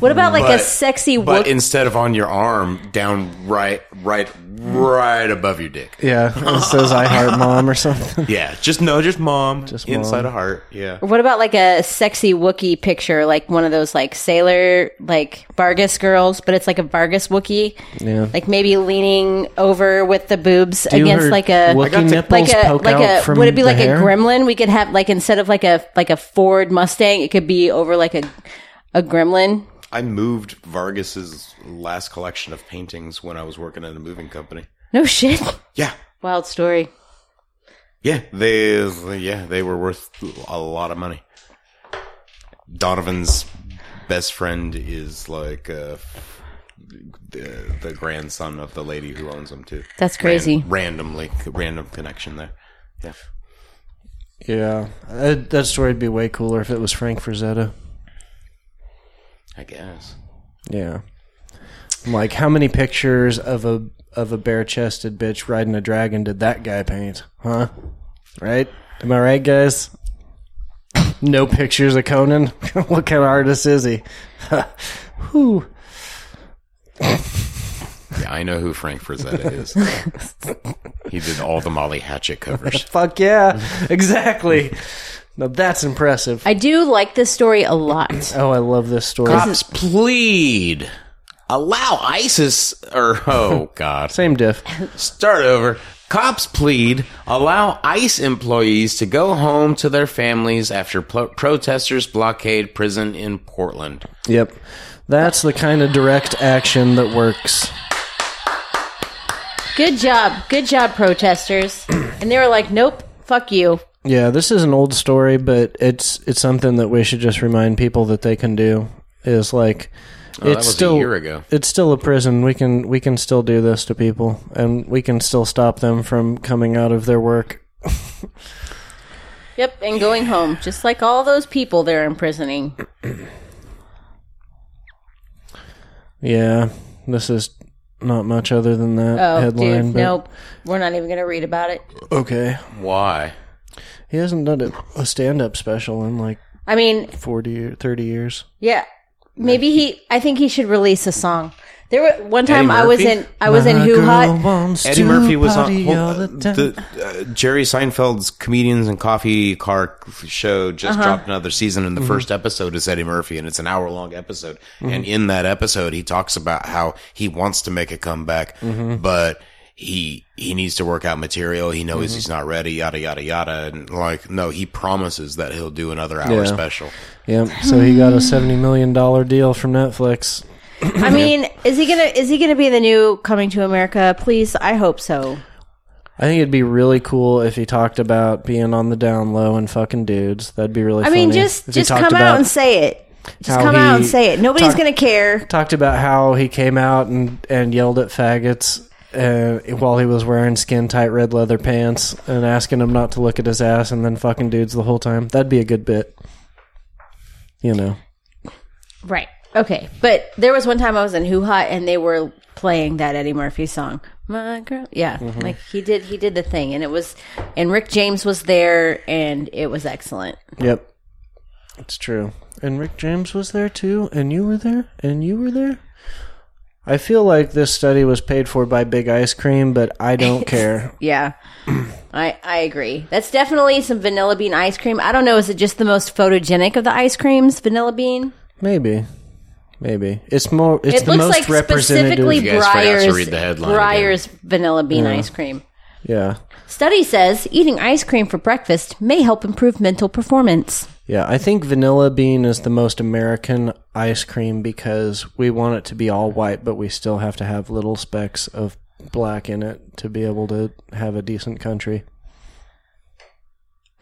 What about like a
But-
sexy
But
look?
instead of on your arm, down right, right, right above your dick.
Yeah, it says I heart mom or something.
[LAUGHS] Yeah, just no, just mom, just
mom.
inside a heart. Yeah,
what about like a sexy Wookiee picture, like one of those like sailor like Vargas girls, but it's like a Vargas Wookiee,
Yeah.
like maybe leaning over with the boobs against
her
like a
Wookiee I got to- nipples
like a
poke
like
out
a
from
would it be
the
like
hair?
a gremlin? We could have like instead of like a like a Ford Mustang, it could be over like a a gremlin.
I moved Vargas's last collection of paintings when I was working at a moving company.
No shit, [LAUGHS]
Yeah,
wild story.
yeah, they, yeah, they were worth a lot of money. Donovan's best friend is like uh, the, the grandson of the lady who owns them too.
That's crazy.
Ran- randomly, random connection there. Yeah.
Yeah, Uh, that, that story would be way cooler if it was Frank Frazetta.
I guess.
Yeah, I'm like, how many pictures of a of a bare chested bitch riding a dragon did that guy paint? Huh? Right? Am I right, guys? [LAUGHS] No pictures of Conan. [LAUGHS] what kind of artist is he? Whew.
Yeah, I know who Frank Frazetta is.
[LAUGHS]
he did all the Molly Hatchet covers.
Fuck yeah! [LAUGHS] Exactly. Now that's impressive.
I do like this story a lot.
oh, I love this story.
Cops plead. Allow ISIS or oh god.
Same diff.
Start over. Cops plead allow ICE employees to go home to their families after pl- protesters blockade prison in Portland.
Yep. That's the kind of direct action that works.
Good job. Good job, protesters. And they were like, nope, fuck you.
Yeah, this is an old story, but it's it's something that we should just remind people that they can do is like
Oh, that
it's
was a
still
year ago.
It's still a prison. We can we can still do this to people and we can still stop them from coming out of their work.
Yep, and going home, just like all those people they're imprisoning.
Yeah. This is not much other than that
Oh,
headline.
dude,
but
nope. We're not even going to read about it.
Okay.
Why?
He hasn't done a- a stand up special in like
I mean,
40 or 30 years.
yeah, maybe he. I think he should release a song. There were one time I was
Murphy?
in I was in Hoo Hot.
Eddie Murphy was on hold- uh, the, uh, Jerry Seinfeld's Comedians and Coffee Car show just dropped another season, and the first episode is Eddie Murphy, and it's an hour long episode. And in that episode, he talks about how he wants to make a comeback, but he he needs to work out material. He knows he's not ready, yada yada yada, and like no, he promises that he'll do another
Yeah.
hour special.
Yep. So he got a seventy million dollar deal from Netflix.
I mean, is he gonna is he gonna be the new Coming to America? Please, I hope so.
I think it'd be really cool if he talked about being on the down low and fucking dudes. That'd be really.
I mean,
funny.
just
If he
just
talked
come
about-
out and say it. Just
how
come out
he
and say it. Nobody's
talk-
gonna care.
talked about how he came out and and yelled at faggots. Uh, while he was wearing skin tight red leather pants and asking him not to look at his ass and then fucking dudes the whole time, that'd be a good bit. You know,
Right. Okay. But there was one time I was in Hoo Ha and they were playing that Eddie Murphy song. My girl. Yeah.
Mm-hmm.
Like he did he did the thing and it was and Rick James was there and it was excellent.
Yep. It's true. And Rick James was there too, and you were there, and you were there. I feel like this study was paid for by Big Ice Cream, but
[LAUGHS]
I don't care.
[CLEARS THROAT]
Yeah. I I agree. That's definitely some vanilla bean ice cream. I don't know is it just the most photogenic of the ice creams, vanilla bean?
Maybe. Maybe. It's more it's
it
the
looks
most
like
representative.
specifically
You guys forgot to
Breyer's,
read the headline
Breyer's vanilla bean ice cream.
Yeah.
Study says eating ice cream for breakfast may help improve mental performance.
Yeah. I think vanilla bean is the most American ice cream because we want it to be all white, but we still have to have little specks of black in it to be able to have a decent country.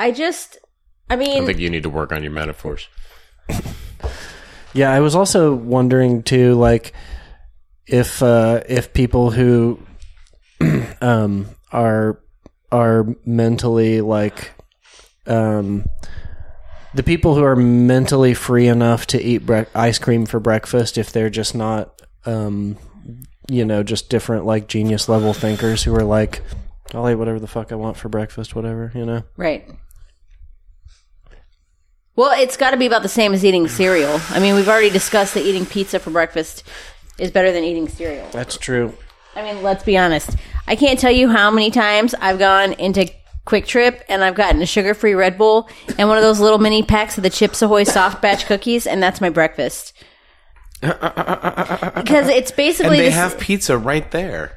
I just, I mean,
I think you need to work on your metaphors.
Yeah, I was also wondering too, like if uh, if people who [CLEARS THROAT] um, are are mentally like um, the people who are mentally free enough to eat bre- ice cream for breakfast, if they're just not, um, you know, just different like genius level thinkers who are like, I'll eat whatever the fuck I want for breakfast, whatever, you know.
right. Well, it's got to be about the same as eating cereal. I mean, we've already discussed that eating pizza for breakfast is better than eating cereal.
That's true.
I mean, let's be honest. I can't tell you how many times I've gone into Quick Trip and I've gotten a sugar free Red Bull and one of those little mini packs of the Chips Ahoy soft batch cookies, and that's my
[LAUGHS]
breakfast. Because it's
And
basically
they
this-
have pizza right there.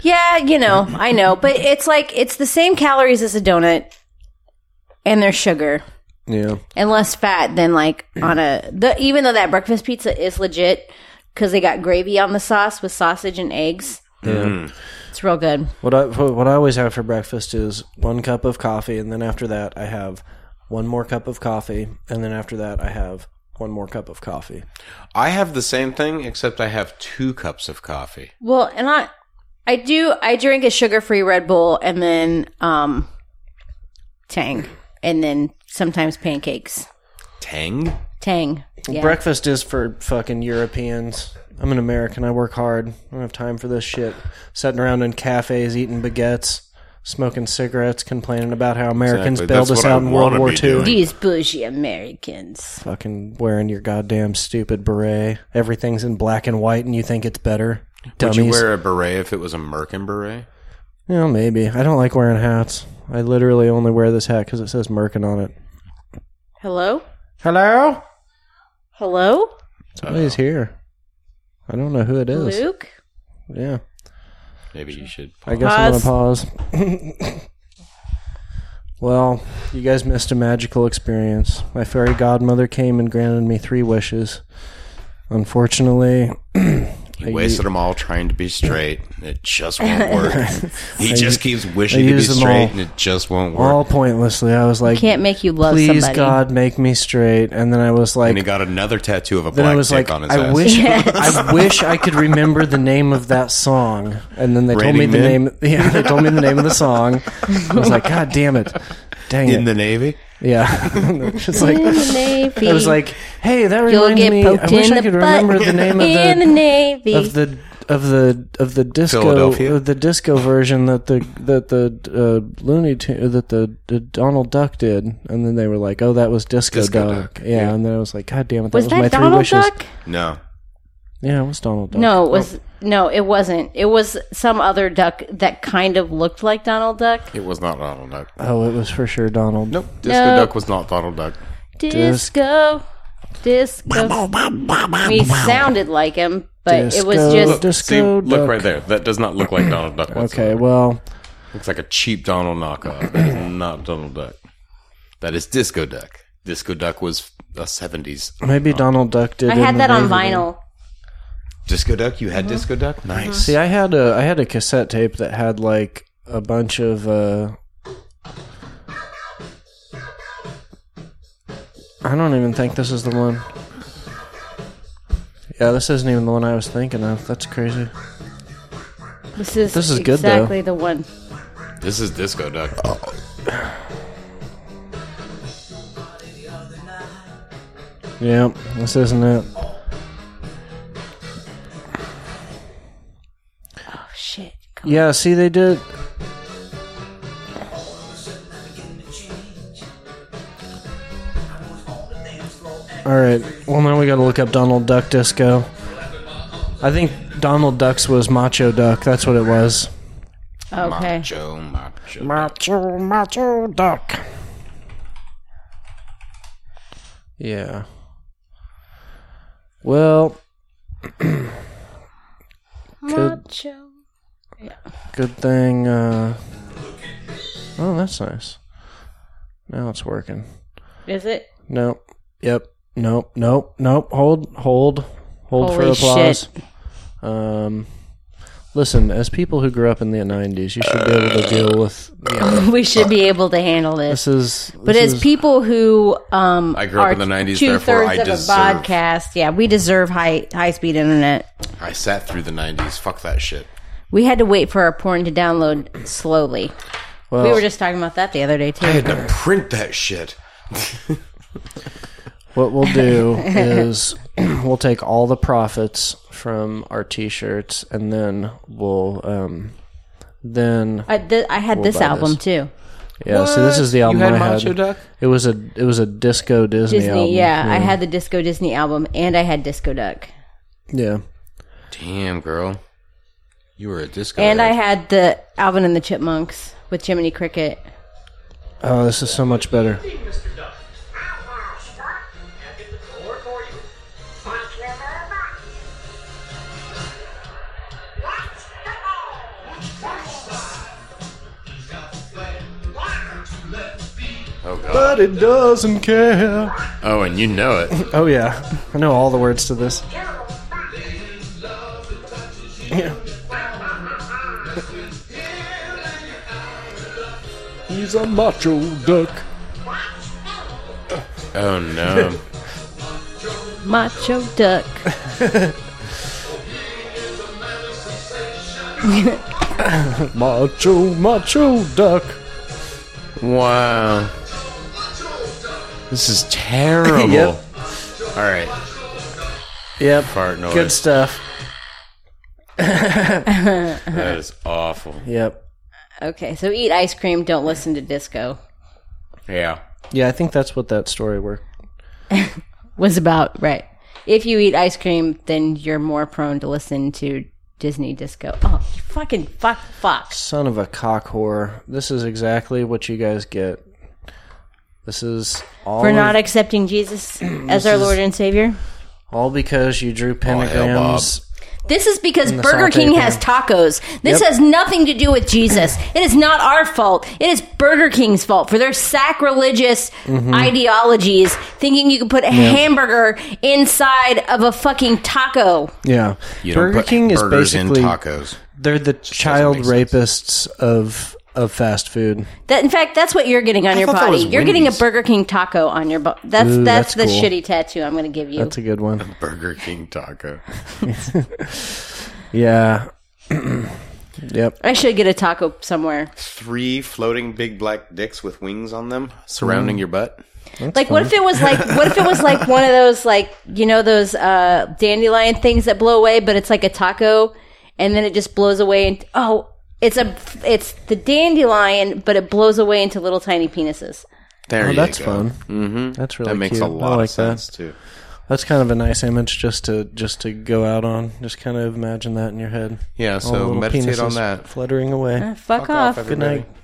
Yeah, you know, I know, but it's like it's the same calories as a donut, and there's sugar
Yeah.
and less fat than like on a. The, even though that breakfast pizza is legit because they got gravy on the sauce with sausage and eggs. It's real good.
What I what I always have for breakfast is one cup of coffee, and then after that I have one more cup of coffee, and then after that I have one more cup of coffee.
I have the same thing, except I have two cups of coffee.
Well, and I, I do. I drink a sugar-free Red Bull and then um, Tang, and then sometimes pancakes.
Tang?
Tang. Yeah.
Breakfast is for fucking Europeans. I'm an American. I work hard. I don't have time for this shit. Sitting around in cafes eating baguettes, smoking cigarettes, complaining about how Americans
Exactly.
bailed
That's
us
what I
out in World
wanna
War
be
II.
doing.
These bougie Americans.
Fucking wearing your goddamn stupid beret. Everything's in black and white, and you think it's better. Dummies.
Would you wear a beret if it was a Merkin beret?
Yeah, maybe. I don't like wearing hats. I literally only wear this hat because it says Merkin on it.
Hello.
Hello?
Hello.
Somebody's here. I don't know who it is.
Luke?
Yeah.
Maybe you should.
I guess I'm gonna pause. [LAUGHS] well, you guys missed a magical experience. My fairy godmother came and granted me three wishes. Unfortunately,
He wasted them all trying to be straight. and It
[LAUGHS]
just won't work. he just keeps wishing
I
to be
use them
straight,
all.
and it just won't work.
all pointlessly, I was like,
Can't make you love
Please,
somebody."
God, make me straight. And then I was like,
and he got another tattoo of a
then I
black
was
tick
like,
on his
I
[LAUGHS]
ass.
wish, I wish I could remember the name of that song. And then they told me
Raining
the
Men?
name. Yeah, they told me the name of the song. I was like, God damn it, dang
in
it,
the navy.
yeah. [LAUGHS] Just like [LAUGHS]
Navy.
I was like, "Hey, that
You'll
reminds
get
me. I
poked
wish
in
I
the
could
butt
remember the name of
in the
the
Navy.
of the of the of the disco
Philadelphia?
of the disco version that the that the uh, Looney Tune that the, the Donald Duck did." And then they were like, "Oh, that was Disco,
Disco
Duck."
Duck,
Yeah, and then I was like, "God damn it, that was,
was
my
that
three
Donald
wishes." Oh.
Duck?
No,
Yeah, it was Donald Duck.
No, it was no, it wasn't. It was some other duck that kind of looked like Donald Duck.
it was not Donald Duck.
Oh, it was for sure Donald.
Nope, Disco
No.
Duck was not Donald Duck.
Disco, disco. He sounded like him, but it was
Disco.
just
Disco
See, look
Duck.
right there. That does not look like Donald Duck.
Okay,
Whatsoever.
well,
looks like a cheap Donald knockoff. That is not Donald Duck. That is Disco Duck. Disco Duck was a seventies.
maybe Donald Duck did.
I
it in
had that
the
on
movie.
vinyl.
Disco Duck. You had
Uh-huh.
Disco Duck. Nice.
See, I had a I had a cassette tape that had like a bunch of. uh I don't even think this is the one. Yeah, this isn't even the one I was thinking of. That's crazy.
This is
This is good, though.
exactly the one.
This is Disco Duck.
Yeah, this isn't it.
Oh shit! Come
Yeah, see, they did. All right. Well, now we got to look up Donald Duck Disco. I think Donald Duck's was Macho Duck. That's what it was.
on. Okay.
Macho, macho.
Macho, Macho Duck. Yeah. Well, [CLEARS THROAT]
Macho.
good thing. Uh... Oh, that's nice. Now it's working.
Is it? [LAUGHS]
Nope. Yep. Nope. Nope. Nope. Hold. Hold. Hold for
Holy
applause. Um, listen, as people who grew up in the '90s, you should be able to deal with. Yeah,
We should be able to handle this.
this is.
But
this
as
is-
people who um,
I grew up in the 90s, therefore I deserve-
a podcast, yeah, we deserve high high speed internet.
I sat through the nineties. Fuck that shit.
We had to wait for our porn to download slowly. we were just talking about that the other day too.
I had to print that shit.
what
[LAUGHS]
we'll do is [CLEARS THROAT] we'll take all the profits from our T-shirts, and then we'll um, then
I, th- I had this
buy
album
this.
too.
yeah. So this is the album
had
I
Macho
had.
Duck?
It was a it was a disco Disney,
Disney,
album.
yeah, I had the Disco Disney album and I had Disco Duck.
yeah.
Damn, girl. You were a disco.
And I
head.
had the Alvin and the Chipmunks with Jiminy Cricket.
Oh, this is so much better.
Mr. Duck. I want to start and get the floor for you. Thank you very much. Let's go! He's got the flag. One, two, left feet.
Oh god.
it doesn't care.
Oh, and you
[LAUGHS]
know it.
Oh yeah, I know all the words to this.
Ladies love to touch his heels.
He's a macho duck.
Oh no.
Macho
[LAUGHS]
Duck.
Macho, macho duck.
wow. This is terrible.
Yep. Uh-huh.
All right.
Yep.
Fart noise.
Good stuff.
That is awful.
Yep.
Okay, so eat ice cream, don't listen to disco.
Yeah.
Yeah, I think that's what that story were.
Was about right. If you eat ice cream, then you're more prone to listen to Disney disco. Oh, you fucking fuck, fuck.
Son of a cock whore. This is exactly what you guys get. This is all
For not
of- [CLEARS THROAT]
accepting Jesus as our Lord and Savior.
all because you drew
hell, Bob.
pentagrams
This is because
the
Burger
saute
King
pan.
has tacos. This
Yep.
has nothing to do with
[CLEARS THROAT]
Jesus. It is not our fault. It is Burger King's fault for their sacrilegious
Mm-hmm.
ideologies, thinking you can put a hamburger inside of a fucking taco.
Yeah,
You don't
Burger
put
King is
burgers
basically
in tacos.
they're the child
doesn't make
rapists of of fast food.
That, in fact, that's what you're getting on your
thought that
body.
was
You're getting a
Wendy's.
Burger King taco on your body. That's
Ooh,
that's,
that's
the
cool.
shitty tattoo I'm going to give you.
That's a good one.
Burger King taco.
Yeah. yep.
I should get a taco somewhere.
Three floating big black dicks with wings on them surrounding
Mm.
your
Oh,
butt.
like, what if it was like, what if it was like one of those, like, you know, those uh, dandelion things that blow away, but it's like a taco, and then it just blows away, and oh, it's a, it's the dandelion, but it blows away into little tiny penises.
There
Oh,
you
that's
go.
fun. Mm-hmm. That's really
That makes a
cute. I
lot
like
of sense too.
That. That's kind of a nice image just to just to go out on. Just kind of imagine that in your head.
Yeah,
All
so
the little
meditate on
penises
that.
Fluttering away.
Fuck, off.
Good night.